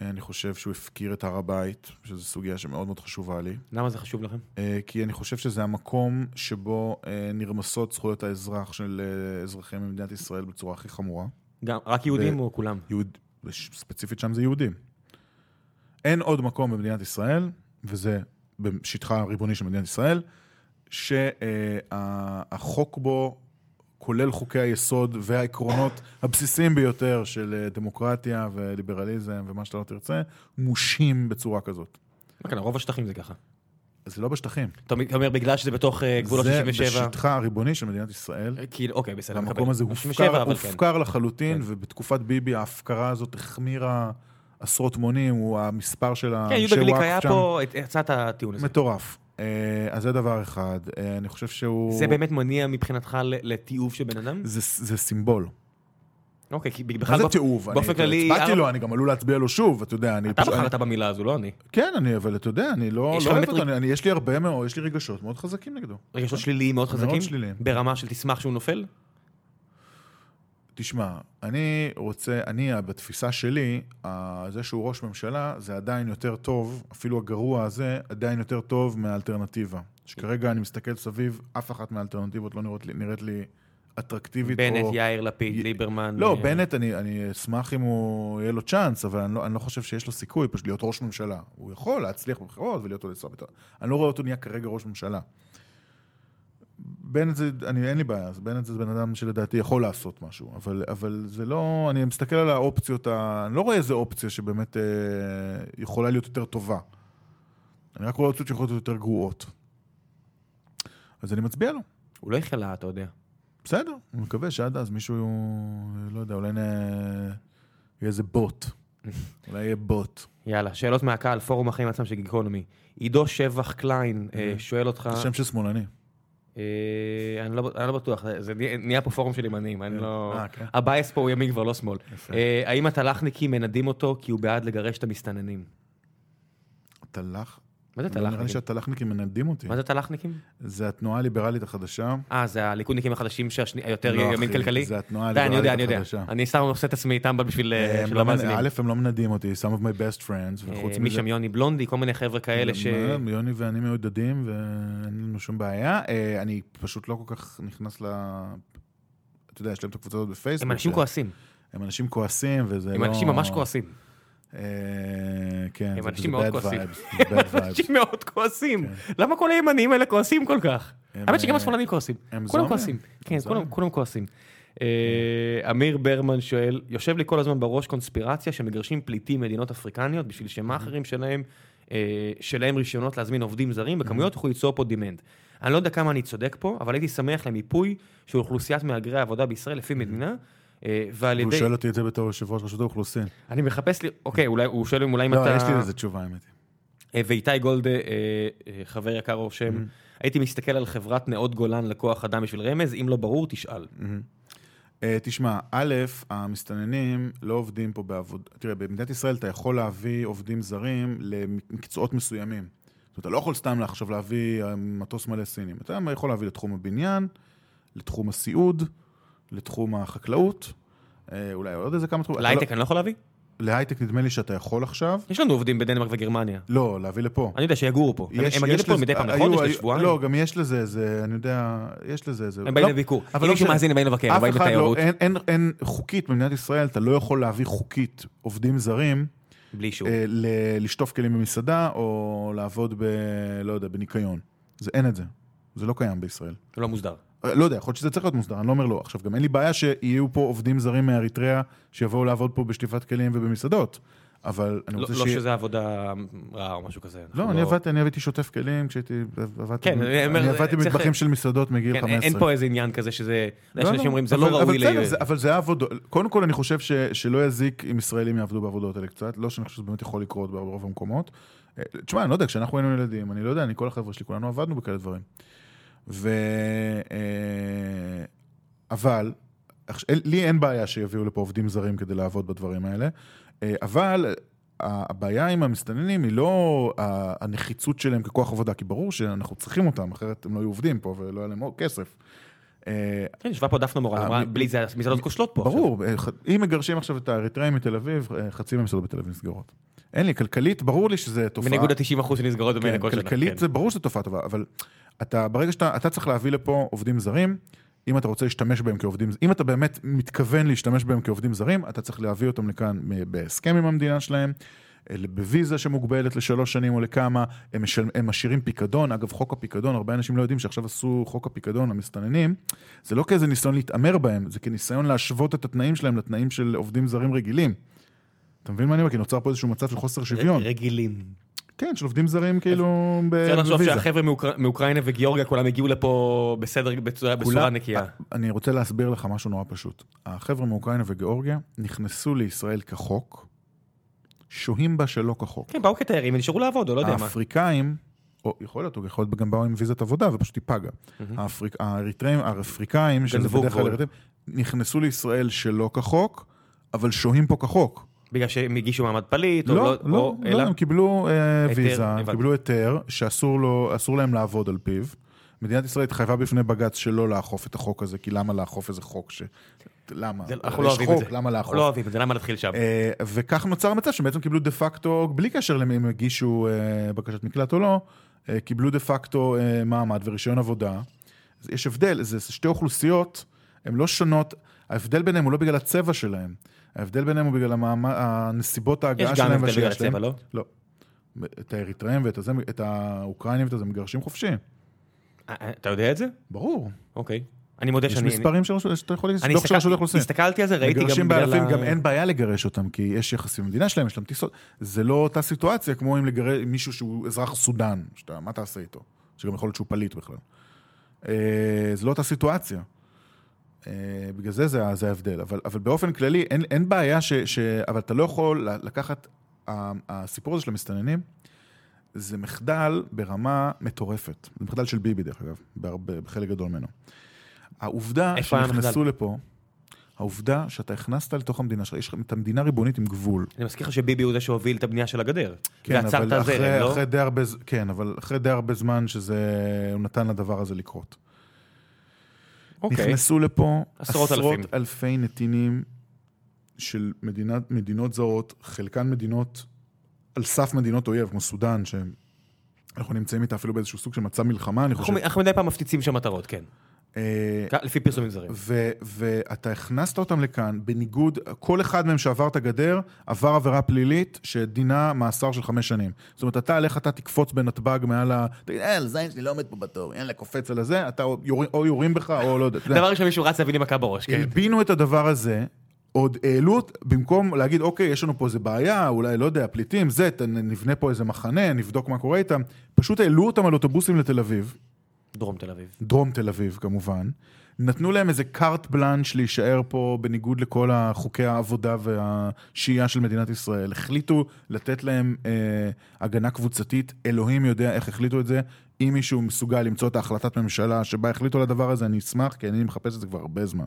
S2: אה, אני חושב שהוא הפקיר את הר הבית, שזו סוגיה שמאוד מאוד חשובה לי.
S1: למה זה חשוב לכם?
S2: אה, כי אני חושב שזה המקום שבו אה, נרמסות זכויות האזרח של אה, אזרחים במדינת ישראל בצורה הכי חמורה.
S1: גם- רק יהודים
S2: ב-
S1: או כולם?
S2: יהוד... ספציפית שם זה יהודים. אין עוד מקום במדינת ישראל, וזה בשטחה הריבוני של מדינת ישראל, שהחוק בו כולל חוקי היסוד והעקרונות הבסיסיים ביותר של אה, דמוקרטיה וליברליזם ומה שאתה לא תרצה, מושים בצורה כזאת.
S1: מה כן, רוב השטחים זה ככה.
S2: אז זה לא בשטחים.
S1: אתה אומר- אתה אומר בגלל שזה בתוך אה, גבולות
S2: זה
S1: 67?
S2: בשטחה הריבוני של מדינת ישראל.
S1: אה, כאילו, אוקיי, בסדר.
S2: המקום
S1: מקבל.
S2: הזה
S1: 67,
S2: הופקר,
S1: אבל כן.
S2: הופקר לחלוטין,
S1: כן.
S2: ובתקופת ביבי ההפקרה הזאת החמירה עשרות מונים, הוא המספר של
S1: כן,
S2: האנשי
S1: יהודה גליק
S2: וואקף
S1: היה
S2: אה, שם.
S1: פה, את- הצע את הטיעון הזה.
S2: מטורף. אה, אז זה דבר אחד. אה, אני חושב שהוא...
S1: זה באמת מניע מבחינתך ל- לתיעוב של בן אדם?
S2: זה, זה סימבול.
S1: אוקיי, כי
S2: מה
S1: בכלל...
S2: זה
S1: באופ-
S2: תיעוב?
S1: באופן
S2: אני-
S1: כללי- אה,
S2: הצבעתי לו, אני גם עלול להצביע לו שוב, אתה יודע, אני...
S1: אתה
S2: פשוט-
S1: בחרת במילה הזו, לא אני.
S2: כן, אני, אבל אתה יודע, אני לא
S1: יש
S2: לא
S1: לך
S2: אוהב
S1: באמת
S2: אותו, אני- אני- יש לי הרבה מאוד, יש לי רגשות מאוד חזקים נגדו.
S1: רגשות שליליים מאוד
S2: אה? מאוד
S1: חזקים?
S2: שליליים.
S1: ברמה של תשמח שהוא נופל?
S2: תשמע, אני רוצה, אני, בתפיסה שלי, ה- זה שהוא ראש ממשלה, זה עדיין יותר טוב, אפילו הגרוע הזה, עדיין יותר טוב מהאלטרנטיבה. שכרגע אני מסתכל סביב, אף אחת מהאלטרנטיבות לא נראית לי, נראית לי אטרקטיבית.
S1: בנט,
S2: או...
S1: יאיר לפיד,
S2: י-
S1: ליברמן.
S2: לא,
S1: אה,
S2: בנט, אני, אני אשמח אם הוא, יהיה לו צ'אנס, אבל אני לא, אני לא חושב שיש לו סיכוי פשוט להיות ראש ממשלה. הוא יכול להצליח בבחירות ולהיות עוד שר ביטחון. אני לא רואה אותו נהיה כרגע ראש ממשלה. בנט זה, אני, אין לי בעיה, אז בנט זה בן אדם שלדעתי יכול לעשות משהו, אבל, אבל זה לא, אני מסתכל על האופציות, ה, אני לא רואה איזה אופציה שבאמת אה, יכולה להיות יותר טובה. אני רק רואה אופציות שיכולות להיות יותר גרועות. אז אני מצביע לו.
S1: הוא לא יחלה, אתה יודע.
S2: בסדר, אני מקווה שעד אז מישהו, לא יודע, אולי נ... יהיה איזה בוט. אולי יהיה בוט.
S1: יאללה, שאלות מהקהל, פורום החיים עצמם של גיקונומי. עידו שבח קליין אה, שואל אותך...
S2: זה שם של שמאלני.
S1: אה, אני לא אני לא בטוח, זה- זה נה- נהיה פה פורום של ימנים, אני לא...
S2: אה, כן.
S1: הבייס פה הוא ימין כבר לא שמאל. אה, האם התל"חניקים מנדים אותו כי הוא בעד לגרש את המסתננים?
S2: תל"ח?
S1: מה זה
S2: נראה לי
S1: תל"חניקים?
S2: שהתל"חניקים מנדים אותי.
S1: מה זה תל"חניקים?
S2: זה התנועה הליברלית החדשה.
S1: אה, זה הליכודניקים החדשים שהשני- היותר
S2: לא,
S1: ימין
S2: אחי,
S1: כלכלי?
S2: זה התנועה
S1: די, אני יודע, אני
S2: הליברלית
S1: יודע.
S2: החדשה.
S1: אני שם עושה את עצמי איתם בשביל אה,
S2: הם
S1: של
S2: לא מנ-
S1: המאזינים.
S2: א', הם לא מנדים אותי, some of my best friends, וחוץ
S1: אה,
S2: מזה... לא,
S1: משם יוני בלונדי, כל מיני חבר'ה כאלה ש...
S2: מה, יוני ואני מיודדים ואין לנו שום בעיה. אה, אני פשוט לא כל כך לא נכנס ל... אתה יודע, יש להם את הקבוצה הזאת בפייסבוק.
S1: הם אנשים
S2: ש-
S1: כועסים,
S2: הם אנשים כועסים, וזה
S1: הם
S2: לא...
S1: אנשים ממש כועסים.
S2: אה, כן,
S1: הם
S2: זה-
S1: אנשים
S2: זה
S1: מאוד
S2: bad
S1: כועסים.
S2: vibes, זה bad vibes. כן.
S1: אנשים מאוד כועסים. למה כל הימנים האלה כועסים כל כך?
S2: הם,
S1: האמת שגם
S2: אה,
S1: השמאלנים כועסים.
S2: הם
S1: כולם
S2: זומבים.
S1: כועסים.
S2: הם
S1: כן, כולם-
S2: זומבים.
S1: כולם כועסים. אה, אמיר ברמן שואל, יושב לי כל הזמן בראש קונספירציה שמגרשים פליטים ממדינות אפריקניות בשביל שמאכערים שלהם, אה, שלהם רישיונות להזמין עובדים זרים בכמויות, יוכלו ליצור פה דימנד. אני לא יודע כמה אני צודק פה, אבל הייתי שמח למיפוי של אוכלוסיית מהגרי העבודה בישראל לפי מדינה, אה, ועל
S2: הוא
S1: ידי...
S2: שואל אותי את זה בתור יושב ראש רשות האוכלוסין.
S1: אני מחפש לי, אוקיי, אולי הוא שואל אם אולי אם
S2: לא,
S1: אתה...
S2: יש לי לזה תשובה, האמת. היא.
S1: אה, ואיתי גולדה, אה, אה, חבר יקר רושם,
S2: Mm-hmm.
S1: הייתי מסתכל על חברת נאות גולן לכוח אדם בשביל רמז, אם לא ברור, תשאל.
S2: אה, תשמע, א', המסתננים לא עובדים פה בעבודה. תראה, במדינת ישראל אתה יכול להביא עובדים זרים למקצועות מסוימים. זאת אומרת, אתה לא יכול סתם עכשיו להביא אה, מטוס מלא סינים. אתה יכול להביא לתחום הבניין, לתחום הסיעוד, לתחום החקלאות, אה, אולי עוד איזה כמה תחומים. אתה
S1: להייטק אני לא יכול להביא?
S2: לא, להייטק נדמה לי שאתה יכול עכשיו.
S1: יש לנו עובדים בדנמרק וגרמניה.
S2: לא, להביא לפה.
S1: אני יודע שיגורו פה. הם-
S2: יש-
S1: הם מגיעים
S2: יש
S1: לפה
S2: לזה-
S1: מדי פעם
S2: היו-
S1: לחודש,
S2: היו-
S1: לשבועיים.
S2: לא, גם יש לזה איזה, אני יודע, יש לזה איזה...
S1: הם באים
S2: לא,
S1: לביקור.
S2: אבל
S1: אם
S2: לא
S1: מישהו
S2: משנה.
S1: מאזין, הם באים לבקר, הם
S2: אף
S1: באים
S2: אחד לא-
S1: לתיירות.
S2: אין- אין- אין חוקית במדינת ישראל, אתה לא יכול להביא חוקית עובדים זרים
S1: בלי אישור.
S2: אה, ל- לשטוף כלים במסעדה או לעבוד ב... לא יודע, בניקיון. זה אין את זה. זה לא קיים בישראל.
S1: זה לא מוסדר.
S2: אה, לא יודע, יכול להיות שזה צריך להיות מוסדר, אני לא אומר לא. עכשיו, גם אין לי בעיה שיהיו פה עובדים זרים מאריתריאה שיבואו לעבוד פה בשטיפת כלים ובמסעדות, אבל אני
S1: לא
S2: רוצה
S1: לא שזה עבודה רעה או משהו כזה. כן. אנחנו
S2: לא, אני עבדתי, אני עבדתי שוטף כלים כשהייתי, עבדתי,
S1: כן, אני אומר,
S2: אני עבדתי
S1: צריך-
S2: במטבחים של מסעדות מגיל
S1: כן, אין-
S2: 15.
S1: אין פה איזה עניין כזה שזה... יש אנשים אומרים, זה
S2: אבל-
S1: לא
S2: אבל
S1: ראוי ל...
S2: בסדר, זה- אבל זה היה עבודות, קודם כל אני חושב ש- שלא יזיק אם ישראלים יעבדו בעבודות האלה קצת, לא שאני חושב שזה באמת יכול לקרות ברוב המקומות. אה, תשמע, אני לא יודע, כשאנחנו היינו ילדים, אני לא יודע, אני כל החבר'ה שלי, כולנו עבדנו בכאלה דברים. ו... אה, אבל, עכש- אין- לי אין בעיה שיביאו לפה עובדים זרים כדי לעבוד בדברים האלה, אה, אבל ה- הבעיה עם המסתננים היא לא ה- הנחיצות שלהם ככוח עבודה, כי ברור שאנחנו צריכים אותם, אחרת הם לא היו עובדים פה ולא היה להם עוד כסף. אה,
S1: כן, ישבה פה דפנה מורן,
S2: אה,
S1: אמרה,
S2: מ-
S1: בלי זה המסעדות כושלות פה. עכשיו."
S2: ברור, אה, ח- אם מגרשים עכשיו את האריתראים מתל אביב, אה, חצי מהמסעדות בתל אביב נסגרות. אין לי, כלכלית, ברור לי שזה תופעה.
S1: בניגוד ל-90% שנסגרות
S2: כן,
S1: במילא כל שנה.
S2: כלכלית
S1: כן.
S2: זה ברור שזו תופעה טובה, אבל אתה, ברגע שאתה, אתה צריך להביא לפה עובדים זרים, אם אתה רוצה להשתמש בהם כעובדים, אם אתה באמת מתכוון להשתמש בהם כעובדים זרים, אתה צריך להביא אותם לכאן מ- בהסכם עם המדינה שלהם. אה, בוויזה שמוגבלת לשלוש שנים או לכמה, הם, משל, הם משאירים פיקדון, אגב חוק הפיקדון, הרבה אנשים לא יודעים שעכשיו עשו חוק הפיקדון למסתננים, זה לא כאיזה ניסיון להתעמר בהם, זה כניסיון להשוות את התנאים שלהם לתנאים של עובדים זרים רגילים. אתה מבין מה אני אומר? כי נוצר פה איזשהו מצב של חוסר שוויון.
S1: רגילים.
S2: כן, של עובדים זרים כאילו
S1: צריך לחשוב
S2: בוויזה.
S1: שהחבר'ה מאוקר- מאוקראינה וגיאורגיה כולם הגיעו לפה בסדר, בצורה בצורה
S2: כולם-
S1: נקייה.
S2: אה, אני רוצה להסביר לך משהו נורא פשוט. החבר'ה מאוקראינה וגיאורגיה נכנסו לישראל כחוק, שוהים בה שלא כחוק.
S1: כן, באו כתיירים ונשארו לעבוד, או לא
S2: אה,
S1: יודע מה.
S2: האפריקאים, או יכול להיות, או יכול להיות גם באו עם ויזת עבודה ופשוט היא פגה. האפריק- האריתראים, האפריקאים, שזה
S1: גנבו
S2: בדרך כלל
S1: כבר.
S2: אריתראים, נכנסו לישראל שלא כחוק, אבל שוהים פה כחוק.
S1: בגלל שהם הגישו מעמד פליט, או
S2: לא, לא,
S1: או-
S2: לא,
S1: אלא-
S2: הם קיבלו אה,
S1: היתר,
S2: ויזה, הם
S1: הבנתי.
S2: קיבלו היתר שאסור לו- אסור להם לעבוד על פיו. מדינת ישראל התחייבה בפני בג"ץ שלא לאכוף את החוק הזה, כי למה לאכוף איזה חוק ש... למה?
S1: זה-
S2: הרי
S1: אנחנו לא
S2: יש
S1: אוהבים את
S2: חוק,
S1: זה.
S2: למה
S1: לא
S2: לאכוף?
S1: אוהבים את זה, למה נתחיל שם?
S2: אה, וכך נוצר מצב שהם בעצם קיבלו דה פקטו, בלי קשר למי הם הגישו אה, בקשת מקלט או לא, אה, קיבלו דה פקטו אה, מעמד ורישיון עבודה. אז יש הבדל, זה זה שתי אוכלוסיות, הן לא שונות, ההבדל ביניהם הוא לא בגלל הצבע שלהם, ההבדל ביניהם הוא בגלל המעמד, הנסיבות
S1: יש
S2: ההגעה
S1: גם
S2: שלהם
S1: הבדל בגלל
S2: והשהייה שלהם.
S1: הצבע, לא?
S2: לא. את האריתריאים ואת הזה, את האוקראינים ואת הזה מגרשים חופשי.
S1: אה, אה, אתה יודע את זה?
S2: ברור.
S1: אוקיי. אני מודה
S2: יש
S1: שאני...
S2: מספרים של רשות- שאתה יכול
S1: אני
S2: להגיד, דוח של
S1: הסתכל-
S2: רשות האוכלוסין.
S1: הסתכלתי על זה, ראיתי גם
S2: מגרשים
S1: בגלל...
S2: באלפים,
S1: ה-
S2: גם אין בעיה לגרש אותם, כי יש יחסים במדינה שלהם, יש להם טיסות. זה לא אותה סיטואציה כמו אם לגרש מישהו שהוא אזרח סודאן, שאתה, מה תעשה איתו? שגם יכול להיות שהוא פליט בכלל. אה, זה לא אותה סיטואציה. אה, בגלל זה זה, ה- זה ההבדל. אבל, אבל באופן כללי, אין, אין בעיה ש, ש... אבל אתה לא יכול ל- לקחת... ה- הסיפור הזה של המסתננים, זה מחדל ברמה מטורפת. זה מחדל של ביבי, דרך אגב, בהרבה, בחלק גדול ממנו. העובדה
S1: איפה היה
S2: שנכנסו לפה, העובדה שאתה הכנסת לתוך המדינה שלך, יש לך את המדינה ריבונית עם גבול.
S1: אני מזכיר לך שביבי הוא זה שהוביל את הבנייה של הגדר.
S2: כן,
S1: ועצר את
S2: אבל
S1: הזרם,
S2: אחרי,
S1: לא?
S2: אחרי די הרבה, ז- כן, אבל אחרי די הרבה זמן שזה, הוא נתן לדבר הזה לקרות.
S1: אוקיי.
S2: נכנסו לפה
S1: עשרות
S2: עשרות,
S1: אלפים.
S2: אלפי נתינים של מדינת, מדינות זרות, חלקן מדינות על סף מדינות אויב, כמו סודאן, שאנחנו נמצאים איתה אפילו באיזשהו סוג של מצב מלחמה, אני חושב.
S1: אנחנו- אנחנו מדי פעם מפציצים שם מטרות, כן.
S2: אה,
S1: כ- לפי פרסומים זרים.
S2: ו- ואתה הכנסת אותם לכאן, בניגוד, כל אחד מהם שעבר את הגדר, עבר עבירה פלילית שדינה מאסר של חמש שנים. זאת אומרת, אתה, על איך אתה תקפוץ בנתב"ג מעל ה... תגיד, אה, הזין שלי לא עומד פה בתור, אין לה קופץ על הזה, אתה או יורים, או יורים בך, או לא יודע. אתה יודע.
S1: דבר ראשון מישהו רץ להביא לי מכה בראש, כן.
S2: הלבינו את הדבר הזה, עוד העלו, אות- במקום להגיד, אוקיי, יש לנו פה איזה בעיה, אולי, לא יודע, פליטים, זה, ת- נבנה פה איזה מחנה, נבדוק מה קורה איתם, פשוט העלו אותם על אוטובוסים לתל אביב.
S1: דרום תל אביב.
S2: דרום תל אביב כמובן, נתנו להם איזה קארט בלאנץ' להישאר פה בניגוד לכל חוקי העבודה והשהייה של מדינת ישראל. החליטו לתת להם אה, הגנה קבוצתית, אלוהים יודע איך החליטו את זה. אם מישהו מסוגל למצוא את ההחלטת ממשלה שבה החליטו על הדבר הזה, אני אשמח, כי אני מחפש את זה כבר הרבה זמן.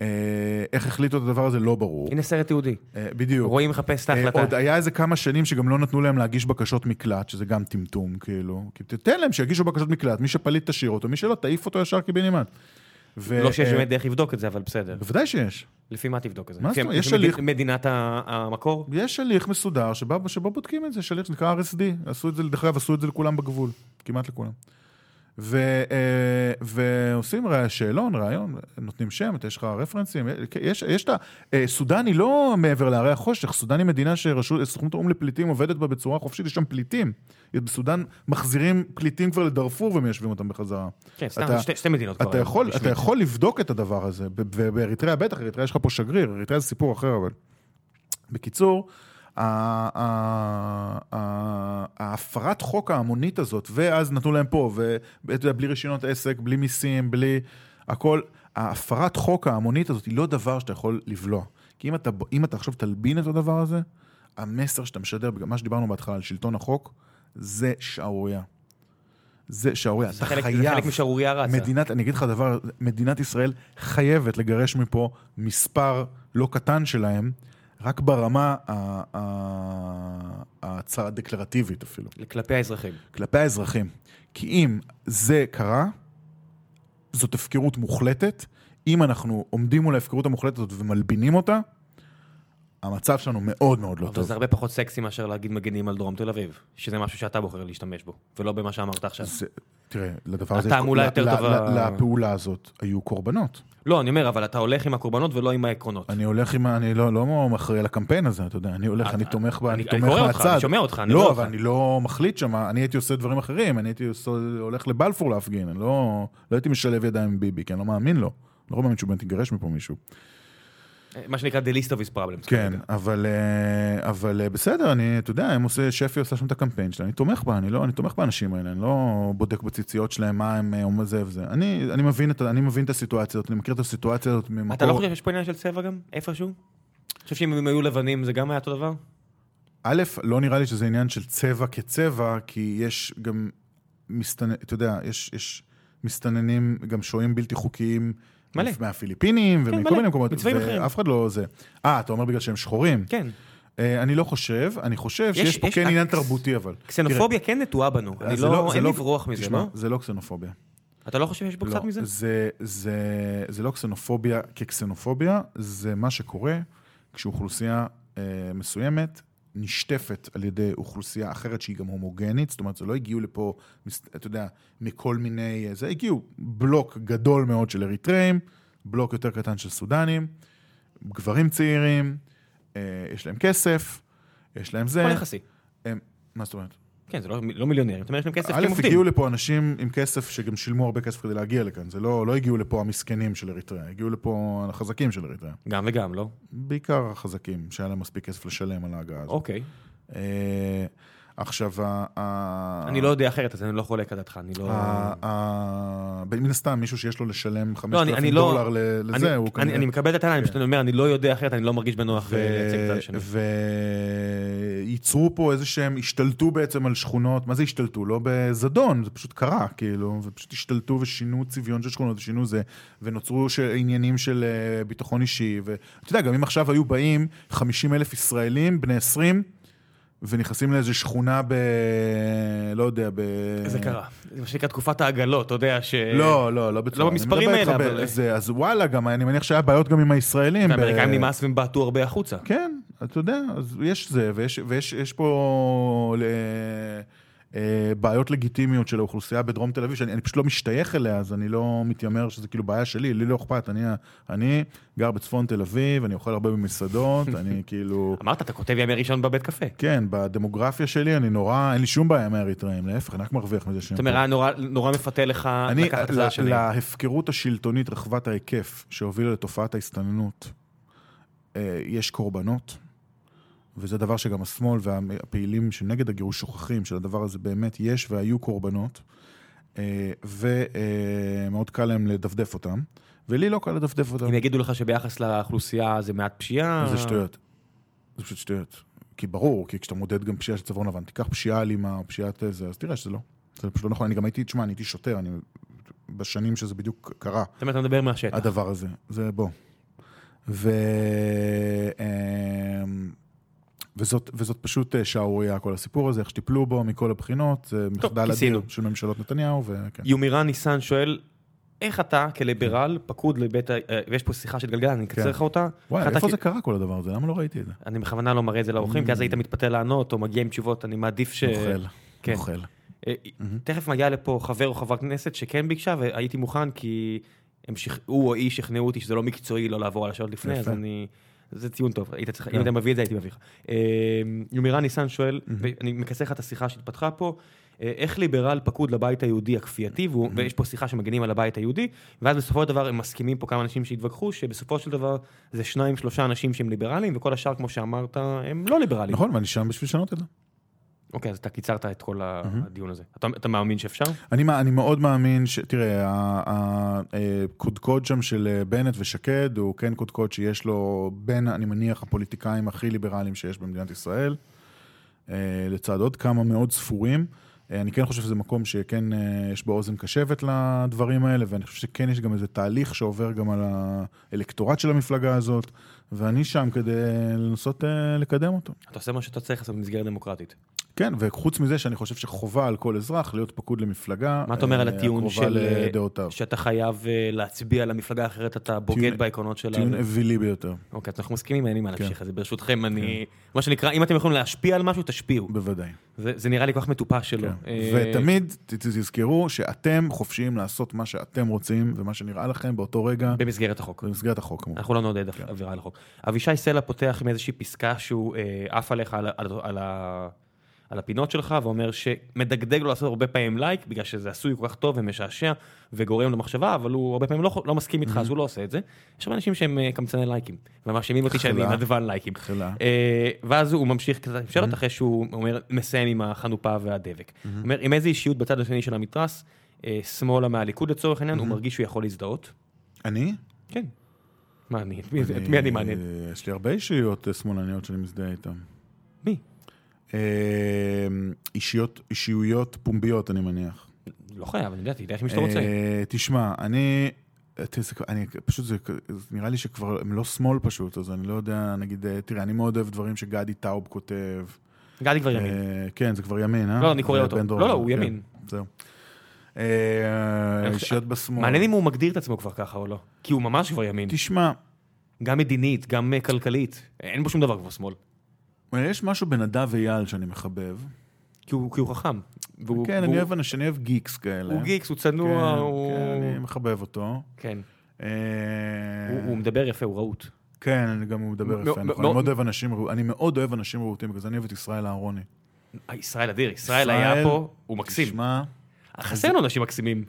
S2: אה, איך החליטו את הדבר הזה, לא ברור.
S1: הנה סרט יהודי.
S2: אה, בדיוק.
S1: רואים מחפש את
S2: אה,
S1: ההחלטה.
S2: עוד היה איזה כמה שנים שגם לא נתנו להם להגיש בקשות מקלט, שזה גם טמטום, כאילו. כי תתן להם שיגישו בקשות מקלט, מי שפליט תשאיר אותו, מי שלא תעיף אותו ישר קיבינימט. ו-
S1: לא שיש
S2: אה,
S1: באמת דרך לבדוק את זה, אבל בסדר.
S2: בוודאי שיש.
S1: לפי מה תבדוק את זה?
S2: מה זאת
S1: לפי-
S2: אומרת? יש
S1: לפי מדינת-
S2: הליך-
S1: מדינת ה- המקור?
S2: יש הליך מסודר שבו, שבו בודקים את זה, יש הליך שנקרא RSD. עשו את זה, דרך אגב, עשו את זה לכולם בגבול, כמעט לכולם. ו, אה, ועושים רא- שאלון, ראיון, נותנים שם, יש לך רפרנסים, יש, יש את ה... אה, סודן היא לא מעבר להרי החושך, סודן היא מדינה שסוכנות האו"ם לפליטים עובדת בה בצורה חופשית, יש שם פליטים. בסודן מחזירים פליטים כבר לדארפור ומיישבים אותם בחזרה.
S1: כן, סתם,
S2: אתה-
S1: שתי- שתי מדינות כבר.
S2: אתה יכול, אתה
S1: רשמית.
S2: יכול לבדוק את הדבר הזה, ב- ובאריתריאה בטח, אריתריאה יש לך פה שגריר, אריתריאה זה סיפור אחר, אבל... בקיצור, ה- ה- ה- ההפרת חוק ההמונית הזאת, ואז נתנו להם פה, ואתה יודע, בלי רישיונות עסק, בלי מיסים, בלי הכל, ההפרת חוק ההמונית הזאת היא לא דבר שאתה יכול לבלוע. כי אם אתה, אם אתה עכשיו תלבין את הדבר הזה, המסר שאתה משדר, בגלל מה שדיברנו בהתחלה על שלטון החוק, זה שערורייה. זה שערורייה,
S1: זה
S2: אתה
S1: חלק-
S2: חייב.
S1: זה חלק משערורייה רצה.
S2: מדינת, אני אגיד לך דבר, מדינת ישראל חייבת לגרש מפה מספר לא קטן שלהם, רק ברמה ה- ה- הצ- הדקלרטיבית אפילו,
S1: כלפי האזרחים.
S2: כלפי האזרחים. כי אם זה קרה, זאת הפקרות מוחלטת. אם אנחנו עומדים מול ההפקרות המוחלטת הזאת ומלבינים אותה, המצב שלנו מאוד מאוד לא
S1: אבל
S2: טוב.
S1: זה הרבה פחות סקסי מאשר להגיד מגנים על דרום תל אביב, שזה משהו שאתה בוחר להשתמש בו, ולא במה שאמרת עכשיו.
S2: זה, תראה, לדבר הזה... יש-
S1: התעמולה
S2: ל-
S1: יותר
S2: ל-
S1: טובה.
S2: ל- לפעולה הזאת היו קורבנות.
S1: לא, אני אומר, אבל אתה הולך עם הקורבנות ולא עם העקרונות.
S2: אני הולך עם, ה- אני לא, לא מכריע לקמפיין הזה, אתה יודע, אני הולך,
S1: אה,
S2: אני
S1: אה,
S2: תומך, ב-
S1: אני-
S2: אני
S1: אני
S2: תומך
S1: קורא אותך,
S2: מהצד.
S1: אני שומע אותך, אני רואה
S2: לא,
S1: אותך.
S2: אבל אני לא מחליט שם, אני הייתי עושה דברים אחרים, אני הייתי עושה, הולך לבלפור להפגין, אני לא, לא הייתי משלב ידיים עם ביבי, כי אני לא מאמין לו. לא מאמין שהוא באמת יגרש מפה מישהו.
S1: אה, מה שנקרא The list of his problems.
S2: כן, אבל, אה, אבל אה, בסדר, אני, אתה יודע, הם עושה, שפי עושה שם את הקמפיין שלה, אני תומך בה, אני לא, אני תומך באנשים האלה, אני לא בודק בציציות שלהם מה הם אה, אומרים זה וזה. אני, אני, מבין את, ה- אני מבין את הסיטואציה הזאת, אני מכיר את הסיטואציה הזאת ממקור...
S1: אתה לא חושב שיש פה עניין של צבע גם? איפשהו? אני חושב שאם הם היו לבנים זה גם היה אותו דבר?
S2: א', לא נראה לי שזה עניין של צבע כצבע, כי יש גם מסתננים, אתה יודע, יש, יש מסתננים, גם שוהים בלתי חוקיים.
S1: מלא. כן,
S2: מהפיליפינים ומכל
S1: מלא.
S2: מיני מקומות,
S1: מצבעים אחרים.
S2: ואף אחד לא זה. אה, אתה אומר בגלל שהם שחורים?
S1: כן.
S2: אה, אני לא חושב, אני חושב שיש פה
S1: יש-
S2: כן עניין
S1: אה,
S2: תרבותי, אבל.
S1: קסנופוביה כן נטועה בנו,
S2: תראה, אה,
S1: אני
S2: זה
S1: לא,
S2: זה
S1: אין לברוח מזה,
S2: תשמע,
S1: לא?
S2: זה לא קסנופוביה.
S1: אתה לא חושב שיש בו
S2: לא,
S1: קצת מזה?
S2: זה, זה, זה לא קסנופוביה כקסנופוביה, זה מה שקורה כשאוכלוסייה אה, מסוימת נשטפת על ידי אוכלוסייה אחרת שהיא גם הומוגנית, זאת אומרת, זה לא הגיעו לפה, מס- אתה יודע, מכל מיני... אה, זה הגיעו בלוק גדול מאוד של אריתראים, בלוק יותר קטן של סודנים, גברים צעירים, אה, יש להם כסף, יש להם זה.
S1: הכל יחסי.
S2: הם, מה זאת אומרת?
S1: כן, זה לא לא מיליונרים, אתה אומר יש להם כסף כי
S2: א',
S1: הם עובדים.
S2: הגיעו לפה אנשים עם כסף שגם שילמו הרבה כסף כדי להגיע לכאן. זה לא, לא הגיעו לפה המסכנים של אריתריאה, הגיעו לפה החזקים של אריתריאה.
S1: גם וגם, לא?
S2: בעיקר החזקים, שהיה להם מספיק כסף לשלם על ההגעה הזאת.
S1: אוקיי.
S2: אה, עכשיו, ה- ה-
S1: אני לא יודע אחרת, אז אני לא חולק על דעתך, אני לא...
S2: ה- ה- מן הסתם, מישהו שיש לו לשלם
S1: אני-
S2: 5,000
S1: אני לא-
S2: דולר ל-
S1: אני-
S2: לזה, הוא כן.
S1: אני- אני מקבל את הטענה, אני פשוט אומר, אני לא יודע אחרת, אני לא מרגיש בנוח אה, לייצג את השני.
S2: וייצרו פה איזה שהם, השתלטו בעצם על שכונות, מה זה השתלטו? לא בזדון, זה פשוט קרה, כאילו, ופשוט השתלטו ושינו צביון של שכונות, ושינו זה, ונוצרו ש... עניינים של אה, ביטחון אישי, ואתה יודע, גם אם עכשיו היו באים 50 אלף ישראלים, בני 20, ונכנסים לאיזה שכונה ב... לא יודע, ב...
S1: זה קרה. זה מה שנקרא תקופת העגלות, אתה יודע ש...
S2: לא, לא, לא בצורה.
S1: לא
S2: אני
S1: במספרים
S2: מדבר איתך
S1: האלה,
S2: ב-
S1: אבל-
S2: זה, אז וואלה, גם אני מניח שהיה בעיות גם עם הישראלים. ב-
S1: האמריקאים נמאס והם בעטו הרבה החוצה.
S2: כן, אתה יודע, אז יש זה, ויש, ויש יש פה ל... אה, בעיות לגיטימיות של האוכלוסייה בדרום תל אביב, שאני אני פשוט לא משתייך אליה, אז אני לא מתיימר שזה כאילו בעיה שלי, לי לא אכפת, אני, ה- אני גר בצפון תל אביב, אני אוכל הרבה במסעדות, אני כאילו...
S1: אמרת, אתה כותב ימי ראשון בבית קפה.
S2: כן, בדמוגרפיה שלי אני נורא, אין לי שום בעיה מהאריתראים, להפך, אני רק מרוויח מזה שהם
S1: זאת אומרת, היה נורא- נורא מפתה לך
S2: אני,
S1: לקחת את
S2: לה-
S1: זה השני.
S2: להפקרות השלטונית רחבת ההיקף שהובילה לתופעת ההסתננות, אה, יש קורבנות, וזה דבר שגם השמאל והפעילים שנגד הגירוש שוכחים, שלדבר הזה באמת יש והיו קורבנות, אה, ומאוד קל להם לדפדף אותם, ולי לא קל לדפדף אותם.
S1: אם יגידו לך שביחס לאוכלוסייה זה מעט פשיעה...
S2: זה שטויות. זה פשוט שטויות. כי ברור, כי כשאתה מודד גם פשיעה של צווארון לבן, תיקח פשיעה אלימה או פשיעת איזה, אז תראה שזה לא. זה פשוט לא נכון. אני גם הייתי, תשמע, אני הייתי שוטר, אני... בשנים שזה בדיוק קרה,
S1: זאת אומרת, אתה מדבר מהשטח.
S2: הדבר הזה. זה בוא. ו... אמ, וזאת, וזאת פשוט אה, שערורייה, כל הסיפור הזה, איך שטיפלו בו מכל הבחינות, זה מחדל אדיר
S1: כיסינו.
S2: של ממשלות נתניהו, וכן.
S1: יומירן ניסן שואל, איך אתה כליברל, פקוד לבית ה... אה, ויש פה שיחה של גלגל, אני אקצר
S2: כן.
S1: לך אותה.
S2: וואי,
S1: איך אתה
S2: איפה
S1: כ-
S2: זה קרה כל הדבר הזה? למה לא ראיתי את זה?
S1: אני בכוונה לא מראה את זה לאורחים, כי אז היית מתפתה לענות, או מגיע עם תשובות, אני מעדיף ש...
S2: אוכל,
S1: כן.
S2: אוכל.
S1: אה, תכף מגיע לפה חבר או חברת כנסת שכן ביקשה, והייתי מוכן, כי הם שכ- הוא או היא שכנעו אותי שזה לא מקצועי לא לעבור על השעות לפני, אז
S2: יפה. כן.
S1: אני... זה ציון טוב, היית צריך, אם היית מביא את זה הייתי מביא לך. אה, יומירן ניסן שואל, ואני מקצר לך את השיחה שהתפתחה פה, אה, איך ליברל פקוד לבית היהודי הכפייתי, והוא- ויש פה שיחה שמגנים על הבית היהודי, ואז בסופו של דבר הם מסכימים פה כמה אנשים שהתווכחו, שבסופו של דבר זה שניים שלושה אנשים שהם ליברלים, וכל השאר כמו שאמרת הם לא ליברלים.
S2: נכון, ואני שם בשביל לשנות את זה.
S1: אוקיי, אז אתה קיצרת את כל ה- הדיון הזה. אתה- אתה מאמין שאפשר?
S2: אני, מא- אני מאוד מאמין ש... תראה, ה- ה- אה, קודקוד שם של אה, בנט ושקד הוא כן קודקוד שיש לו בין, אני מניח, הפוליטיקאים הכי ליברליים שיש במדינת ישראל, אה, לצד עוד כמה מאוד ספורים. אה, אני כן חושב שזה מקום שכן אה, יש בו אוזן קשבת לדברים האלה, ואני חושב שכן יש גם איזה תהליך שעובר גם על האלקטורט של המפלגה הזאת, ואני שם כדי לנסות אה, לקדם אותו.
S1: אתה עושה מה שאתה צריך לעשות במסגרת דמוקרטית.
S2: כן, וחוץ מזה שאני חושב שחובה על כל אזרח להיות פקוד למפלגה.
S1: מה אתה אומר על
S2: אה,
S1: הטיעון של...
S2: הקרובה לדעותיו.
S1: שאתה חייב אה, להצביע למפלגה אחרת, אתה בוגד
S2: טיעון-
S1: בעקרונות שלה.
S2: טיעון כן. אווילי ביותר,
S1: אוקיי, אז אנחנו מסכימים, אין לי מה להמשיך את זה. ברשותכם, אני...
S2: כן.
S1: מה שנקרא, אם אתם יכולים להשפיע על משהו, תשפיעו.
S2: בוודאי.
S1: זה זה נראה לי כל כך מטופש שלו. אה,
S2: כן. ותמיד ת- ת- תזכרו שאתם חופשיים לעשות מה שאתם רוצים ומה שנראה לכם באותו רגע,
S1: במסגרת החוק.
S2: במסגרת החוק כמובן.
S1: אנחנו לא נעודד עבירה על החוק. אבישי סלע פותח עם איזושהי פסקה שהוא אה, עף עליך על, ה- על, ה- על, ה- על הפינות שלך, ואומר שמדגדג לו לעשות הרבה פעמים לייק, בגלל שזה עשוי כל כך טוב ומשעשע וגורם למחשבה, אבל הוא הרבה פעמים לא, חו- לא מסכים איתך, אז הוא לא עושה את זה. יש הרבה אנשים שהם אה, קמצני לייקים, ומאשימים אותי שאני
S2: חלה.
S1: נדבן לייקים.
S2: חלה.
S1: אה, ואז הוא ממשיך קצת עם שאלות, אחרי שהוא אומר, מסיים עם החנופה והדבק. אומר, עם איזה אישיות בצד השני של המתרס, אה, שמאלה מהליכוד לצורך העניין, הוא מרגיש שהוא יכול להזדהות?
S2: אני?
S1: כן. מה אני? את מי- את מי אני מעניין?
S2: אה, יש לי הרבה אישיות אה, שמאלניות שאני מזדהה איתן.
S1: מי?
S2: אה, אישיות, אישיויות פומביות אני מניח.
S1: לא חייב, אני יודע, תלך עם שאתה רוצה.
S2: אה, תשמע, אני... תראה, זה- אני פשוט, זה, זה נראה לי שכבר, הם לא שמאל פשוט, אז אני לא יודע, נגיד, אה, תראה, אני מאוד אוהב דברים שגדי טאוב כותב.
S1: גדי כבר ימין.
S2: אה, כן, זה כבר ימין, אה?
S1: לא, אני קורא
S2: זה
S1: אותו.
S2: בן
S1: לא,
S2: דורון,
S1: לא, הוא
S2: כן,
S1: ימין.
S2: זהו. אה,
S1: אני חושב-
S2: אישיות בשמאל.
S1: מעניין אם הוא מגדיר את עצמו כבר ככה או לא. כי הוא ממש כבר ימין.
S2: תשמע,
S1: גם מדינית, גם אה, כלכלית. אין בו שום דבר כבר שמאל.
S2: יש משהו בנדב אייל שאני מחבב.
S1: כי הוא כי הוא חכם. והוא-
S2: כן,
S1: והוא-
S2: אני אוהב אנשים, אני אוהב גיקס כאלה.
S1: הוא גיקס, הוא
S2: כן,
S1: צנוע, הוא...
S2: כן, אני אה. מחבב אותו.
S1: כן.
S2: אה,
S1: הוא- הוא מדבר יפה, הוא רהוט.
S2: כן, אני גם הוא מדבר
S1: מ-
S2: יפה,
S1: מ-
S2: נכון.
S1: מ-
S2: אני מאוד אוהב אנשים רהוטים, אני מאוד אוהב אנשים רהוטים, בגלל זה אני אוהב את ישראל אהרוני.
S1: אה, ישראל אדיר, ישראל היה פה, הוא מקסים. אה,
S2: תשמע,
S1: חסר לנו אנשים מקסימים.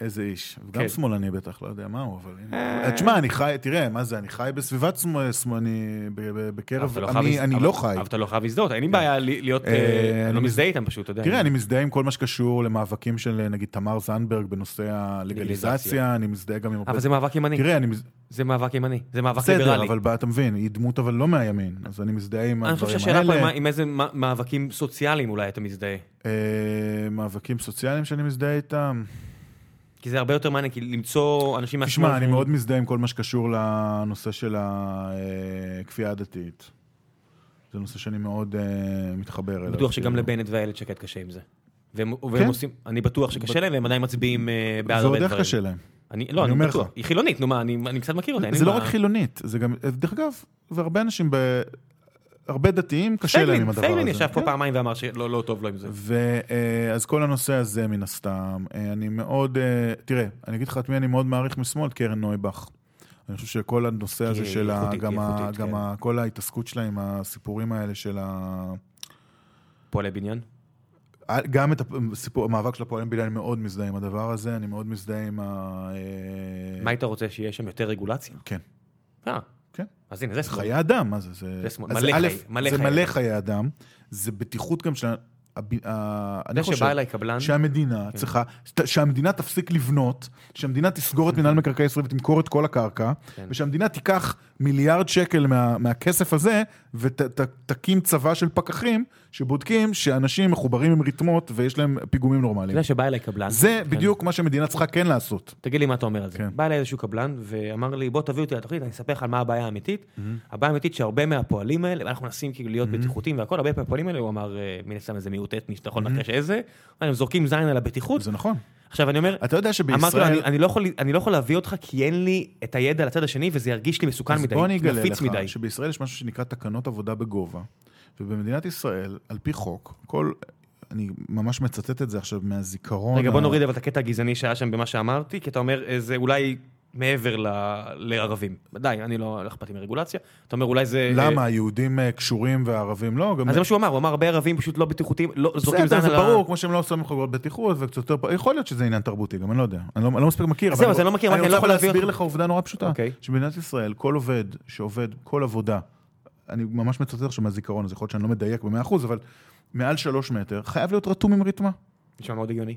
S2: איזה איש.
S1: כן. אה.
S2: גם שמאלני בטח, לא יודע מה הוא, אבל... הנה. אה, תשמע, אני חי, תראה, מה זה, אני חי בסביבת שמאל- שמאלני, ב- ב-
S1: אבל
S2: בקרב
S1: אתה לא חייב
S2: עמי,
S1: להז-
S2: אני
S1: אבל-
S2: לא חי.
S1: אבל אתה לא חייב להזדהות, אין לי בעיה ל- להיות...
S2: אה,
S1: אה,
S2: אני
S1: אני לא
S2: מז-
S1: מזדהה איתם פשוט, אתה יודע.
S2: תראה, אני מזדהה עם כל מה שקשור למאבקים של אה, נגיד תמר זנדברג בנושא הלגליזציה,
S1: לגליזציה.
S2: אני מזדהה גם עם... הרבה-
S1: אבל זה מאבק ימני.
S2: תראה, אני מז-
S1: זה מאבק ימני. זה מאבק
S2: בסדר,
S1: ליברלי.
S2: אבל ב- אתה מבין, היא דמות אבל לא מהימין, אז אני מזדהה עם
S1: אני חושב
S2: הדברים
S1: שהשאלה פה היא מה-
S2: האלה.
S1: עם איזה מא- מאבקים סוציאליים אולי אתה מזדהה.
S2: אה, מאבקים סוציאליים שאני מזדהה איתם.
S1: כי זה הרבה יותר מעניין, כי למצוא אנשים מהשמאל.
S2: תשמע, אני מאוד מזדהה עם כל מה שקשור לנושא של הכפייה הדתית. זה נושא שאני מאוד אה, מתחבר אליו.
S1: בטוח שגם
S2: כאילו.
S1: לבנט ואיילת שקד קשה עם זה. והם והם
S2: כן.
S1: עושים, אני בטוח שקשה להם, והם עדיין מצביעים אה, בעד
S2: זה
S1: הרבה
S2: עוד
S1: דברים.
S2: איך קשה להם.
S1: אני, לא,
S2: אני
S1: אני
S2: אומר
S1: בטוח.
S2: לך.
S1: היא חילונית, נו מה, אני אני קצת מכיר אותה. אין לי
S2: זה לא
S1: מה-
S2: רק חילונית, זה גם, דרך אגב, והרבה אנשים ב... הרבה דתיים קשה להם עם
S1: פייגלין,
S2: הדבר הזה.
S1: פייגלין ישב פה
S2: כן.
S1: פעמיים ואמר שלא לא טוב לו עם זה.
S2: ואז כל הנושא הזה מן הסתם, אה, אני מאוד, אה, תראה, אני אגיד לך את מי אני מאוד מעריך משמאל, קרן נויבך. אני חושב שכל הנושא הזה
S1: היא
S2: של, ה-
S1: איכותית,
S2: גם,
S1: היא
S2: ה-
S1: איכותית,
S2: גם
S1: כן.
S2: ה- כל ההתעסקות שלה עם הסיפורים האלה של ה...
S1: פועלי בניין.
S2: גם את הסיפור, המאבק של הפועלים בניין, אני מאוד מזדהה עם הדבר הזה, אני מאוד מזדהה עם ה... אה,
S1: מה היית רוצה שיהיה שם יותר רגולציה?
S2: כן.
S1: אה,
S2: כן.
S1: אז הנה, זה שמאל.
S2: חיי אדם, מה זה? זה
S1: לא. זה שמאל,
S2: אז
S1: מלא
S2: א',
S1: חיי- מלא
S2: זה
S1: חיי
S2: מלא
S1: אדם.
S2: חיי אדם, זה בטיחות גם של... ה- הב- ה- אני
S1: זה שבא
S2: חושב
S1: אליי כן. קבלן,
S2: שהמדינה צריכה, שת- שהמדינה תפסיק לבנות, שהמדינה תסגור את מינהל מקרקעי ישראל ותמכור את כל הקרקע,
S1: כן.
S2: ושהמדינה תיקח מיליארד שקל מה- מהכסף הזה, ותקים צבא של פקחים שבודקים שאנשים מחוברים עם רתמות ויש להם פיגומים
S1: אתה
S2: נורמליים.
S1: יודע שבא אליי קבלן.
S2: זה
S1: כן.
S2: בדיוק מה שמדינה צריכה כן לעשות.
S1: תגיד לי מה אתה אומר על זה.
S2: כן.
S1: בא אליי איזשהו קבלן ואמר לי, בוא תביא אותי לתוכנית, אני אספר לך על מה הבעיה האמיתית. הבעיה האמיתית שהרבה מהפועלים האלה, אנחנו מנסים כאילו להיות בטיחותיים והכל, הרבה מהפועלים האלה, הוא אמר, אה, מן הסתם איזה מיעוט אתני שאתה יכול לנחש איזה, הם זורקים זין על הבטיחות.
S2: זה נכון.
S1: עכשיו אני אומר,
S2: אתה יודע
S1: אמרתי לו,
S2: שבישראל...
S1: "אני- אני לא יכול- אני לא יכול להביא אותך כי אין לי את הידע לצד השני וזה ירגיש לי מסוכן
S2: אז
S1: מדי,
S2: בוא אני אגלה
S1: נפיץ
S2: לך
S1: מדי.
S2: שבישראל יש משהו שנקרא תקנות עבודה בגובה, ובמדינת ישראל, על פי חוק, כל... אני ממש מצטט את זה עכשיו מהזיכרון.
S1: רגע,
S2: ה-
S1: בוא נוריד אבל את הקטע הגזעני שהיה שם במה שאמרתי, כי אתה אומר, אה, זה אולי מעבר ל- לערבים. די, אני לא לא אכפת לי מרגולציה. אתה אומר, אולי זה... אה,
S2: למה? היהודים אה, קשורים והערבים לא? גם...
S1: אז זה מה שהוא אמר, הוא אמר, הרבה ערבים פשוט לא בטיחותיים, לא זורקים
S2: בסדר,
S1: זין
S2: זה
S1: על ה...
S2: ברור, כמו שהם לא שמים חגורות בטיחות וקצת יותר... פ- יכול להיות שזה עניין תרבותי, גם אני לא יודע. אני לא, אני לא מספיק מכיר.
S1: אז
S2: אבל
S1: זהו, אז אני לא מכיר, אמרתי, אני לא
S2: רוצה
S1: יכול להביא
S2: להסביר
S1: אותך.
S2: לך עובדה נורא פשוטה.
S1: אוקיי.
S2: שבמדינת ישראל, כל עובד שעובד, כל עבודה, אני ממש מצטט עכשיו מהזיכרון, אז יכול להיות שאני לא מדייק במאה אחוז, אבל מעל שלוש מטר, חייב להיות רתום עם רתמה.
S1: נשמע מאוד הגיוני.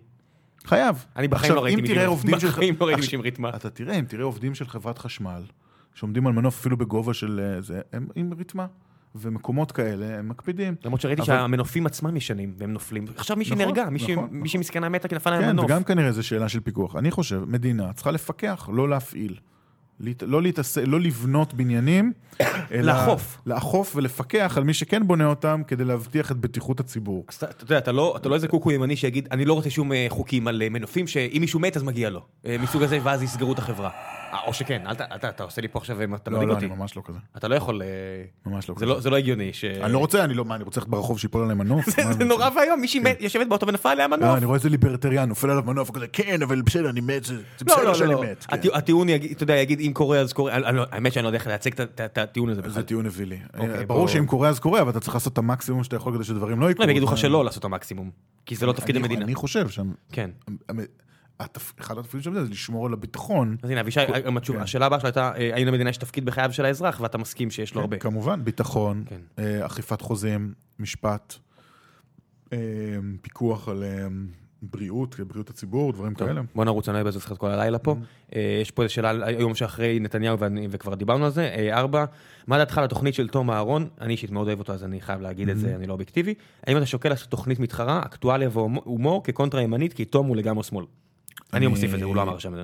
S2: חייב.
S1: אני בחיים
S2: עכשיו,
S1: לא ראיתי
S2: אם תראה עובדים של...
S1: בחיים לא ראיתי
S2: עכשיו,
S1: מישהו עם רתמה.
S2: אתה תראה, אם תראה עובדים של חברת חשמל, שעומדים על מנוף אפילו בגובה של אה, זה, הם עם רתמה. ומקומות כאלה, הם מקפידים.
S1: למרות שראיתי
S2: אבל-
S1: שהמנופים עצמם ישנים, והם נופלים. נכון. עכשיו מישהי
S2: נכון,
S1: נהרגה, מישהי-
S2: נכון, נכון.
S1: מישהי מסכנה מתה כי נפל להם
S2: כן,
S1: מנוף.
S2: וגם כנראה זו שאלה של פיקוח. אני חושב, מדינה צריכה לפקח, לא להפעיל. להת- לא להתעסק, לא לבנות בניינים, אלא...
S1: לאכוף.
S2: לאכוף ולפקח על מי שכן בונה אותם, כדי להבטיח את בטיחות הציבור.
S1: אז אתה אתה יודע, אתה לא, אתה לא איזה קוקו ימני שיגיד, אני לא רוצה שום אה, חוקים על אה, מנופים, שאם מישהו מת אז מגיע לו. אה, מסוג הזה, ואז יסגרו את החברה. אה, או שכן, אל ת... אתה, אתה עושה לי פה עכשיו, אה, אתה
S2: לא,
S1: מדאיג
S2: לא, אני
S1: אותי.
S2: ממש לא כזה.
S1: אתה לא יכול... אה,
S2: ממש לא
S1: זה
S2: כזה.
S1: לא- זה לא הגיוני ש...
S2: אני לא רוצה, אני לא... מה, אני רוצה ללכת ברחוב שיפול עליי מנוף? מה
S1: זה נורא ואיום, מישהי
S2: כן.
S1: מת- יושבת באוטו ונפל עליה
S2: לא,
S1: מנוף.
S2: אני רואה איזה ליברטריאן, נופל עליו מנוף, כזה, כן, אבל בסדר, אני מת, זה זה
S1: לא,
S2: בסדר
S1: לא,
S2: שאני
S1: לא.
S2: מת. כן.
S1: הטי- הטיעון, יגיד- אתה יודע, יגיד אם קורה אז קורה. אני- אני לא- האמת שאני לא יודע איך לייצג את ה- את ה- את הטיעון הזה
S2: זה
S1: בכלל.
S2: טיעון אווילי.
S1: אוקיי,
S2: ברור
S1: בוא-
S2: שאם קורה אז קורה, אבל אתה צריך לעשות את המקסימום שאתה יכול כדי שדברים לא יקרו.
S1: לא, הם יגידו לך
S2: אבל-
S1: שלא לעשות את המקסימום, כי זה לא תפקיד
S2: אני-
S1: המדינה.
S2: אני חושב שם...
S1: כן.
S2: המ- התפ- אחד התפקידים של המדינה זה לשמור על הביטחון.
S1: אז הנה, אבישי, אה, גם התשובה-
S2: כן.
S1: השאלה הבאה שלו הייתה, אה, האם למדינה יש תפקיד בחייו של האזרח, ואתה מסכים שיש
S2: כן,
S1: לו לא הרבה.
S2: כמובן, ביטחון,
S1: כן.
S2: אה, אכיפת חוזים, משפט, אה, פיקוח על אה, בריאות, בריאות הציבור, דברים
S1: טוב,
S2: כאלה.
S1: בוא נרוץ, אני לא אבזבז לך את כל הלילה פה.
S2: Mm-hmm.
S1: אה, יש פה איזו שאלה על היום שאחרי נתניהו, ואני- וכבר דיברנו על זה. אה, ארבע, מה דעתך על התוכנית של תום אהרון? אני אישית מאוד אוהב אותו, אז אני חייב להגיד את
S2: Mm-hmm.
S1: זה, אני לא אובייקטיבי. האם אתה שוקל לעשות תוכנית מתחרה, אקטואליה והומור, כקונטרה ימנית, כי תום הוא לגמרי שמאל. אני
S2: אני-
S1: מוסיף את זה, הוא לא אמר שם את זה.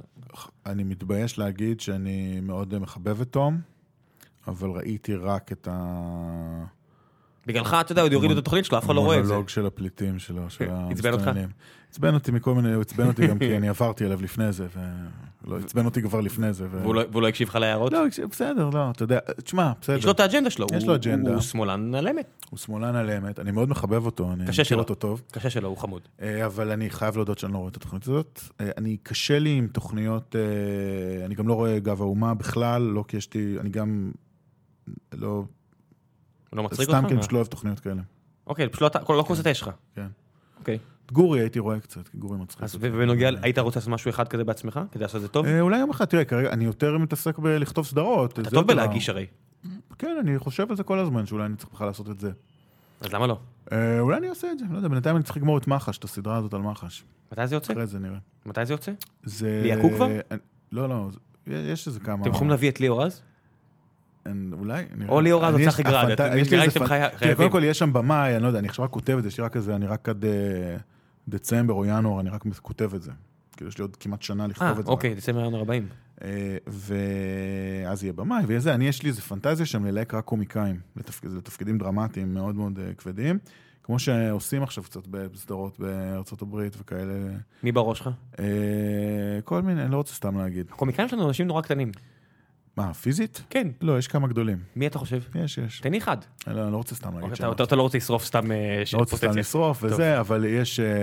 S2: אני מתבייש להגיד שאני מאוד אה, מחבב את תום, אבל ראיתי רק את ה...
S1: בגללך, אתה יודע, עוד יורידו את התוכנית שלו, אף אחד לא רואה את זה. כן,
S2: המונולוג של הפליטים שלו, של
S1: עצבן אותך?
S2: המסתננים. עצבן אותי מכל מיני, הוא עצבן אותי גם כי אני עברתי עליו לפני זה, ולא, עצבן אותי כבר לפני זה. ו-
S1: והוא לא- והוא לא הקשיב לך להערות?
S2: לא, כש- בסדר, לא, אתה יודע, תשמע, בסדר.
S1: יש לו את האג'נדה שלו.
S2: יש לו
S1: הוא-
S2: אג'נדה.
S1: הוא שמאלן על אמת.
S2: הוא שמאלן על אמת, אני מאוד מחבב אותו, אני
S1: קשה
S2: מכיר
S1: שלא.
S2: אותו טוב,
S1: קשה שלו, הוא חמוד.
S2: אה, אבל אני חייב להודות שאני לא רואה את התוכנית הזאת. אה, אני, קשה לי עם תוכניות, אה, אני גם לא רואה גב האומה בכלל, לא כי יש לי, אני גם, לא,
S1: הוא לא מצחיק אותך?
S2: סתם כי אני
S1: מה?
S2: פשוט לא אוהב תוכניות כאלה.
S1: אוקיי, פשוט לא אתה- לא כוס התה שלך.
S2: כן.
S1: אוקיי.
S2: את גורי הייתי רואה קצת, כי גורי מצחיק.
S1: אז ו-
S2: אותי.
S1: ובנוגע, ל- היית רוצה לעשות משהו אחד כזה בעצמך? כדי לעשות את זה טוב?
S2: אה, אולי יום אחד, תראה, כרגע אני יותר מתעסק בלכתוב סדרות.
S1: אתה
S2: זה
S1: טוב
S2: יותר-
S1: בלהגיש הרי.
S2: כן, אני חושב על זה כל הזמן, שאולי אני צריך בכלל לעשות את זה.
S1: אז למה לא?
S2: אה, אולי אני אעשה את זה, לא יודע, בינתיים אני צריך לגמור את מח"ש, את הסדרה הזאת על מח"ש.
S1: מתי זה יוצא?
S2: אחרי זה נראה.
S1: מתי זה יוצא?
S2: זה...
S1: ליעקו כבר?
S2: אני- לא, לא, זה- יש איזה כמה...
S1: אתם יכולים להביא את ליאור אז?
S2: אין- אולי... נראה.
S1: או ליאור אז
S2: אה, אני-
S1: או צחי גראד,
S2: הפנט-
S1: אתם-
S2: יש לי
S1: נראה לי
S2: איזה
S1: שאתם
S2: פנט-
S1: חי-
S2: תראה,
S1: חייבים.
S2: קודם כל יש שם במאי, אני לא יודע, אני עכשיו רק כותב את זה, יש לי רק איזה, אני רק עד אה, דצמבר או ינואר, אני רק כותב את זה. כאילו, יש לי עוד כמעט שנה
S1: אה,
S2: לכתוב את זה.
S1: אוקיי, דצמבר ינואר 40.
S2: אה, ואז יהיה במאי, ויהיה זה, אני יש לי איזה פנטזיה שם ללהק רק קומיקאים, לתפק... זה לתפקידים דרמטיים מאוד מאוד אה, כבדים, כמו שעושים עכשיו קצת בסדרות בארצות הברית וכאלה,
S1: מי בראש שלך?
S2: אה, כל מיני, אני לא רוצה סתם להגיד.
S1: הקומיקאים שלנו אנשים נורא קטנים.
S2: מה, פיזית?
S1: כן.
S2: לא, יש כמה גדולים.
S1: מי אתה חושב?
S2: יש, יש.
S1: תן לי אחד.
S2: אני לא אני לא רוצה סתם להגיד
S1: אתה-
S2: שם.
S1: אתה אתה לא רוצה לשרוף סתם אה, של
S2: לא רוצה סתם
S1: פוטנציה.
S2: לשרוף
S1: טוב.
S2: וזה, אבל יש... אה,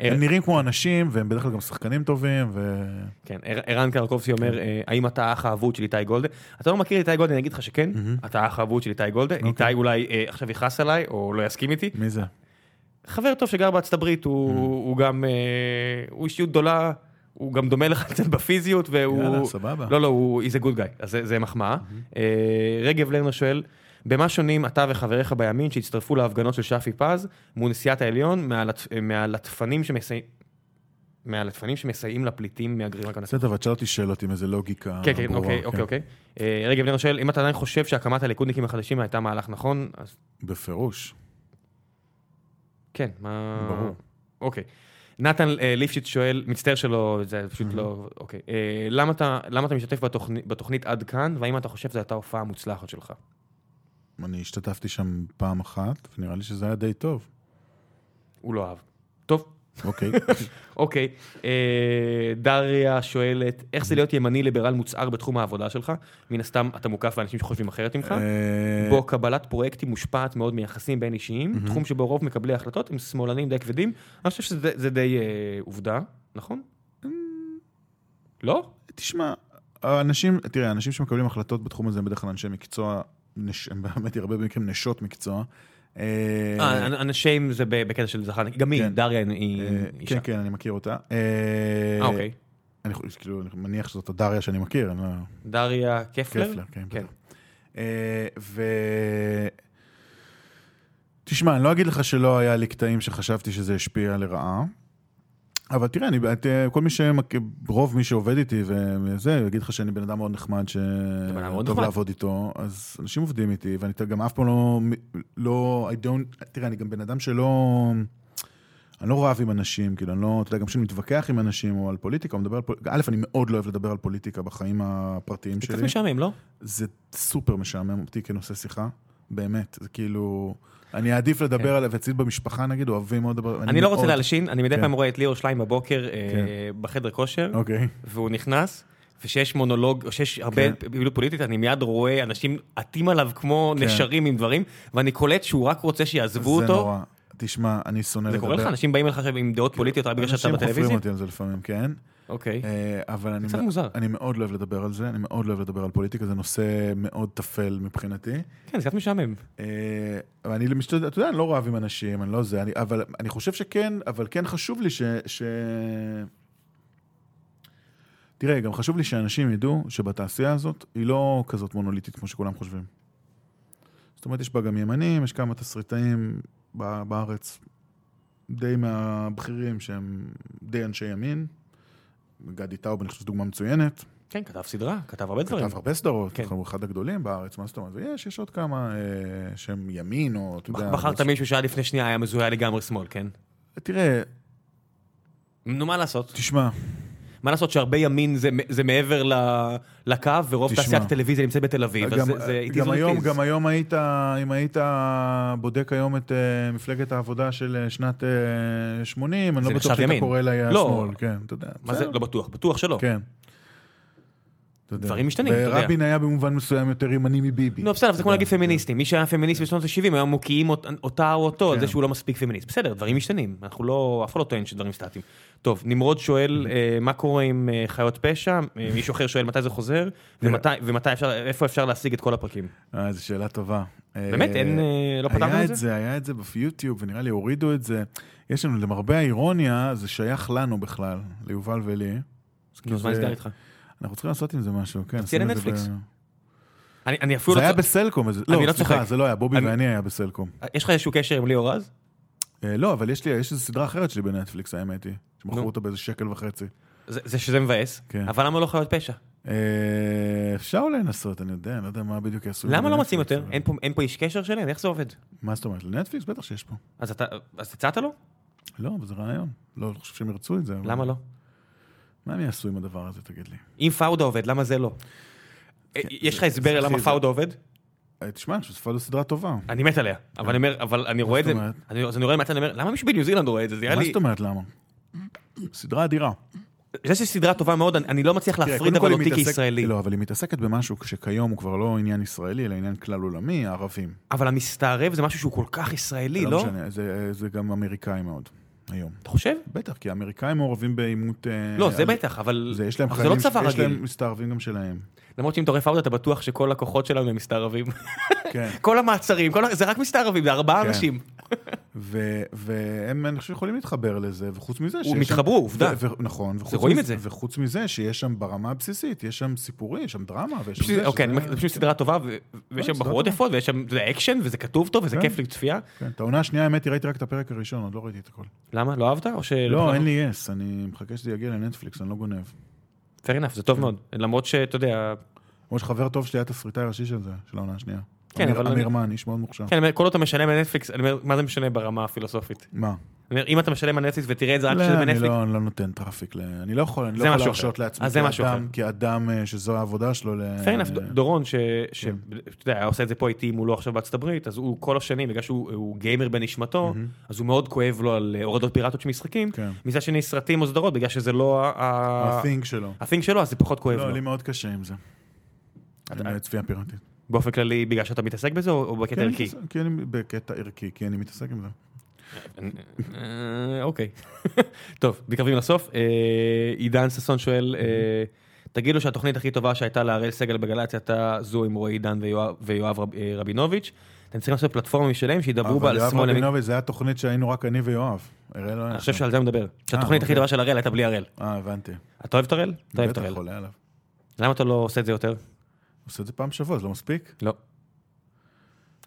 S1: אה,
S2: הם נראים כמו אנשים, והם בדרך כלל גם שחקנים טובים, ו...
S1: כן, ער- ערן קרקובסקי
S2: כן.
S1: אומר, אה, האם אתה האח האבוד של איתי גולדה? אתה לא מכיר את איתי גולדה, אני אגיד לך שכן,
S2: Mm-hmm.
S1: אתה האח האבוד של איתי גולדה.
S2: אוקיי.
S1: איתי אולי אה, עכשיו יכעס עליי, או לא יסכים איתי.
S2: מי זה?
S1: חבר טוב שגר בארצות הברית, הוא
S2: Mm-hmm.
S1: הוא גם, אה, הוא אישיות גדולה, הוא גם דומה לך קצת בפיזיות, והוא...
S2: יאללה, סבבה.
S1: לא, לא, הוא he's a good guy, אז זה- זה מחמאה. אה, רגב לרנר שואל, במה שונים אתה וחבריך בימין שהצטרפו להפגנות של שפי פז מול נשיאת העליון מהלטפ- מהלטפנים שמסייעים... מהלטפנים שמסייעים לפליטים מהגרים לכנסת?
S2: בסדר, אבל תשאל אותי שאלות עם איזה לוגיקה.
S1: כן, כן,
S2: ברורה,
S1: אוקיי, אוקיי, אוקיי. אה, רגב לרנר שואל, אם אתה עדיין חושב שהקמת הליכודניקים החדשים הייתה מהלך נכון, אז
S2: בפירוש.
S1: כן, מה...
S2: ברור.
S1: אוקיי. נתן אה, ליפשיץ שואל, מצטער שלא, זה פשוט לא... אוקיי. אה, למה אתה- למה אתה משתתף בתוכנית- בתוכנית עד כאן, והאם אתה חושב שזו הייתה ההופעה המוצלחת שלך?
S2: אני השתתפתי שם פעם אחת, ונראה לי שזה היה די טוב.
S1: הוא לא אהב. טוב,
S2: אוקיי.
S1: אוקיי. אה, דריה שואלת, איך זה להיות ימני ליברל מוצהר בתחום העבודה שלך? מן הסתם, אתה מוקף באנשים שחושבים אחרת ממך.
S2: אה,
S1: בו קבלת פרויקטים מושפעת מאוד מיחסים בין אישיים, תחום שבו רוב מקבלי ההחלטות הם שמאלנים די כבדים. אני חושב שזה זה די אה, עובדה, נכון?
S2: אמ,
S1: לא?
S2: תשמע, האנשים, תראה, האנשים שמקבלים החלטות בתחום הזה הם בדרך כלל אנשי מקצוע, נש- הם באמת הרבה במקרים נשות מקצוע. אה,
S1: אה, אנ- אנשים זה ב- בקטע של זכר, גם היא,
S2: כן.
S1: דריה היא
S2: אה,
S1: אישה.
S2: כן, כן, אני מכיר אותה. אה,
S1: אה, אוקיי.
S2: אני חושב, כאילו, אני מניח שזאת הדריה שאני מכיר, אני לא...
S1: דריה קפלר?
S2: קפלר, כן.
S1: כן.
S2: בטח. אה, ו... תשמע, אני לא אגיד לך שלא היה לי קטעים שחשבתי שזה השפיע לרעה, אבל תראה, אני, את, אה, כל מי שמכ... רוב מי שעובד איתי וזה, יגיד לך שאני בן אדם מאוד נחמד, ש...
S1: בן אדם מאוד
S2: טוב
S1: נחמד.
S2: לעבוד איתו, אז אנשים עובדים איתי, ואני ת- גם אף פעם לא... לא I don't, תראה, אני גם בן אדם שלא... אני לא רב עם אנשים, כאילו, אני לא, אתה יודע, גם כשאני מתווכח עם אנשים או על פוליטיקה, או מדבר על פוליטיקה, א', אני מאוד לא אוהב לדבר על פוליטיקה בחיים הפרטיים
S1: זה
S2: שלי.
S1: קצת משעמם, לא?
S2: זה סופר משעמם אותי כנושא שיחה, באמת, זה כאילו... אני אעדיף לדבר עליו, אצלי במשפחה נגיד, אוהבים מאוד לדבר...
S1: כן. אני לא רוצה
S2: מאוד-
S1: להלשין, אני מדי
S2: כן.
S1: פעם רואה את ליאור שליים בבוקר אה,
S2: כן.
S1: בחדר כושר,
S2: אוקיי.
S1: והוא נכנס. ושיש מונולוג, או שיש הרבה
S2: כן.
S1: פעילות פוליטית, אני מיד רואה אנשים עטים עליו כמו
S2: כן.
S1: נשרים עם דברים, ואני קולט שהוא רק רוצה שיעזבו
S2: זה
S1: אותו.
S2: נורא. תשמע, אני שונא
S1: זה
S2: לדבר...
S1: קורה לך? אנשים באים אליך עכשיו עם דעות פוליטיות רק בגלל שאתה
S2: כן. אנשים חופרים
S1: בטלוויזיה?
S2: אותי על זה לפעמים, כן.
S1: אוקיי.
S2: אה, אבל אני...
S1: קצת
S2: מא-
S1: מוזר.
S2: אני מאוד לא אוהב לדבר על זה, אני מאוד לא אוהב לדבר על פוליטיקה, זה נושא מאוד טפל מבחינתי.
S1: כן, זה קצת משעמם.
S2: אה, אבל אני משתדל, אתה יודע, אני לא רב עם אנשים, אני לא זה, אני, אבל אני חושב שכן, אבל כן חשוב לי ש... ש... תראה, גם חשוב לי שאנשים ידעו שבתעשייה הזאת היא לא כזאת מונוליטית כמו שכולם חושבים. זאת אומרת, יש בה גם ימנים, יש כמה תסריטאים ב- בארץ, די מהבכירים שהם די אנשי ימין. גדי טאוב, אני חושב שזו דוגמה מצוינת.
S1: כן, כתב סדרה, כתב הרבה דברים.
S2: כתב הרבה סדרות,
S1: כן.
S2: כן. הוא אחד הגדולים בארץ, מה זאת אומרת? ויש, יש עוד כמה אה, שהם ימין, או אתה יודע...
S1: בחרת מישהו שעד לפני שנייה היה מזוהה לגמרי שמאל, כן?
S2: תראה,
S1: נו, מה לעשות?
S2: תשמע,
S1: מה לעשות שהרבה ימין זה- זה מעבר ל- לקו, ורוב
S2: תשמע.
S1: תעשיית הטלוויזיה נמצאת בתל אביב, אז
S2: גם,
S1: זה- זה... it is
S2: גם,
S1: what it
S2: היום,
S1: is.
S2: גם היום היית, אם היית בודק היום את אה, מפלגת העבודה של אה, שנת אה, 80, אני
S1: זה
S2: לא בטוח
S1: נחשב
S2: שאתה
S1: ימין.
S2: קורא לה ימין.
S1: לא.
S2: שמאל, כן, אתה יודע.
S1: מה זה?
S2: בסדר,
S1: לא בטוח, בטוח שלא.
S2: כן. אתה יודע.
S1: דברים משתנים, אתה יודע.
S2: ורבין היה במובן מסוים יותר ימני מביבי.
S1: נו, לא, בסדר, אבל זה
S2: אתה
S1: כמו
S2: יודע.
S1: להגיד פמיניסטים. מי שהיה פמיניסט בשנות ה-70, היום מוקיעים אות- אותה או אותו על זה
S2: כן.
S1: שהוא לא מספיק פמיניסט. בסדר, דברים משתנים. אנחנו לא, אף אחד לא טוען שדברים סטטיים. טוב, נמרוד שואל, אה, מה קורה עם אה, חיות פשע? אה, מישהו אחר שואל מתי זה חוזר, ומתי- ומתי אפשר, איפה אפשר להשיג את כל הפרקים?
S2: אה, זו שאלה טובה.
S1: באמת, אין, אה, לא פתרנו
S2: היה
S1: את זה?
S2: את זה, היה את זה ביוטיוב, ונראה לי הורידו את זה. יש לנו, למרבה האירוניה, זה שייך לנו בכלל, ליובל ולי. אז
S1: נו,
S2: כאילו
S1: אז מה
S2: זה-
S1: נסגר איתך?
S2: אנחנו צריכים לעשות עם זה משהו, כן.
S1: תציע
S2: עשינו את זה
S1: לנטפליקס.
S2: ב-
S1: אני- אני אפילו
S2: זה
S1: לא...
S2: היה
S1: צ-
S2: בסלקום, אז-
S1: אני לא
S2: לא, סליחה,
S1: צוחק.
S2: זה לא היה, בובי
S1: אני-
S2: ואני היה בסלקום.
S1: יש לך איזשהו קשר עם ליאור רז?
S2: אה, לא, אבל יש לי, יש איזו סדרה אחרת שלי בנטפליקס, האמת היא,
S1: נו.
S2: שמכרו אותה באיזה שקל וחצי.
S1: זה זה שזה מבאס,
S2: כן.
S1: אבל למה לא חיות פשע?
S2: אה, אפשר אולי לנסות, אני יודע, אני לא יודע מה בדיוק יעשו. עם
S1: למה לא
S2: בנטפליקס,
S1: מוצאים יותר?
S2: אבל-
S1: אין פה- אין פה איש קשר שלהם? איך זה עובד?
S2: מה זאת אומרת? לנטפליקס בטח שיש פה.
S1: אז אתה, אז הצעת לו?
S2: לא, אבל זה רעיון. לא, אני חושב שהם ירצו את זה. אבל-
S1: למה לא?
S2: מה הם יעשו עם הדבר הזה, תגיד לי?
S1: אם פאודה עובד, למה זה לא? אה, יש לך הסבר
S2: זה-
S1: למה
S2: כן, זה-
S1: פאודה עובד?
S2: אה, תשמע, אני חושב שספדו סדרה טובה.
S1: אני מת עליה, אבל אני אומר, אבל אני רואה את זה,
S2: אה. זאת אומרת?
S1: אני אז אני רואה מהצד, אני אומר, למה מישהו בניו זילנד רואה את זה? זה נראה
S2: מה
S1: לי...
S2: זאת אומרת למה? סדרה אדירה.
S1: זה סדרה טובה מאוד, אני- אני לא מצליח
S2: תראה,
S1: להפריד
S2: קודם
S1: אבל
S2: כל היא
S1: אותי
S2: מתעסק-
S1: כישראלי.
S2: לא, אבל היא מתעסקת במשהו שכיום הוא כבר לא עניין ישראלי, אלא עניין כלל עולמי, הערבים.
S1: אבל המסתערב זה משהו שהוא כל כך ישראלי,
S2: זה
S1: לא?
S2: משנה, זה, זה גם אמריקאי מאוד, היום.
S1: אתה חושב?
S2: בטח, כי האמריקאים מעורבים בעימות... אה,
S1: לא, זה
S2: על-
S1: בטח, אבל
S2: זה, יש להם
S1: אבל זה
S2: חיילים,
S1: לא צבא
S2: יש
S1: רגיל.
S2: להם מסתערבים גם שלהם.
S1: למרות שאם אתה עורף אאוטו אתה בטוח שכל הכוחות שלנו הם מסתערבים.
S2: כן.
S1: כל המעצרים, כל ה- זה רק מסתערבים, זה ארבעה
S2: כן.
S1: אנשים.
S2: ו- והם, אני חושב, יכולים להתחבר לזה, וחוץ מזה
S1: הם התחברו, עובדה.
S2: ו- ו- נכון. וחוץ
S1: רואים
S2: מזה-
S1: את זה.
S2: וחוץ מזה שיש שם ברמה הבסיסית, יש שם סיפורים, יש שם דרמה, ויש שם
S1: פשוט-
S2: זה.
S1: אוקיי,
S2: שזה-
S1: אני
S2: כן,
S1: מכיר- זה פשוט סדרה טובה, ו- ויש שם
S2: סדרה
S1: בחורות
S2: טובה.
S1: יפות, ויש שם זה אקשן, וזה כתוב טוב, וזה
S2: כן.
S1: כיף לצפייה.
S2: כן, את העונה השנייה, האמת היא, ראיתי רק את הפרק הראשון, עוד לא ראיתי את הכל.
S1: למה? לא אהבת? או שלא?
S2: לא, אין לי יס, אני מחכה שזה יגיע לנטפליקס, אני לא גונב.
S1: fair enough, זה
S2: כן.
S1: טוב מאוד. למרות שאתה יודע,
S2: למרות שחבר טוב שלי היה תסריטאי ראשי של זה, של העונה השנייה.
S1: כן,
S2: אמיר-
S1: אבל אני-
S2: אמיר מן, איש מאוד מוכשר.
S1: כן, אני אומר, כל עוד אתה משלם לנטפליקס, אני אומר, מה זה משנה ברמה הפילוסופית?
S2: מה?
S1: אני אומר, אם אתה משלם לנטפליקס ותראה את זה רק
S2: לא,
S1: כשזה
S2: אני
S1: בנטפליקס,
S2: לא אני לא נותן טראפיק, ל- אני לא יכול, אני
S1: זה
S2: לא יכול
S1: משהו
S2: להרשות
S1: אחר.
S2: לעצמי,
S1: אז זה משהו
S2: כאדם-
S1: אחר.
S2: כאדם אה, שזו העבודה שלו, ל-
S1: fair enough,
S2: אה.
S1: ד- דורון, ש-
S2: כן.
S1: ש- אתה יודע, היה עושה את זה פה איתי מולו עכשיו בארצות הברית, אז הוא כל השנים, בגלל שהוא הוא גיימר בנשמתו, אז הוא מאוד כואב לו על אה, הורדות פיראטות של משחקים.
S2: כן.
S1: מצד שני, סרטים או סדרות, בגלל שזה לא ה- ה-
S2: ה-think שלו.
S1: ה-thing שלו, אז זה פחות כואב
S2: לא, לי
S1: אה, לו. אה,
S2: מאוד קשה עם זה. עם אה, צפייה פיראטית.
S1: באופן כללי, בגלל שאתה מתעסק בזה, או- או בקטע
S2: כן, אני
S1: ערכי?
S2: מתעסק- כי אני בקטע ערכי, כי אני מתעסק עם זה.
S1: אה, אוקיי. טוב, מתקרבים לסוף. אה, עידן ששון שואל, אה, תגיד לו שהתוכנית הכי טובה שהייתה להראל סגל בגל"צ הייתה זו עם רועי עידן ויואב- ויואב רב- אה, רבינוביץ'. אתם צריכים לעשות פלטפורמה משלהם שידברו בה
S2: אבל
S1: על
S2: יואב
S1: שמאל. ימין.
S2: רבינוביץ', זה היה תוכנית שהיינו רק אני ויואב. הראל לא היה
S1: אני חושב
S2: שם.
S1: שעל זה הוא מדבר. שהתוכנית הכי
S2: אוקיי.
S1: טובה של הראל הייתה בלי הראל.
S2: אה, הבנתי.
S1: אתה אוהב את הראל? אתה אוהב את
S2: בטח,
S1: הראל.
S2: עולה עליו.
S1: למה אתה לא עושה את זה יותר?
S2: עושה את זה פעם בשבוע, זה לא מספיק?
S1: לא.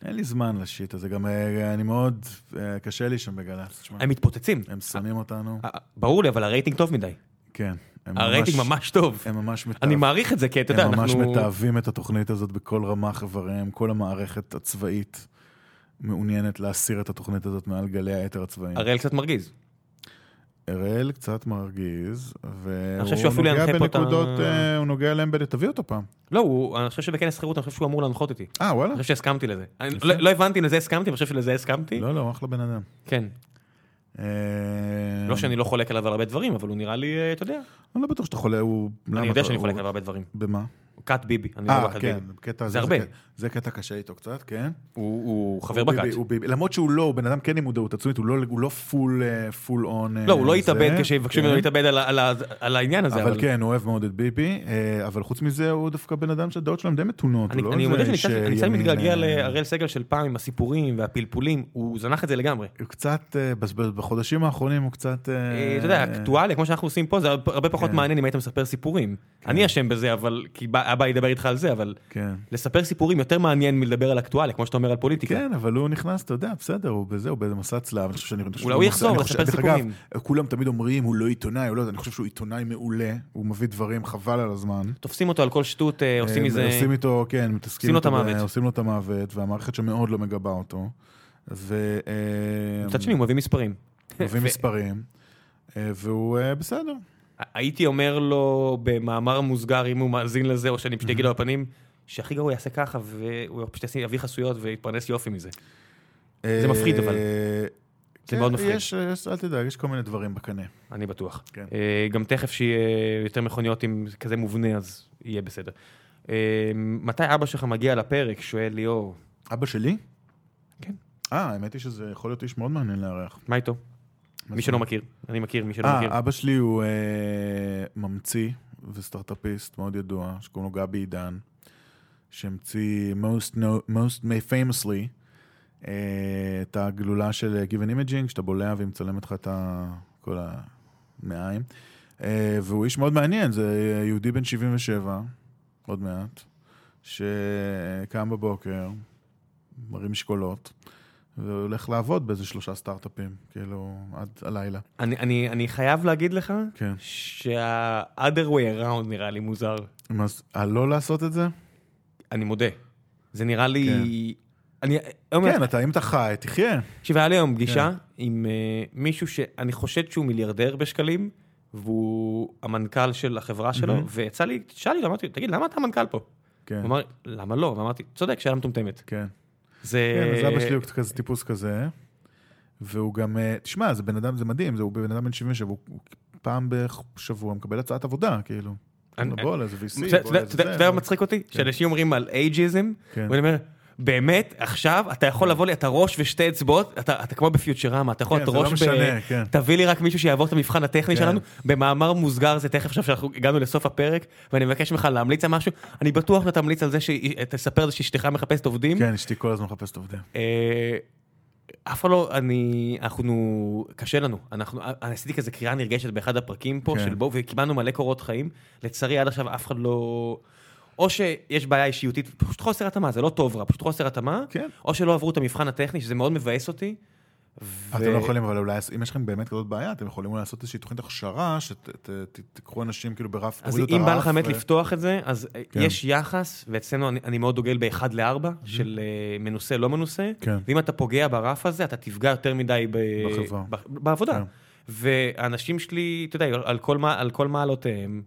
S2: אין לי זמן לשיט הזה, גם אה, אני מאוד, אה, קשה לי שם בגל"צ, תשמע.
S1: הם מתפוצצים.
S2: הם שונאים אותנו.
S1: אה, ברור לי, אבל הרייטינג טוב מדי.
S2: כן. הם
S1: הרייטינג ממש טוב.
S2: הם ממש מתעב-
S1: אני מעריך את זה, כי אתה יודע,
S2: הם
S1: אנחנו...
S2: ממש מתעבים את התוכנית הזאת בכל רמ"ח איבריהם, כל המערכת הצבאית מעוניינת להסיר את התוכנית הזאת מעל גלי היתר הצבאיים.
S1: הראל קצת מרגיז.
S2: אראל קצת מרגיז,
S1: אני חושב שהוא
S2: והוא
S1: אפילו
S2: נוגע
S1: ינחה פה את ה-
S2: בנקודות, אה, הוא נוגע אליהם בנ... תביא אותו פעם.
S1: לא, הוא- אני חושב שבכנס חירות, אני חושב שהוא אמור להנחות אותי.
S2: אה, וואלה?
S1: אני חושב שהסכמתי לזה. אני לא לא הבנתי אם לזה הסכמתי, אני חושב שלזה הסכמתי.
S2: לא, לא, הוא אחלה בן אדם.
S1: כן.
S2: אה,
S1: לא שאני לא חולק עליו על הרבה דברים, אבל הוא נראה לי, אה, אתה יודע,
S2: אני לא בטוח שאתה חולה, הוא...
S1: אני
S2: למה
S1: יודע
S2: אתה-
S1: שאני
S2: הוא-
S1: חולק עליו על הרבה דברים.
S2: במה?
S1: כת ביבי, אני לא
S2: אה,
S1: בכת
S2: כן,
S1: ביבי.
S2: קטע הזה.
S1: זה הרבה.
S2: קטע- זה קטע קשה איתו קצת, כן.
S1: הוא הוא חבר
S2: הוא
S1: בכת.
S2: ביבי, הוא ביבי. למרות שהוא לא, הוא בן אדם כן עם מודעות עצמית, הוא לא- הוא לא פול אה, פול און. אה,
S1: לא, הוא לא
S2: זה.
S1: התאבד כשיבקשו
S2: כן.
S1: ממנו להתאבד על ה- על ה- על העניין הזה,
S2: אבל כן, הוא אוהב מאוד את ביבי, אה, אבל חוץ מזה הוא דווקא בן אדם שהדעות שלו הן די מתונות.
S1: אני
S2: הוא לא
S1: אני
S2: איזה
S1: מודה שאני
S2: איש,
S1: קצת-
S2: אה,
S1: אני קצת
S2: ימין,
S1: מתגעגע
S2: אה,
S1: להראל סגל של פעם עם הסיפורים והפלפולים, הוא זנח את זה לגמרי.
S2: הוא קצת, אה, בז- בז- בחודשים האחרונים הוא קצת...
S1: אה, אתה יודע, אקטואליה, כמו שאנחנו עושים פה, זה הרבה פחות
S2: כן.
S1: מעניין אם היית מספר סיפורים. אני אשם בזה, אבל, כי בא- אבא ידבר איתך על זה, אבל
S2: כן.
S1: לספר סיפורים יותר מעניין מלדבר על אקטואליה, כמו שאתה אומר על פוליטיקה.
S2: כן, אבל הוא נכנס, אתה יודע, בסדר, הוא בזה, הוא באיזה מסע צלב. אני חושב שאני- אני חושב
S1: אולי
S2: שהוא
S1: הוא
S2: מוצא-
S1: יחזור
S2: אני חושב-
S1: לספר
S2: דרך
S1: סיפורים.
S2: אגב, כולם תמיד אומרים, הוא לא עיתונאי, הוא לא... אני חושב שהוא עיתונאי מעולה, הוא מביא דברים, חבל על הזמן.
S1: תופסים אותו על כל שטות, אה, עושים
S2: אה,
S1: מזה...
S2: עושים איתו, כן, מתעסקים
S1: עושים לו
S2: איתו
S1: את
S2: ב-
S1: המוות.
S2: עושים לו את המוות, והמערכת שמאוד לא מגבה אותו. ו... אה,
S1: מצד שני, הוא מביא מספרים.
S2: מביאים
S1: ו-
S2: מספרים, אה, והוא אה, בסדר.
S1: הייתי אומר לו במאמר מוסגר, אם הוא מאזין לזה, או שאני פשוט אגיד לו בפנים, שהכי גרוע יעשה ככה, והוא פשוט יעשה- יביא חסויות ויתפרנס יופי מזה. זה מפחיד, אבל.
S2: אה,
S1: זה
S2: כן,
S1: מאוד מפחיד.
S2: יש, יש- אל תדאג, יש כל מיני דברים בקנה.
S1: אני בטוח.
S2: כן.
S1: אה, גם תכף שיהיה יותר מכוניות עם כזה מובנה, אז יהיה בסדר. אה, מתי אבא שלך מגיע לפרק? שואל ליאור.
S2: אבא שלי?
S1: כן.
S2: אה, האמת היא שזה יכול להיות איש מאוד מעניין לארח.
S1: מה איתו? מי שלא מכיר. אני מכיר, מי שלא מכיר.
S2: אה, אבא שלי הוא אה, ממציא וסטארט-אפיסט מאוד ידוע, שקוראים לו גבי עידן, שהמציא most, no, most famously אה, את הגלולה של Given Imaging, שאתה בולע והיא מצלמת לך את ה- כל המעיים. אה, והוא איש מאוד מעניין, זה יהודי בן 77, עוד מעט, שקם בבוקר, מרים משקולות. והולך לעבוד באיזה שלושה סטארט-אפים, כאילו, עד הלילה.
S1: אני- אני אני חייב להגיד לך,
S2: כן.
S1: שה-other way around נראה לי מוזר.
S2: מה זה, הלא אה, לא לעשות את זה?
S1: אני מודה. זה נראה לי... אני... היום
S2: כן, אתה, אם אתה חי, תחיה.
S1: תקשיב, היה לי היום פגישה עם אה, מישהו שאני חושד שהוא מיליארדר בשקלים, והוא המנכ"ל של החברה שלו, ויצא לי, שאל לי, אמרתי, תגיד, למה אתה המנכ"ל פה?
S2: כן,
S1: הוא אמר, למה לא? ואמרתי, צודק, שאלה מטומטמת.
S2: כן.
S1: זה...
S2: כן, אז אבא שלי הוא כזה טיפוס כזה, והוא גם, אה, תשמע, זה בן אדם, זה מדהים, זה הוא בן אדם בן 77, הוא הוא פעם בשבוע מקבל הצעת עבודה, כאילו.
S1: אני-
S2: בוא לאיזה VC,
S1: אתה יודע-
S2: בוא
S1: אתה יודע- אתה
S2: לאיזה
S1: יודע
S2: זה.
S1: מה מצחיק אותי? שאנשים אומרים על אייג'יזם,
S2: כן.
S1: ואני אומר, באמת, עכשיו אתה יכול לבוא לי, אתה ראש ושתי אצבעות, אתה אתה כמו בפיוטרמה, אתה יכול
S2: כן,
S1: להיות
S2: זה לא
S1: ראש ב...
S2: משנה, כן.
S1: תביא לי רק מישהו שיעבור את המבחן הטכני
S2: כן.
S1: שלנו. במאמר מוסגר זה תכף עכשיו שאנחנו הגענו לסוף הפרק, ואני מבקש ממך להמליץ על משהו, אני בטוח שאתה תמליץ על זה, שתספר על זה שאשתך מחפשת עובדים.
S2: כן, אשתי כל הזמן מחפשת עובדים.
S1: אה, אף פעם לא, אני, אנחנו, קשה לנו. אנחנו, אני עשיתי כזה קריאה נרגשת באחד הפרקים פה,
S2: כן.
S1: של בואו, וקיבלנו מלא קורות חיים. לצערי, עד עכשיו אף אחד לא... או שיש בעיה אישיותית, פשוט חוסר התאמה, זה לא טוב רע, פשוט חוסר התאמה.
S2: כן.
S1: או שלא עברו את המבחן הטכני, שזה מאוד מבאס אותי. ו-
S2: אתם לא יכולים, אבל אולי אם יש לכם באמת כזאת בעיה, אתם יכולים אולי לעשות איזושהי תוכנית הכשרה, שתיקחו אנשים כאילו ברף,
S1: אז
S2: תורידו את
S1: אם בא
S2: הרף
S1: לך באמת
S2: ו-
S1: לפתוח את זה, אז אה,
S2: כן. Mhm.
S1: יש יחס, ואצלנו אני, אני מאוד דוגל ב-1 ל-4, של אה, מנוסה לא מנוסה,
S2: כן.
S1: ואם אתה פוגע ברף הזה, אתה תפגע יותר מדי ב...
S2: בחברה.
S1: ב- בעבודה.
S2: כן.
S1: והאנשים שלי, אתה יודע, על כל, מה- על כל מעלותיהם,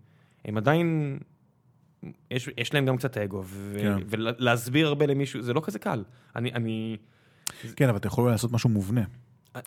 S1: הם עדיין, יש, יש להם גם קצת אגו, ו...
S2: כן.
S1: ולהסביר הרבה למישהו, זה לא כזה קל. אני, אני,
S2: כן, אבל אתם יכולים לעשות משהו מובנה.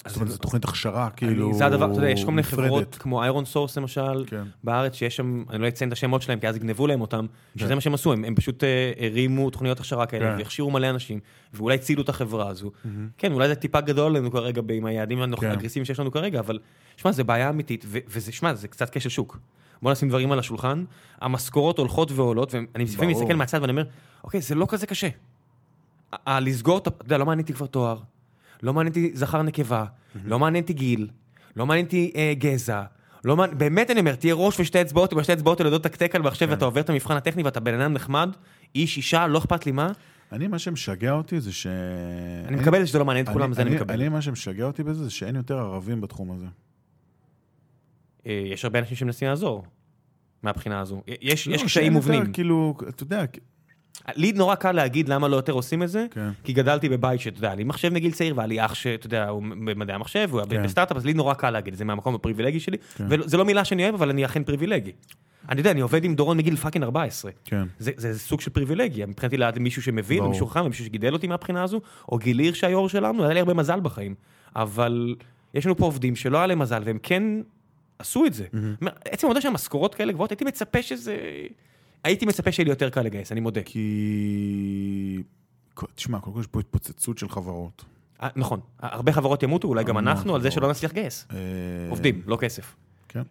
S2: זאת אומרת, זו תוכנית הכשרה, כאילו...
S1: אני- זה הדבר, אתה יודע, יש כל מיני
S2: נפרדת.
S1: חברות כמו איירון סורס למשל,
S2: כן.
S1: בארץ, שיש שם, אני לא אציין את השמות שלהם, כי אז יגנבו להם אותם, שזה מה שהם עשו, הם הם פשוט אה, הרימו תוכניות הכשרה כאלה,
S2: כן.
S1: והכשירו מלא אנשים, ואולי הצילו את החברה הזו. כן, אולי זה טיפה גדול לנו כרגע ב- עם היעדים הנוכ-
S2: כן.
S1: האגרסיביים שיש לנו כרגע, אבל שמע, זה בעיה אמיתית, ו- וזה, שמע, זה קצת כשל שוק. בוא נשים דברים על השולחן, המשכורות הולכות ועולות, ואני לפעמים
S2: ברור.
S1: מסתכל מהצד ואני אומר, אוקיי, זה לא כזה קשה. ה- ה- לסגור את ה... אתה יודע, לא מעניין אותי כבר תואר, לא מעניין אותי זכר נקבה, לא מעניין אותי גיל, לא מעניין אותי אה, גזע. לא מעניין, באמת אני אומר, תהיה ראש ושתי אצבעות, ובשתי אצבעות האלה לא תקתק על מחשב, ואתה עובר את המבחן הטכני ואתה בן אדם נחמד, איש, אישה, לא אכפת לי מה,
S2: אני, מה שמשגע אותי זה ש...
S1: אני מקבל את זה שלא מעניין את כולם, זה אני מקבל.
S2: אני, מה שמשגע אותי בזה זה שאין יותר ערבים בתחום הזה.
S1: אה, יש הרבה אנשים שמנסים לעזור, מהבחינה הזו. יש
S2: לא,
S1: יש כן.
S2: שאין
S1: קשיים
S2: יותר,
S1: מובנים.
S2: כאילו, אתה יודע,
S1: לי נורא קל להגיד למה לא יותר עושים את זה,
S2: כן.
S1: כי גדלתי בבית שאתה יודע, היה לי מחשב מגיל צעיר, והיה לי אח שאתה יודע, הוא במדעי המחשב, הוא היה
S2: כן.
S1: בסטארט-אפ, אז לי נורא קל להגיד את זה מהמקום הפריבילגי שלי, וזו לא מילה שאני אוהב, אבל אני אכן פריבילגי. אני יודע, אני עובד עם דורון מגיל פאקינג 14.
S2: כן.
S1: זה, זה סוג של פריבילגיה, מבחינתי ליד מישהו שמבין,
S2: ברור.
S1: מישהו חכם, מישהו שגידל אותי מהבחינה הזו, או גיל הירש היו"ר שלנו, היה לי הרבה מזל בחיים. אבל יש לנו פה עובדים שלא היה להם מזל, והם כן עשו את זה. Mm-hmm. עצם העובדה שהמשכורות כאלה גבוהות, הייתי מצפה שזה... הייתי מצפה שיהיה לי יותר קל לגייס, אני מודה.
S2: כי... תשמע, קודם כל יש פה התפוצצות של חברות.
S1: אה, נכון, הרבה חברות ימותו, אולי גם
S2: המון
S1: אנחנו, על זה
S2: חברות.
S1: שלא נצליח לגייס.
S2: אה,
S1: עובדים, לא כסף.
S2: כן.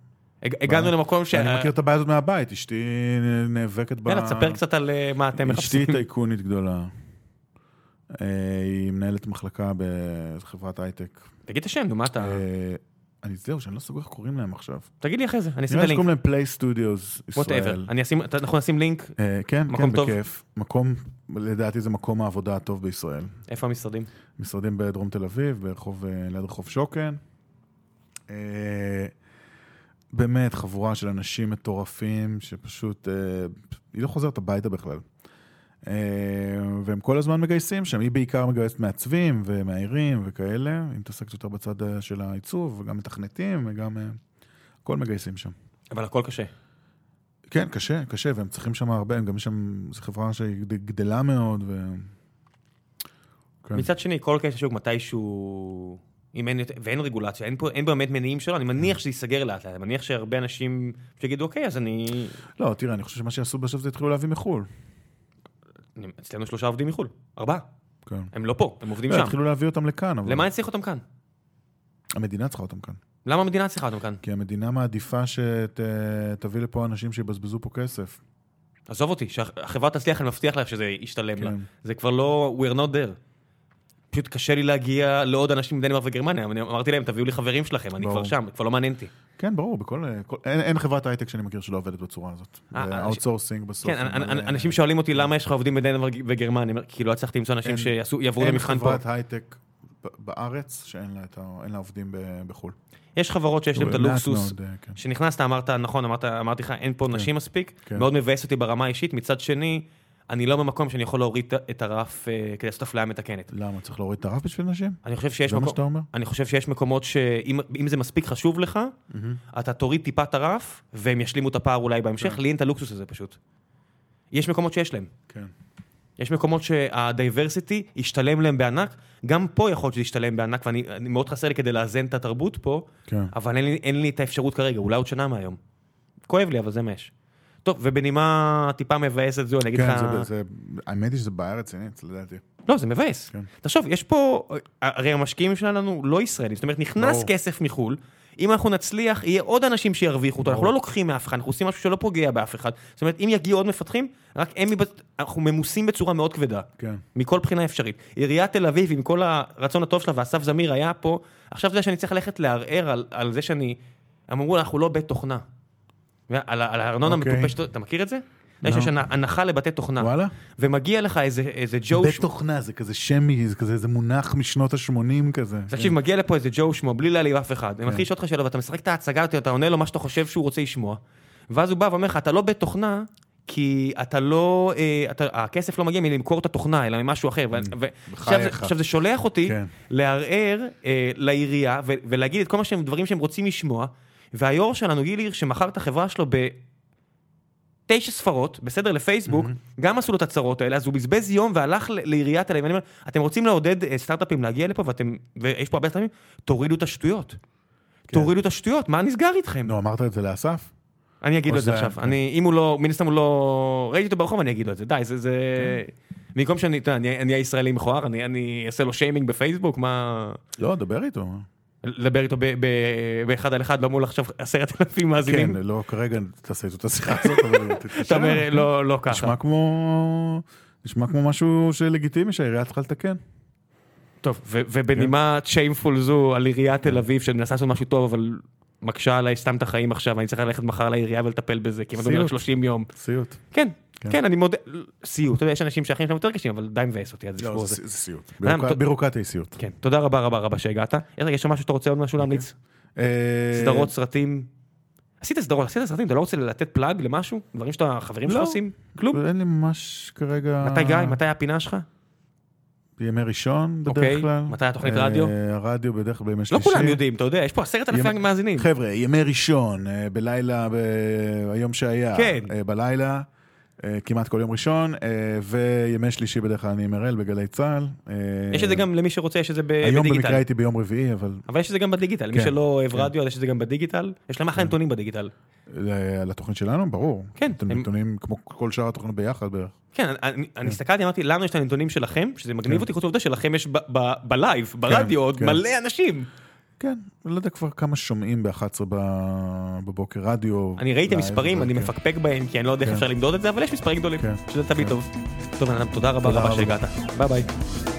S1: הג- הגענו למקום ש...
S2: אני מכיר את הבעיה הזאת מהבית, אשתי נאבקת ב...
S1: יאללה, תספר קצת על אה, מה אתם
S2: אשתי
S1: מחפשים.
S2: טייקונית גדולה. אה, היא מנהלת מחלקה בחברת הייטק.
S1: תגיד את השם, נו, מה אתה...
S2: אה, אני זהו, שאני לא סגור איך קוראים להם עכשיו.
S1: תגיד לי אחרי זה, אני אשים
S2: נראה
S1: את
S2: לי שקוראים
S1: הלינק.
S2: להם פליי סטודיוס
S1: whatever.
S2: ישראל.
S1: אני אשים, אתה- אנחנו נשים לינק,
S2: אה, כן,
S1: מקום
S2: כן,
S1: טוב.
S2: בכיף. מקום, לדעתי זה מקום העבודה הטוב בישראל.
S1: איפה המשרדים?
S2: משרדים בדרום תל אביב, ברחוב, אה, ליד רחוב שוקן. אה, באמת, חבורה של אנשים מטורפים, שפשוט, אה, היא לא חוזרת הביתה בכלל. אה, והם כל הזמן מגייסים שם, היא בעיקר מגייסת מעצבים ומאיירים וכאלה, היא מתעסקת יותר בצד אה, של העיצוב, וגם מתכנתים, וגם אה, הכל מגייסים שם.
S1: אבל הכל קשה.
S2: כן, קשה, קשה, והם צריכים שם הרבה, הם גם יש שם, זו חברה שהיא גד- גדלה מאוד, ו... כן.
S1: מצד שני, כל כסף שוק מתישהו... אם אין, יותר- ואין רגולציה, אין פה, אין באמת מניעים שלו, אני
S2: כן.
S1: מניח שזה ייסגר לאט לאט, אני מניח שהרבה אנשים שיגידו, אוקיי, אז אני...
S2: לא, תראה, אני חושב שמה שיעשו בסוף זה התחילו להביא מחו"ל.
S1: אני- אצלנו שלושה עובדים מחו"ל, ארבעה.
S2: כן.
S1: הם לא פה, הם עובדים
S2: לא,
S1: שם.
S2: התחילו להביא אותם לכאן, אבל
S1: למה אני צריך אותם כאן?
S2: המדינה צריכה אותם כאן.
S1: למה המדינה צריכה אותם כאן?
S2: כי המדינה מעדיפה שתביא לפה אנשים שיבזבזו פה כסף.
S1: עזוב אותי, שהחברה תצליח, אני מבטיח לך שזה ישתלם לה.
S2: כן.
S1: זה כבר לא, we're not there. פשוט קשה לי להגיע לעוד אנשים מדנמרק וגרמניה, אני אמרתי להם, תביאו לי חברים שלכם, אני
S2: ברור.
S1: כבר שם, כבר לא מעניין אותי.
S2: כן, ברור, בכל... כל, אין, אין חברת הייטק שאני מכיר שלא עובדת בצורה הזאת.
S1: אה,
S2: זה
S1: אנשים-
S2: outsourcing בסוף.
S1: כן, אנ-
S2: אבל,
S1: אנ-
S2: אה,
S1: אנשים שואלים אותי, למה יש לך עובדים בדנמרק וגרמניה? אני אומר, כי לא הצלחתי למצוא אנשים
S2: אין-
S1: שיעברו את המבחן
S2: אין
S1: פה.
S2: חברת הייטק ב- בארץ שאין לה, את ה, אין לה עובדים ב, בחו"ל.
S1: יש חברות שיש להן את
S2: מעט
S1: הלוקסוס.
S2: מאוד, אה, כן.
S1: כשנכנסת אמרת, נכון, אמרת- אמרתי לך, אין פה נשים מספיק,
S2: כן.
S1: מאוד מבאס אותי ברמה האישית. מצד שני, אני לא במקום שאני יכול להוריד את הרף אה, כדי לעשות אפליה מתקנת.
S2: למה, צריך להוריד את הרף בשביל נשים?
S1: אני חושב שיש
S2: זה מה
S1: מקום...
S2: שאתה אומר?
S1: אני חושב שיש מקומות שאם אם זה מספיק חשוב לך, אתה תוריד טיפה את הרף,
S2: כן.
S1: והם ישלימו את הפער אולי בהמשך, לי אין את הלוקסוס הזה פשוט. יש מקומות שיש להם.
S2: כן.
S1: יש מקומות שהדייברסיטי ישתלם להם בענק, גם פה יכול להיות שזה ישתלם בענק, ואני אני מאוד חסר לי כדי לאזן את התרבות פה,
S2: כן.
S1: אבל אין לי, אין לי את האפשרות כרגע, אולי עוד שנה מהיום. כואב לי, אבל זה מה יש. טוב, ובנימה טיפה מבאסת זו, אני אגיד
S2: כן,
S1: לך...
S2: זה, זה, האמת היא שזו בעיה רצינית, לדעתי.
S1: לא, זה מבאס.
S2: כן.
S1: תחשוב, יש פה, הרי המשקיעים שלנו לא ישראלים, זאת אומרת, נכנס
S2: ברור.
S1: כסף מחו"ל, אם אנחנו נצליח, יהיה עוד אנשים שירוויחו אותו, אנחנו לא לוקחים מאף אחד, אנחנו עושים משהו שלא פוגע באף אחד. זאת אומרת, אם יגיעו עוד מפתחים, רק הם, יבז- אנחנו ממוסים בצורה מאוד כבדה.
S2: כן.
S1: מכל בחינה אפשרית. עיריית תל אביב, עם כל הרצון הטוב שלה, ואסף זמיר היה פה, עכשיו זה שאני צריך ללכת לערער על, על זה שאני... הם אמרו, אנחנו לא בית תוכנה. על, ה- על הארנונה
S2: אוקיי.
S1: המטופשת, אתה מכיר את זה? יש
S2: לא.
S1: יש הנ- הנחה לבתי תוכנה.
S2: וואלה?
S1: ומגיע לך איזה, איזה ג'ו...
S2: בית
S1: ש-
S2: תוכנה, זה כזה שמי, זה כזה, זה מונח משנות ה-80 כזה.
S1: תקשיב, מגיע לפה איזה ג'ו שמו, בלי להעליב אף
S2: כן.
S1: אחד. ומתחיל לשאול אותך שאלות, ואתה משחק את ההצגה הזאת, אתה עונה לו מה שאתה חושב שהוא רוצה לשמוע. ואז הוא בא ואומר לך, אתה לא בית תוכנה, כי אתה לא... אה, אתה, הכסף לא מגיע מלמכור את התוכנה, אלא ממשהו אחר. ו- ו- עכשיו זה-
S2: כן, בחייך.
S1: עכשיו זה שולח אותי
S2: כן.
S1: לערער אה, לעירייה ו- ולהגיד את כל מה שהם דברים שהם רוצים לשמוע. והיו"ר שלנו, גיל הירש, שמכר את החברה שלו ב... תשע ספרות, בסדר, לפייסבוק, גם עשו לו את הצרות האלה, אז הוא בזבז יום והלך ל- לעיריית תל אביב. אני אומר, אתם רוצים לעודד אה, סטארט-אפים להגיע לפה, ואתם, ויש פה הרבה סטארט-אפים, תורידו את השטויות. תורידו את השטויות, מה נסגר איתכם?
S2: נו, אמרת את זה לאסף?
S1: אני אגיד
S2: לא. או
S1: לו את זה
S2: שזה-
S1: עכשיו. אני, אם הוא לא, מן הסתם הוא לא... ראיתי אותו ברחוב, אני אגיד לו את זה. די, זה... זה... במקום שאני, אתה יודע, אני אני אהיה ישראלי מכוער, אני- אני אעשה לו שיימינג בפייסבוק, מה...
S2: לא, דבר איתו.
S1: לדבר איתו ב- ב- באחד על אחד, לא מול עכשיו עשרת אלפים
S2: כן,
S1: מאזינים.
S2: לא, כרגע תעשה איתו את השיחה הזאת, אבל תתקשר.
S1: אתה אומר, לא, לא ככה.
S2: כן. נשמע כמו... נשמע כמו משהו שלגיטימי שהעירייה צריכה לתקן.
S1: טוב, ו- ובנימה
S2: כן.
S1: שיימפול זו על עיריית תל אביב, שמנסה לעשות משהו טוב, אבל מקשה עליי סתם את החיים עכשיו, אני צריך ללכת מחר לעירייה ולטפל בזה, כי אם אתה אומר
S2: סיוט.
S1: 30 יום.
S2: סיוט.
S1: כן, כן, אני מודה, סיוט, אתה יודע, יש אנשים שהחיים שלהם יותר קשים, אבל די מבאס אותי, אז לשמור את זה.
S2: לא, זה סיוט.
S1: אדם,
S2: בירוקרט-
S1: טוב.
S2: בירוקרטיה היא סיוט.
S1: כן, תודה רבה רבה רבה שהגעת. רגע, יש שם משהו שאתה רוצה עוד משהו להמליץ?
S2: אוקיי. אה,
S1: סדרות, סרטים. עשית סדרות, עשית סרטים, אתה לא רוצה לתת פלאג למשהו? דברים שאתה, חברים שלך
S2: לא.
S1: עושים? כלום.
S2: אין לי ממש כרגע...
S1: מתי גיא? מתי הפינה שלך?
S2: ימי ראשון
S1: אוקיי.
S2: בדרך כלל.
S1: מתי התוכנית רדיו?
S2: אה, הרדיו בדרך כלל בימי
S1: לא
S2: שלישי.
S1: כולם יודעים, אתה יודע, יש פה עשרת אלפים
S2: ימי-
S1: מאזינים.
S2: חבר'ה, ימי ראשון, אה, בלילה, ב... היום שהיה.
S1: כן.
S2: אה, בלילה, אה, כמעט כל יום ראשון, אה, וימי שלישי בדרך כלל אני מרל בגלי צה"ל. אה,
S1: יש את זה גם למי שרוצה, יש את זה ב-
S2: היום
S1: בדיגיטל.
S2: במקרה הייתי ביום רביעי, אבל
S1: אבל יש את זה גם בדיגיטל, מי
S2: כן,
S1: שלא אוהב
S2: כן.
S1: רדיו, אז יש את זה גם בדיגיטל. יש להם אחלה נתונים בדיגיטל.
S2: ל- לתוכנית אה, שלנו, ברור.
S1: כן,
S2: אתם
S1: הם-
S2: נתונים כמו כל שאר התוכניות ביחד בערך.
S1: כן, אני- אני הסתכלתי, אמרתי, לנו יש את הנתונים שלכם, שזה מגניב אותי, חוץ מהעובדה שלכם יש ב- ב- בלייב, ברדיו, עוד
S2: כן.
S1: מלא אנשים.
S2: כן, אני לא יודע כבר כמה שומעים ב-11 בבוקר רדיו.
S1: אני ראיתי
S2: לייב,
S1: מספרים,
S2: אבל
S1: אני
S2: כן.
S1: מפקפק בהם, כי אני לא יודע איך
S2: כן.
S1: אפשר למדוד את זה, אבל יש מספרים גדולים,
S2: כן.
S1: שזה תמיד
S2: כן.
S1: טוב. טוב, בן אדם, תודה רבה
S2: תודה
S1: רבה
S2: רבה.
S1: שהגעת. ביי ביי.